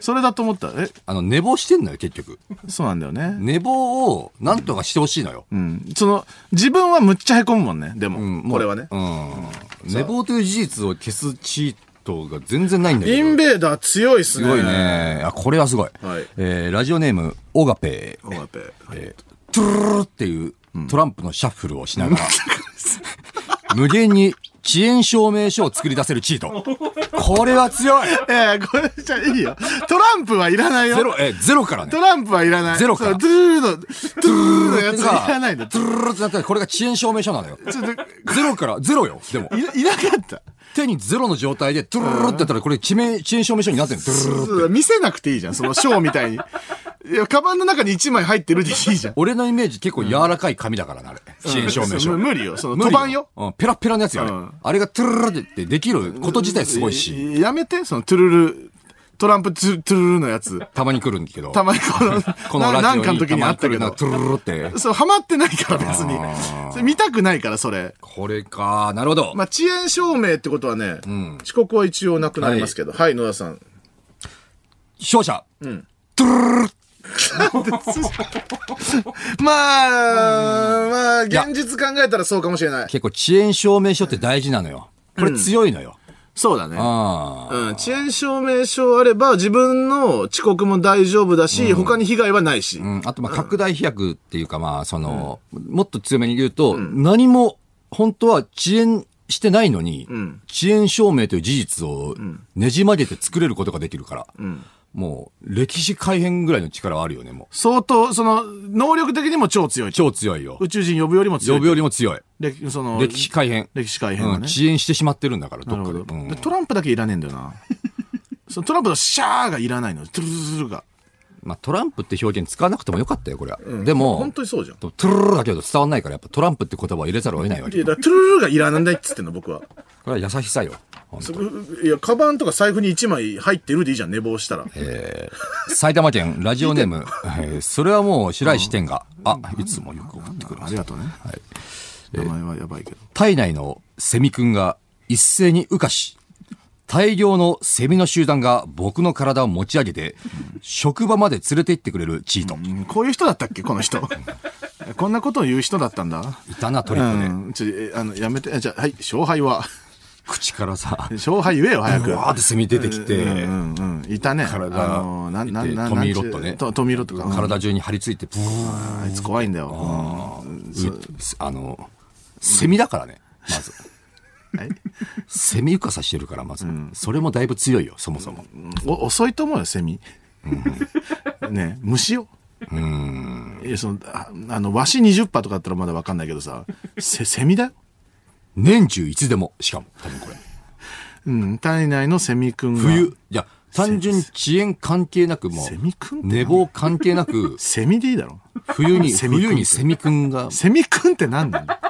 [SPEAKER 1] それだと思った。え、
[SPEAKER 3] あの、寝坊してんのよ、結局。
[SPEAKER 1] そうなんだよね。
[SPEAKER 3] 寝坊を、なんとかしてほしいのよ。
[SPEAKER 1] うん。その、自分はむっちゃへこむもんね、で
[SPEAKER 3] うん
[SPEAKER 1] も、
[SPEAKER 3] もう
[SPEAKER 1] これはね。
[SPEAKER 3] うん。寝坊という事実を消すチートが全然ないんだ
[SPEAKER 1] イ
[SPEAKER 3] け
[SPEAKER 1] ン
[SPEAKER 3] ど。
[SPEAKER 1] ベーダー強いっす
[SPEAKER 3] す
[SPEAKER 1] ね。
[SPEAKER 3] ごい。ね。あ、これはすごい。
[SPEAKER 1] はい
[SPEAKER 3] えーラジオネーム、オガペ
[SPEAKER 1] オガペ。はい
[SPEAKER 3] トゥルルルルっていうトランプのシャッフルをしながら、無限に遅延証明書を作り出せるチート。これは強い
[SPEAKER 1] えー、これじゃいいよ。トランプはいらないよ。
[SPEAKER 3] ゼロ、えー、ゼロからね
[SPEAKER 1] ト。ランプはいらない。
[SPEAKER 3] ゼロか
[SPEAKER 1] そうドゥルルの、ドゥルルのやつはいらないんだ。
[SPEAKER 3] トゥルルルルってなってこれが遅延証明書なのよ。
[SPEAKER 1] ちょっと、
[SPEAKER 3] ゼロから、ゼロよ。でも、
[SPEAKER 1] いいなかった。
[SPEAKER 3] 手にゼロの状態で、トゥルルルルってやったら、これ、遅延、遅延証明書になってる。トゥルルルル
[SPEAKER 1] そう見せなくていいじゃん、そのショーみたいに。いや、カバンの中に1枚入ってるでいいじゃん。
[SPEAKER 3] 俺のイメージ結構柔らかい紙だからな、あれ。遅延証明
[SPEAKER 1] そ
[SPEAKER 3] 書。
[SPEAKER 1] う無理よ、その、
[SPEAKER 3] 無
[SPEAKER 1] 飛
[SPEAKER 3] 理
[SPEAKER 1] ばんよ。。
[SPEAKER 3] うん、ペラッペラのやつよ、あれ
[SPEAKER 1] うん
[SPEAKER 3] あれがトゥルルルルってできること自体すごいし、
[SPEAKER 1] やめて、その、トゥルル、トランプトゥトゥルルのやつ。
[SPEAKER 3] たまに来るんだけど。
[SPEAKER 1] たまにこの、
[SPEAKER 3] このラジ
[SPEAKER 1] な
[SPEAKER 3] オ
[SPEAKER 1] んかの
[SPEAKER 3] に
[SPEAKER 1] 時
[SPEAKER 3] た
[SPEAKER 1] に
[SPEAKER 3] ま
[SPEAKER 1] あ
[SPEAKER 3] に
[SPEAKER 1] っ
[SPEAKER 3] 来
[SPEAKER 1] たけ
[SPEAKER 3] るな、
[SPEAKER 1] ど。
[SPEAKER 3] トゥルルルルって。
[SPEAKER 1] そう、ハマってないから別に。それ見たくないから、それ。
[SPEAKER 3] これか、なるほど。
[SPEAKER 1] まあ、遅延証明ってことはね、遅刻は一応なくなりますけど。はい、野田さん。
[SPEAKER 3] 勝者。
[SPEAKER 1] まあ、まあ、現実考えたらそうかもしれない。
[SPEAKER 3] 結構遅延証明書って大事なのよ。これ強いのよ。
[SPEAKER 1] そうだね。
[SPEAKER 3] ああ。
[SPEAKER 1] うん、遅延証明書あれば、自分の遅刻も大丈夫だし、他に被害はないし。
[SPEAKER 3] うん、あと、まあ、拡大飛躍っていうか、まあ、その、もっと強めに言うと、何も、本当は遅延してないのに、遅延証明という事実をねじ曲げて作れることができるから、もう、歴史改変ぐらいの力はあるよね、もう。
[SPEAKER 1] 相当、その、能力的にも超強い。
[SPEAKER 3] 超強いよ。
[SPEAKER 1] 宇宙人呼ぶよりも強
[SPEAKER 3] 呼
[SPEAKER 1] い。
[SPEAKER 3] ぶよりも強い。
[SPEAKER 1] 歴その
[SPEAKER 3] 歴史改変。
[SPEAKER 1] 歴史改
[SPEAKER 3] う
[SPEAKER 1] 変は
[SPEAKER 3] ん、
[SPEAKER 1] ね。
[SPEAKER 3] 遅延してしまってるんだから、ど
[SPEAKER 1] な
[SPEAKER 3] っか
[SPEAKER 1] る
[SPEAKER 3] で。
[SPEAKER 1] ほど
[SPEAKER 3] うん
[SPEAKER 1] でトランプだけいらねえんだよな。そのトランプのシャーがいらないの。トゥルルルルが。
[SPEAKER 3] まあ、トランプって表現使わなくてもよかったよ、これは。でも、
[SPEAKER 1] 本当にそうじゃん。
[SPEAKER 3] トゥルルルだけど伝わんないから、やっぱトランプって言葉を入れざるを得ないわ
[SPEAKER 1] い
[SPEAKER 3] け。
[SPEAKER 1] や、だからトゥルルルがいらないっつってんの、僕は。
[SPEAKER 3] これは優しさよ。ほんと
[SPEAKER 1] いや、カバンとか財布に1枚入ってるでいいじゃん、寝坊したら。
[SPEAKER 3] 埼玉県ラジオネーム、えーそれはもう白石天が、あ、いつもよく送ってくる。
[SPEAKER 1] ありがとうね。名前はやばいけど。
[SPEAKER 3] 体内のセミくんが一斉に羽化し、大量のセミの集団が僕の体を持ち上げて、職場まで連れて行ってくれるチート。
[SPEAKER 1] うんこういう人だったっけこの人。 こんなことを言う人だったんだ。
[SPEAKER 3] いたな、ト
[SPEAKER 1] う
[SPEAKER 3] リックで。
[SPEAKER 1] ん。ちょ、えあの、やめて。じゃあ、はい、勝敗は。
[SPEAKER 3] 口からさ、
[SPEAKER 1] 勝敗言えよ、早
[SPEAKER 3] う
[SPEAKER 1] く。
[SPEAKER 3] わーってセミ出てきて、
[SPEAKER 1] うんうんうん。いたね。
[SPEAKER 3] 体
[SPEAKER 1] あの、なん、なん、なん、
[SPEAKER 3] トミーロットね
[SPEAKER 1] とトミーロットか。うん
[SPEAKER 3] 体中に張り付いて、ブー
[SPEAKER 1] あいつ怖いんだよ。うんそう
[SPEAKER 3] あの、セミだからね、まず。
[SPEAKER 1] はい
[SPEAKER 3] セミ浮かさしてるから、まず。それもだいぶ強いよ、そもそも。
[SPEAKER 1] お遅いと思うよ、セミ。ね虫よ。うん。いや、その、ああの、ワシ20羽とかだったらまだわかんないけどさ、セ、セミだよ。
[SPEAKER 3] 年中いつでも、しかも、多分これ。
[SPEAKER 1] うん、体内のセミくんが。
[SPEAKER 3] 冬。いや、単純に遅延関係なく、も
[SPEAKER 1] セミくんって、
[SPEAKER 3] う、寝坊関係なく
[SPEAKER 1] セミでいいだろ。
[SPEAKER 3] 冬に、
[SPEAKER 1] セミくん
[SPEAKER 3] 冬にセミくんが、
[SPEAKER 1] セミくんって何なんだ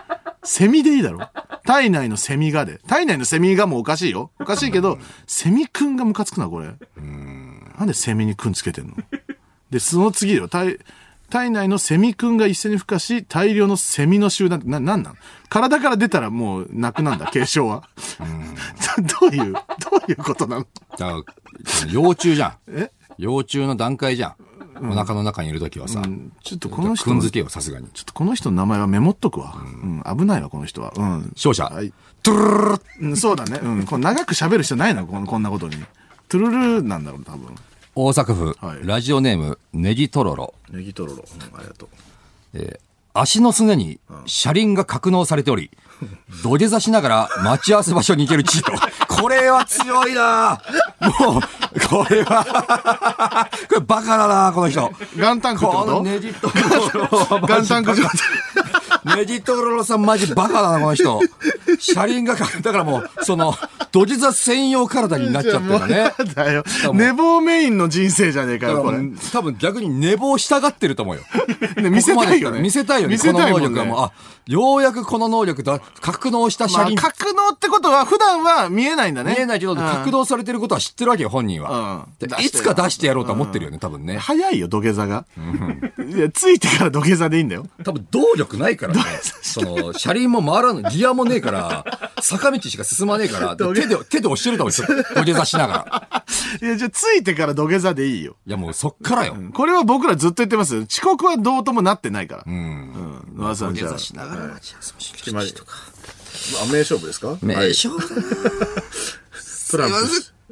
[SPEAKER 1] セミでいいだろ体内のセミがで。体内のセミがもうおかしいよ。おかしいけど、セミくんがムカつくな、これ。なんでセミにくんつけてんので、その次よ。体、体内のセミくんが一斉に孵化し、大量のセミの集団って、な、なんなん体から出たらもうなくなんだ、継承は。どういう、どういうことなの
[SPEAKER 3] だから幼虫じゃん
[SPEAKER 1] え。
[SPEAKER 3] 幼虫の段階じゃん。お腹の中にいるときはさ、
[SPEAKER 1] ちょっとこの人
[SPEAKER 3] くん
[SPEAKER 1] の、
[SPEAKER 3] づ
[SPEAKER 1] ちょ
[SPEAKER 3] けよ、さすがに。
[SPEAKER 1] っとこの人の名前はメモっとくわ。うん、危ないわ、この人は。うん。
[SPEAKER 3] 勝者、
[SPEAKER 1] はい
[SPEAKER 3] トゥルルルル
[SPEAKER 1] うん、そうだね。うん。こう長く喋る人ないのこんこんなことに。トゥルルーなんだろう、多分。
[SPEAKER 3] 大阪府、
[SPEAKER 1] はい
[SPEAKER 3] ラジオネーム、ネギトロロ。
[SPEAKER 1] ネギトロロ。うん、ありがとう。
[SPEAKER 3] 足のすねに車輪が格納されており、土下座しながら待ち合わせ場所に行けるチート。 これは強いなもう、これは、 これバカだなこの人。
[SPEAKER 1] 元旦食って
[SPEAKER 3] こ
[SPEAKER 1] こ
[SPEAKER 3] の
[SPEAKER 1] と
[SPEAKER 3] ネジトロロはマ
[SPEAKER 1] 元
[SPEAKER 3] ジ
[SPEAKER 1] 旦食ってこ
[SPEAKER 3] ネジトロロさんマジバカだな、この人。車輪がか、だからもう、その、土下座専用体になっちゃってる
[SPEAKER 1] と
[SPEAKER 3] ね。だ
[SPEAKER 1] やだよ
[SPEAKER 3] か。も
[SPEAKER 1] 寝坊メインの人生じゃねえか
[SPEAKER 3] から
[SPEAKER 1] よ、これ。
[SPEAKER 3] もう多分逆に寝坊したがってると思うよ。
[SPEAKER 1] ね見せたいよね。
[SPEAKER 3] 見せたいよね。
[SPEAKER 1] 見せ
[SPEAKER 3] この
[SPEAKER 1] たい
[SPEAKER 3] 能
[SPEAKER 1] もん
[SPEAKER 3] 力が
[SPEAKER 1] ね。
[SPEAKER 3] もう、あ、ようやくこの能力だ。格納した車
[SPEAKER 1] まあ、
[SPEAKER 3] 輪。
[SPEAKER 1] 格納ってことは普段は見えないんだね。
[SPEAKER 3] 見えないけど、
[SPEAKER 1] うん
[SPEAKER 3] 格納されてることは知ってるわけよ、本人は。
[SPEAKER 1] うん
[SPEAKER 3] で
[SPEAKER 1] 出して
[SPEAKER 3] いつか出してやろうと思ってるよね、多分ね。
[SPEAKER 1] 早いよ、土下座が。いや、ついてから土下座でいいんだよ。
[SPEAKER 3] 多分動力ないからね。 その、車輪も回らない、ギアもねえ から、坂道しか進まねえから、で手で、手で押してると思うよ土下座しながら。
[SPEAKER 1] いや、じゃあついてから土下座でいいよ。
[SPEAKER 3] いや、もうそっからよ。
[SPEAKER 1] これは僕らずっと言ってますよ。遅刻はどうともなってないから。うん。うん。まさん
[SPEAKER 3] 土
[SPEAKER 1] じ
[SPEAKER 3] 下
[SPEAKER 1] ゃあ
[SPEAKER 3] 座。しながら待ち合わせもし
[SPEAKER 1] まり
[SPEAKER 3] とか。
[SPEAKER 1] あ、名勝負ですか
[SPEAKER 3] 名
[SPEAKER 1] はい
[SPEAKER 3] 勝負だな
[SPEAKER 1] トラン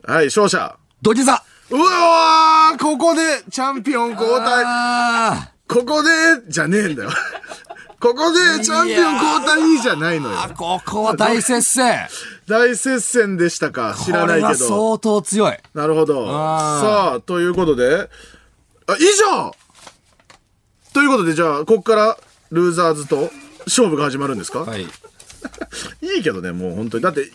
[SPEAKER 1] プ。はい、勝者。
[SPEAKER 3] 土下座
[SPEAKER 1] うわーここでチャンピオン交代。
[SPEAKER 3] あ
[SPEAKER 1] ここで、じゃねえんだよ。 ここでチャンピオン交代じゃないのよ。
[SPEAKER 3] ーここは大接戦
[SPEAKER 1] 大接戦でしたか知らない
[SPEAKER 3] これは
[SPEAKER 1] けど。
[SPEAKER 3] 相当強い。
[SPEAKER 1] なるほど。
[SPEAKER 3] あ
[SPEAKER 1] さ
[SPEAKER 3] ー
[SPEAKER 1] あ、ということで、あ、以上ということで、じゃあ、こっから、ルーザーズと勝負が始まるんですか、
[SPEAKER 3] はい。
[SPEAKER 1] いいけどね、もう本当に。だって、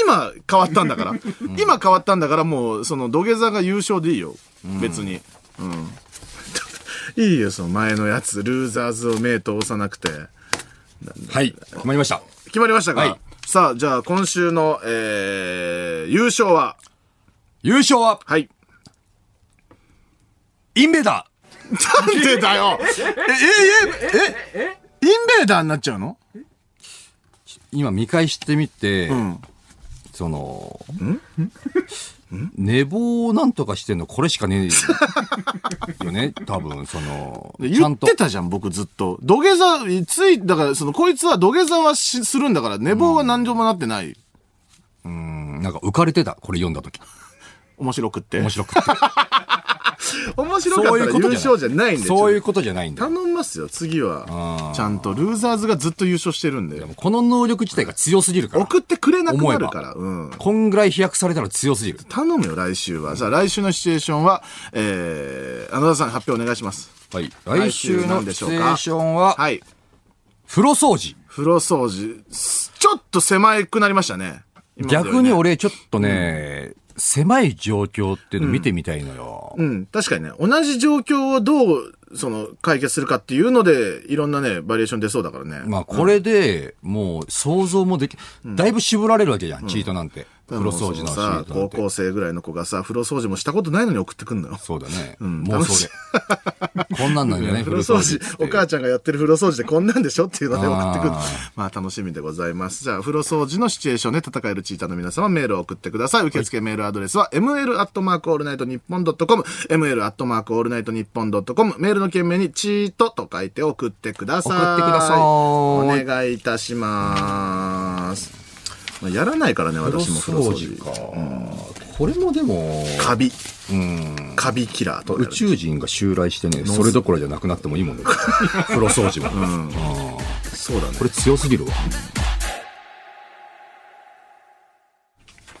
[SPEAKER 1] 今変わったんだ から。今変わったんだから、もう、その土下座が優勝でいいよ。別に。うん。いいよ、その前のやつ。ルーザーズを目通さなくて。
[SPEAKER 3] はい。決まりました。
[SPEAKER 1] 決まりましたか、
[SPEAKER 3] はい
[SPEAKER 1] さあ、じゃあ今週の、えー、優勝は、
[SPEAKER 3] 優勝は、
[SPEAKER 1] はい。
[SPEAKER 3] インベーダー
[SPEAKER 1] なんでだ よえ、え、え、え、インベーダーになっちゃうの
[SPEAKER 3] 今見返してみて、
[SPEAKER 1] ん
[SPEAKER 3] その、寝坊をなんとかしてんのこれしかねえよね。 多分、その、ちゃ
[SPEAKER 1] 言っ
[SPEAKER 3] んと
[SPEAKER 1] て。たじゃん、僕ずっと。土下座、つい、だから、その、こいつは土下座はしするんだから、寝坊は何上もなってない。
[SPEAKER 3] うんなんか浮かれてた。これ読んだ時。
[SPEAKER 1] 面白くって。
[SPEAKER 3] 面白くて。
[SPEAKER 1] 面白かった
[SPEAKER 3] そうい
[SPEAKER 1] ら
[SPEAKER 3] うこ
[SPEAKER 1] 優
[SPEAKER 3] とじ
[SPEAKER 1] 勝じゃ
[SPEAKER 3] ゃない。
[SPEAKER 1] ないんで。
[SPEAKER 3] そういう
[SPEAKER 1] ち
[SPEAKER 3] ことじゃないんだ
[SPEAKER 1] ょっ
[SPEAKER 3] よ。
[SPEAKER 1] と頼みますよ、次は
[SPEAKER 3] あ。ー
[SPEAKER 1] ちゃんと、ルーザーズがずっと優勝してるんで。
[SPEAKER 3] この能力自体が強すぎるから。
[SPEAKER 1] 送ってくれなくなるから。うん。
[SPEAKER 3] こんぐらい飛躍されたら強すぎる。
[SPEAKER 1] 頼むよ、来週は。さあ、来週のシチュエーションは、えー、アナさん発表お願いします。
[SPEAKER 3] はい。
[SPEAKER 1] 来
[SPEAKER 3] 来
[SPEAKER 1] 週
[SPEAKER 3] 週
[SPEAKER 1] な
[SPEAKER 3] の
[SPEAKER 1] んでし
[SPEAKER 3] シ
[SPEAKER 1] ょう
[SPEAKER 3] チ
[SPEAKER 1] か
[SPEAKER 3] ュエーションは、
[SPEAKER 1] はい。
[SPEAKER 3] 風呂掃除。
[SPEAKER 1] 風呂掃除。すちょっと狭くなりましたね。今までより
[SPEAKER 3] 逆
[SPEAKER 1] ね
[SPEAKER 3] に。俺ちょっとね、狭い状況っていうの見てみたいのよ。
[SPEAKER 1] うん、確かにね、同じ状況をどう、その、解決するかっていうので、いろんなね、バリエーション出そうだからね。
[SPEAKER 3] まあ、これで、もう、想像もでき、だいぶ絞られるわけじゃん、チートなんて。
[SPEAKER 1] あ
[SPEAKER 3] 風呂掃除
[SPEAKER 1] そ
[SPEAKER 3] のチ
[SPEAKER 1] さ
[SPEAKER 3] ートなん
[SPEAKER 1] 高
[SPEAKER 3] て。
[SPEAKER 1] 校生ぐらいの子がさ、風呂掃除もしたことないのに送ってくんのよ。
[SPEAKER 3] そうだね。
[SPEAKER 1] ん
[SPEAKER 3] もうそれ。こんなんなんじゃな い
[SPEAKER 1] 風呂掃除、お母
[SPEAKER 3] ち
[SPEAKER 1] ちゃんがやってる風呂掃除でこんなんでしょっていうので送ってくる
[SPEAKER 3] あ。
[SPEAKER 1] まあ楽しみでございます。じゃあ、風呂掃除のシチュエーションで戦えるチーターの皆様メールを送ってください。受付メールアドレスは、ml アットマークオールナイトニッポンドットコム、ml アットマークオールナイトニッポンドットコム、メールの件名にチートと書いて送ってください。
[SPEAKER 3] 送ってください
[SPEAKER 1] お願いいたします。まあやらないからね、私も風
[SPEAKER 3] 風呂
[SPEAKER 1] 呂掃除
[SPEAKER 3] 掃除。か。これもでも、
[SPEAKER 1] カビ。カビキラーとかや
[SPEAKER 3] 宇
[SPEAKER 1] る。
[SPEAKER 3] 宙人が襲来してね、それどころじゃなくなってもいいもんね。風呂掃除も。
[SPEAKER 1] そうだね。
[SPEAKER 3] これ強すぎるわ。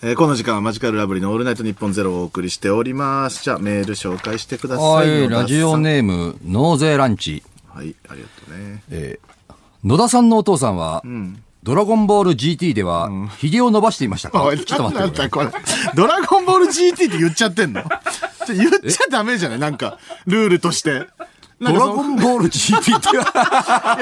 [SPEAKER 1] えーこの時間はマジカルラブリーのオールナイトニッポンゼロをお送りしております。じゃあメール紹介してくださ。
[SPEAKER 3] はい
[SPEAKER 1] 野田
[SPEAKER 3] い、
[SPEAKER 1] さん
[SPEAKER 3] ラジオ。ネーム、納税ランチ。
[SPEAKER 1] はい、ありがとうね。
[SPEAKER 3] えー野田さんのお父さんは、ドラゴンボール GT では、髭を伸ばしていましたか、
[SPEAKER 1] おい、
[SPEAKER 3] ちょっと待ってくれ。
[SPEAKER 1] これ。ドラゴンボール GT って言っちゃってんのちょ言っちゃダメじゃないなんか、ルールとして。
[SPEAKER 3] ドラゴ
[SPEAKER 1] ン
[SPEAKER 3] ンボール GT って
[SPEAKER 1] い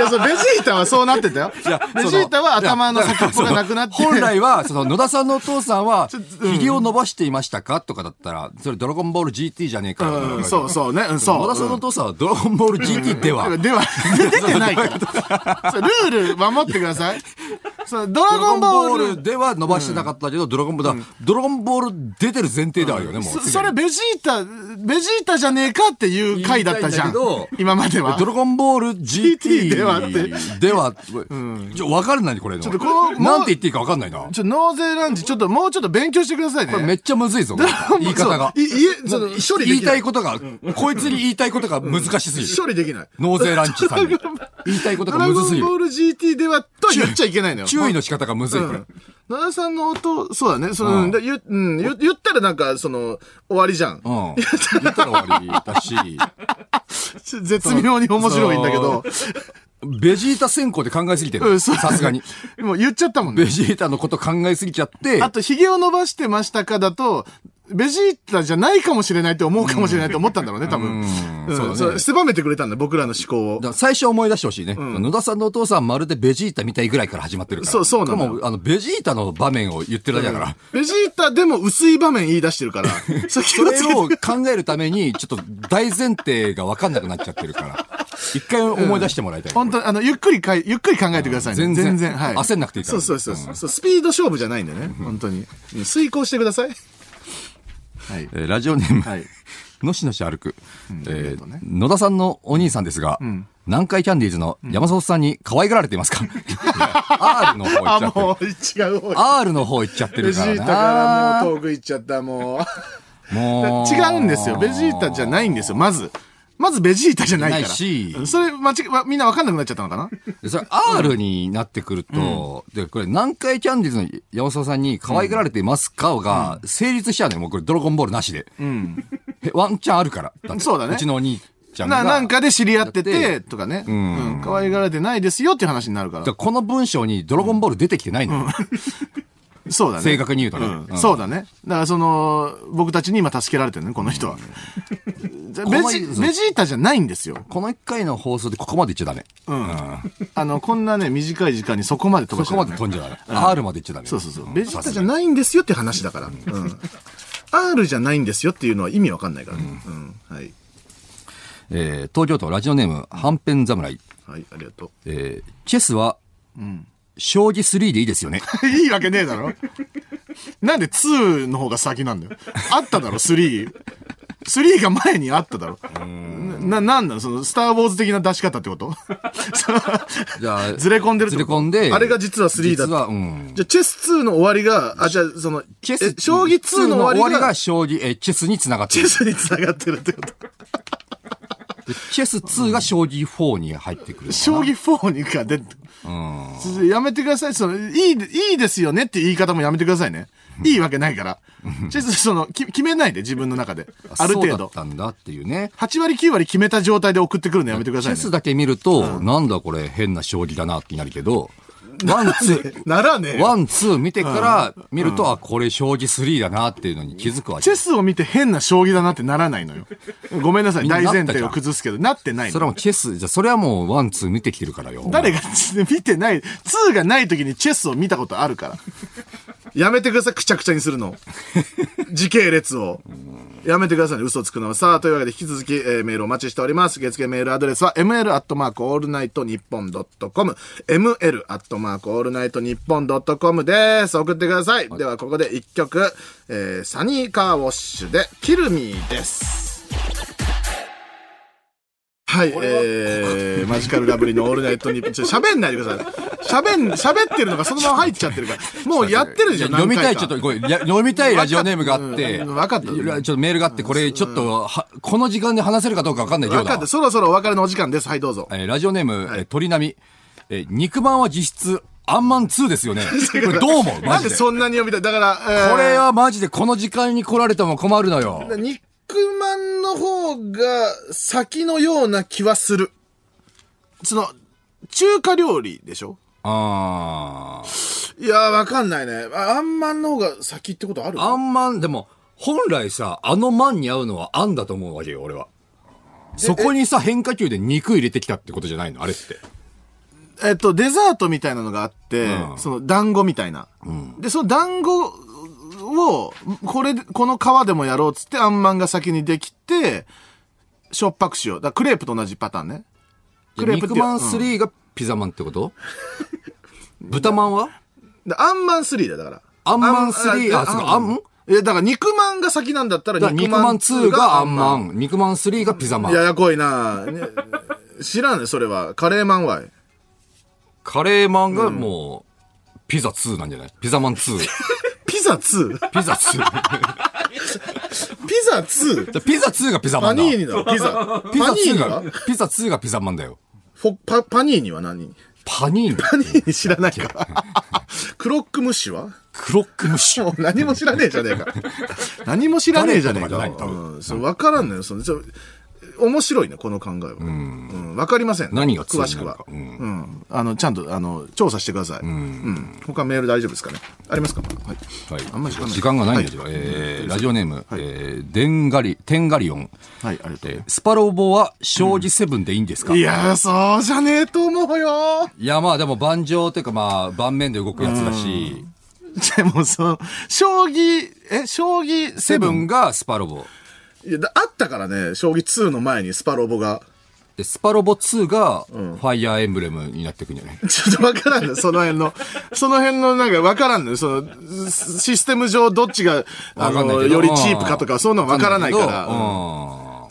[SPEAKER 1] や、そう、ベジータはそうなってたよ。ベジータは頭の先っぽがなくなって。
[SPEAKER 3] 本来は、その、野田さんのお父さんは、髭を伸ばしていましたかとかだったら、それドラゴンボール GT じゃねえか
[SPEAKER 1] う
[SPEAKER 3] ら。
[SPEAKER 1] ん、そうそうね。うん、そう。
[SPEAKER 3] 野田さんのお父さんはドラゴンボール GT では、
[SPEAKER 1] では、出てないから。そうルール守ってください。そうドラ
[SPEAKER 3] ドラ
[SPEAKER 1] ゴ
[SPEAKER 3] ゴ
[SPEAKER 1] ン
[SPEAKER 3] ン
[SPEAKER 1] ボ
[SPEAKER 3] ボ
[SPEAKER 1] ール
[SPEAKER 3] ールでは伸ばしてなかったけど、ドラゴンボールだ、ドラゴンボール出てる前提ではあるよね、もう。
[SPEAKER 1] そそれベジータ、ベジータじゃねえかっていう回だったじゃん
[SPEAKER 3] 言いたいんだけ。ど
[SPEAKER 1] 今までは。
[SPEAKER 3] ドラゴンボール GT
[SPEAKER 1] ではって
[SPEAKER 3] では、ちょ、わかんないね、これの。ちょ
[SPEAKER 1] っとこう
[SPEAKER 3] なんて言っていいかわかんないな。
[SPEAKER 1] ちょ、納税ランチ、ちょっともうちょっと勉強してくださいね。
[SPEAKER 3] めっちゃむずいぞ、言い方が
[SPEAKER 1] そう。い、いえ、その、処理
[SPEAKER 3] 言
[SPEAKER 1] で
[SPEAKER 3] い
[SPEAKER 1] きな
[SPEAKER 3] た
[SPEAKER 1] い。
[SPEAKER 3] いことが、こいつに言いたいことが難しす ぎる。
[SPEAKER 1] 処理できない。
[SPEAKER 3] 納税ランチさんに。言いたいこと
[SPEAKER 1] ド
[SPEAKER 3] が
[SPEAKER 1] ラ
[SPEAKER 3] むず
[SPEAKER 1] ゴ
[SPEAKER 3] す
[SPEAKER 1] ン
[SPEAKER 3] ぎる
[SPEAKER 1] ボ。ール GT ではとは言っちゃいけないのよ。
[SPEAKER 3] 注意の仕方がむずい、
[SPEAKER 1] う
[SPEAKER 3] これ。
[SPEAKER 1] ん野田さんの音、そうだね。その、
[SPEAKER 3] うん
[SPEAKER 1] で言うん言言ったらなんか、その、終わりじゃん。
[SPEAKER 3] うん。言ったら終わりだし、
[SPEAKER 1] ちょ絶妙に 面白いんだけど。
[SPEAKER 3] ベジータ先行で考えすぎて
[SPEAKER 1] う
[SPEAKER 3] る。
[SPEAKER 1] んそう
[SPEAKER 3] さすがに。
[SPEAKER 1] もう言っちゃったもんね
[SPEAKER 3] ベ。ジータのこと考えすぎちゃって、
[SPEAKER 1] あと、髭を伸ばしてましたかだと、ベジータじゃないかもしれないって思うかもしれないって思ったんだろうね、多分。うん
[SPEAKER 3] そうだね
[SPEAKER 1] そう狭めてくれたんだ、僕らの思考を
[SPEAKER 3] だか。ら最初思い出してほしいね、野田さんのお父さんまるでベジータみたいぐらいから始まってるから。
[SPEAKER 1] そうそうなの
[SPEAKER 3] で
[SPEAKER 1] よ
[SPEAKER 3] も、あの、ベジータの場面を言ってるだけだから。
[SPEAKER 1] ベジータでも薄い場面言い出してる から。それ気
[SPEAKER 3] そ
[SPEAKER 1] を
[SPEAKER 3] れ
[SPEAKER 1] つけて
[SPEAKER 3] を考えるために、ちょっと大前提が分かんなくなっちゃってるから。一回思い出してもらいたい。
[SPEAKER 1] 本当にあの、ゆっくりかい、ゆっくり考えてくださいね。
[SPEAKER 3] 全然
[SPEAKER 1] はい。
[SPEAKER 3] 焦んなくていいから
[SPEAKER 1] そうそうそう。そうスピード勝負じゃないんでね。本当に。うん遂行してください。はい。
[SPEAKER 3] えーラジオネーム、
[SPEAKER 1] はい。
[SPEAKER 3] のしのし歩く、えー
[SPEAKER 1] ね
[SPEAKER 3] 野田さんのお兄さんですが、南海キャンディーズの山里さんに可愛がられていますか、?R の方行っ
[SPEAKER 1] あ、
[SPEAKER 3] ちゃって
[SPEAKER 1] も。う、
[SPEAKER 3] る
[SPEAKER 1] 違う方に。
[SPEAKER 3] R の方行っちゃって
[SPEAKER 1] ベ
[SPEAKER 3] る
[SPEAKER 1] ジ
[SPEAKER 3] から
[SPEAKER 1] ータ
[SPEAKER 3] な。
[SPEAKER 1] からもう遠く行っちゃった、もう。
[SPEAKER 3] もう。
[SPEAKER 1] 違うんですよ。ベジータじゃないんですよ、まず。まずベジータじゃないから。
[SPEAKER 3] ないし
[SPEAKER 1] それ、間違い、わみんなわかんなくなっちゃったのかな
[SPEAKER 3] でそれ R になってくると、で、これ南海キャンディーズの山里さんに可愛がられていますかが成立しちゃうね。もうこれドラゴンボールなしで。えワンチャンあるから。って
[SPEAKER 1] そうだね
[SPEAKER 3] うちのお兄ちゃん
[SPEAKER 1] な、
[SPEAKER 3] が。
[SPEAKER 1] なんかで知り合って
[SPEAKER 3] だ
[SPEAKER 1] て、とかね。うん。可愛がられてないですよっていう話になるか
[SPEAKER 3] だから
[SPEAKER 1] ら。
[SPEAKER 3] この文章にドラゴンボール出てきてないのよ。
[SPEAKER 1] そうだね。
[SPEAKER 3] 正確に言うとね。
[SPEAKER 1] うん
[SPEAKER 3] うん
[SPEAKER 1] そうだね。だからその、僕たちに今助けられてるね、この人は。じゃベ
[SPEAKER 3] この
[SPEAKER 1] ジベジータじゃないんですよ。
[SPEAKER 3] この一回の放送でここまで言っちゃダメ。
[SPEAKER 1] あの、こんなね、短い時間にそこまで飛
[SPEAKER 3] そ
[SPEAKER 1] ばし
[SPEAKER 3] こ
[SPEAKER 1] て
[SPEAKER 3] まで飛んじゃダメ。R まで言っちゃダメ。
[SPEAKER 1] そうそうそう。ベジータじゃないんですよって話だから。 うん。R じゃないんですよっていうのは意味わかんないからね。うん。はい。
[SPEAKER 3] えー東京都ラジオネーム、はんぺん侍。
[SPEAKER 1] はい、ありがと
[SPEAKER 3] えーチェスは、将棋3でいいですよね。
[SPEAKER 1] う。いいわけねえだろ。なんで2の方が先なんだよ。あっただろ、3。3が前にあっただろ。な、なんなのその、スターウォーズ的な出し方ってこと そう
[SPEAKER 3] じゃあ
[SPEAKER 1] ずれ込んでるって
[SPEAKER 3] ず
[SPEAKER 1] こ
[SPEAKER 3] れ
[SPEAKER 1] と
[SPEAKER 3] 込んで。
[SPEAKER 1] あれが実は3だっ
[SPEAKER 3] 実は、
[SPEAKER 1] た。
[SPEAKER 3] うん。
[SPEAKER 1] じゃあ、チェス2の終わりが、あ、じゃあ、その、
[SPEAKER 3] チェ
[SPEAKER 1] え
[SPEAKER 3] ス、
[SPEAKER 1] 将棋2の終わりが、チ
[SPEAKER 3] 将棋、え、チェスに繋がって
[SPEAKER 1] ェ
[SPEAKER 3] る。
[SPEAKER 1] スに繋がってるってこと。
[SPEAKER 3] チェス2が将棋4に入ってくる。
[SPEAKER 1] 将棋4にか出て、やめてください。その、いい、いいですよねっていう言い方もやめてくださいね。いいわけないから。チェス、その、き決めないで、自分の中で。ある程
[SPEAKER 3] そうだっ
[SPEAKER 1] 度。
[SPEAKER 3] たんだっていうね。
[SPEAKER 1] 8割9割決めた状態で送ってくるのやめてくだ
[SPEAKER 3] チ
[SPEAKER 1] さい
[SPEAKER 3] ェ
[SPEAKER 1] ね
[SPEAKER 3] ス。だけ見ると、なんだこれ変な将棋だなってなるけど、ワン、ツー。
[SPEAKER 1] ならねえよ
[SPEAKER 3] ワン、ツー見てから見ると、あ、これ将棋スリーだなっていうのに気づくわけ
[SPEAKER 1] チ。ェスを見て変な将棋だなってならないのよ。ごめんなさい。
[SPEAKER 3] みんな
[SPEAKER 1] 大
[SPEAKER 3] なったじ
[SPEAKER 1] 前
[SPEAKER 3] ゃん
[SPEAKER 1] 提を崩すけど、なってない
[SPEAKER 3] それは
[SPEAKER 1] の。
[SPEAKER 3] もうチェス、じゃあそれはもうワン、ツー見てきてるからよ。
[SPEAKER 1] 誰が見てない、2がない時にチェスを見たことあるから。やめてください、くちゃくちゃにするの。時系列を。やめてくださいね、嘘つくのは。さあ、というわけで引き続き、えーメールお待ちしております。受付メールアドレスは ml.allnightnippon.com。ml.allnightnippon.com です。送ってください。では、ここで一曲、えーサニーカーウォッシュで、キルミーです。はい、えー、マジカルラブリーのオールナイトニッポン、ちょ喋んないでください。喋ん、喋ってるのがそのまま入っちゃってるから。もうやってるじゃん、
[SPEAKER 3] 読みた
[SPEAKER 1] 何
[SPEAKER 3] い、ちょ
[SPEAKER 1] 回か
[SPEAKER 3] っと、ごめん、や読みたいラジオネームがあって、
[SPEAKER 1] うんわかった
[SPEAKER 3] いやちょっとメールがあって、これ、ちょっと、は、この時間で話せるかどうかわかんない量
[SPEAKER 1] 分か
[SPEAKER 3] だ
[SPEAKER 1] った。。そろそろお別れのお時間です。はい、ど うぞ。
[SPEAKER 3] えーラジオネーム、えー鳥並。えー肉まんは実質、アンマン2ですよね。これどう思う
[SPEAKER 1] な
[SPEAKER 3] マ
[SPEAKER 1] ん
[SPEAKER 3] ジ
[SPEAKER 1] で
[SPEAKER 3] で。
[SPEAKER 1] そんなに読みたいだから、えー
[SPEAKER 3] これはマジでこの時間に来られても困るのよ。
[SPEAKER 1] 肉まんの方が先のような気はする。その、中華料理でしょ
[SPEAKER 3] あ
[SPEAKER 1] いやー、わかんないね。ああんまんの方が先ってことある
[SPEAKER 3] あ。あんまん、でも、本来さ、あのまんに合うのはあんだと思うわけよ、俺は。そこにさ、変化球で肉入れてきたってことじゃないのあれって。
[SPEAKER 1] えっと、デザートみたいなのがあって、
[SPEAKER 3] ん
[SPEAKER 1] その団子みたいな。で、その団子を、これ、この皮でもやろうっつって、あんまんが先にできて、しょっぱくしよう。だからクレープと同じパターンね。クレープって
[SPEAKER 3] 肉
[SPEAKER 1] いう
[SPEAKER 3] まん3がピザまんってこと、豚まんは
[SPEAKER 1] でアンマン3だよ、だから。
[SPEAKER 3] アンマン3
[SPEAKER 1] あ
[SPEAKER 3] あそうかアン
[SPEAKER 1] え、だから肉まんが先なんだったら
[SPEAKER 3] だから肉まん2があんま
[SPEAKER 1] ン
[SPEAKER 3] ん、肉まん3がピザま
[SPEAKER 1] や
[SPEAKER 3] ん。
[SPEAKER 1] やこいな、ね、知らんね、それは。カレーマンはい。
[SPEAKER 3] カレーまんがもう、ピザ2なんじゃないピザまん2。ピ
[SPEAKER 1] ピザ 2?
[SPEAKER 3] ザ2。
[SPEAKER 1] ピザ 2?
[SPEAKER 3] じゃあピザ2がピザ
[SPEAKER 1] パ
[SPEAKER 3] まんだ。
[SPEAKER 1] ニー
[SPEAKER 3] ピ
[SPEAKER 1] ニだろ、ピザ。
[SPEAKER 3] ザ
[SPEAKER 1] パニー
[SPEAKER 3] 2
[SPEAKER 1] ニは
[SPEAKER 3] が、ピザ2がピザまんだよ。
[SPEAKER 1] フォパパニーニは何
[SPEAKER 3] パニーニ。
[SPEAKER 1] パニーニ知らない から。クロックムッシュは
[SPEAKER 3] クロックムッシュ。
[SPEAKER 1] もう何も知らねえじゃね えか。何も知らねえじゃねえか。
[SPEAKER 3] 誰とかじゃない多
[SPEAKER 1] うん、そう、わからんのよ。その、ちょ面白いね、この考えは。うん。わかりません。
[SPEAKER 3] 何が
[SPEAKER 1] 詳
[SPEAKER 3] 強い
[SPEAKER 1] しく
[SPEAKER 3] の
[SPEAKER 1] は
[SPEAKER 3] か。
[SPEAKER 1] う
[SPEAKER 3] うんん。
[SPEAKER 1] あの、ちゃんと、あの、調査してください。うん。他メール大丈夫ですかねありますかはい。
[SPEAKER 3] はい、
[SPEAKER 1] あんまり時間ない
[SPEAKER 3] 時間がないんですよ、えーラジオネーム、えーデンガリ、テンガリオン。
[SPEAKER 1] はい、ありがとう
[SPEAKER 3] えースパロボは将棋セブンでいいんですか、
[SPEAKER 1] い
[SPEAKER 3] い
[SPEAKER 1] やー、そうじゃねえと思うよ。
[SPEAKER 3] や、まあでも盤上というかまあ盤面で動くやつだし、
[SPEAKER 1] でも、その、将棋、え、将棋
[SPEAKER 3] セ
[SPEAKER 1] セブ
[SPEAKER 3] ブ
[SPEAKER 1] ン
[SPEAKER 3] ンがスパロボ。
[SPEAKER 1] いやだあったからね、将棋2の前にスパロボが。
[SPEAKER 3] で、スパロボ2がファイヤーエンブレムになってくんじゃない、
[SPEAKER 1] ちょっとわからんの、その辺の。その辺のなんかわからんの、その、シシステム上どっちが、あ
[SPEAKER 3] わかんない
[SPEAKER 1] の、
[SPEAKER 3] けど
[SPEAKER 1] よりチープかとか、そういうのわからないか
[SPEAKER 3] わん
[SPEAKER 1] ら、
[SPEAKER 3] な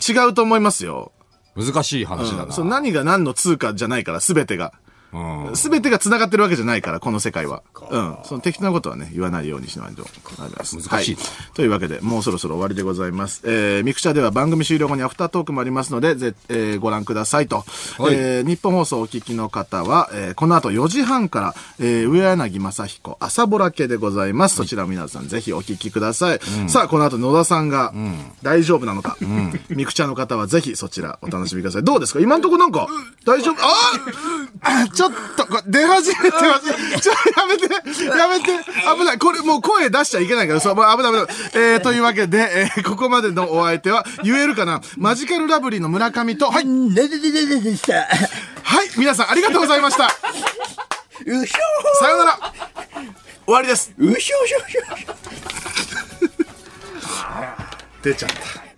[SPEAKER 1] 違うと思いますよ。
[SPEAKER 3] いけどうん難しい話だな。
[SPEAKER 1] そう何が何の通貨じゃないから、すべてが。
[SPEAKER 3] うん
[SPEAKER 1] すべてが繋がってるわけじゃないから、この世界は。うん。その適当なことはね、言わないようにしないと。
[SPEAKER 3] 難しい
[SPEAKER 1] はというわけで、もうそろそろ終わりでございます。えー、ミクチャでは番組終了後にアフタートークもありますので、ぜ、えーご覧くださいと。
[SPEAKER 3] はい
[SPEAKER 1] えー日本放送をお聞きの方は、えーこの後4時半から、えー、上柳正彦、朝ぼら系でございます。そちら皆さんぜひお聞きください。さあ、この後野田さんが、大丈夫なのか、ミクチャの方はぜひそちらお楽しみください。どうですか今んとこなんか、大丈夫、ああ ちょっと、これ出始めてます。 ちょ、やめて、やめて、危ない。これもう声出しちゃいけないから、そう、もう危ない危ない。えー、というわけで、えーここまでのお相手は、言えるかなマジカルラブリーの村上と、はい、
[SPEAKER 5] なでででででした。
[SPEAKER 1] はい、皆さんありがとうございました。
[SPEAKER 5] うひょ
[SPEAKER 1] さようなら。終わりです。
[SPEAKER 5] う。うひょうひょうひょう。
[SPEAKER 1] 出ちゃった。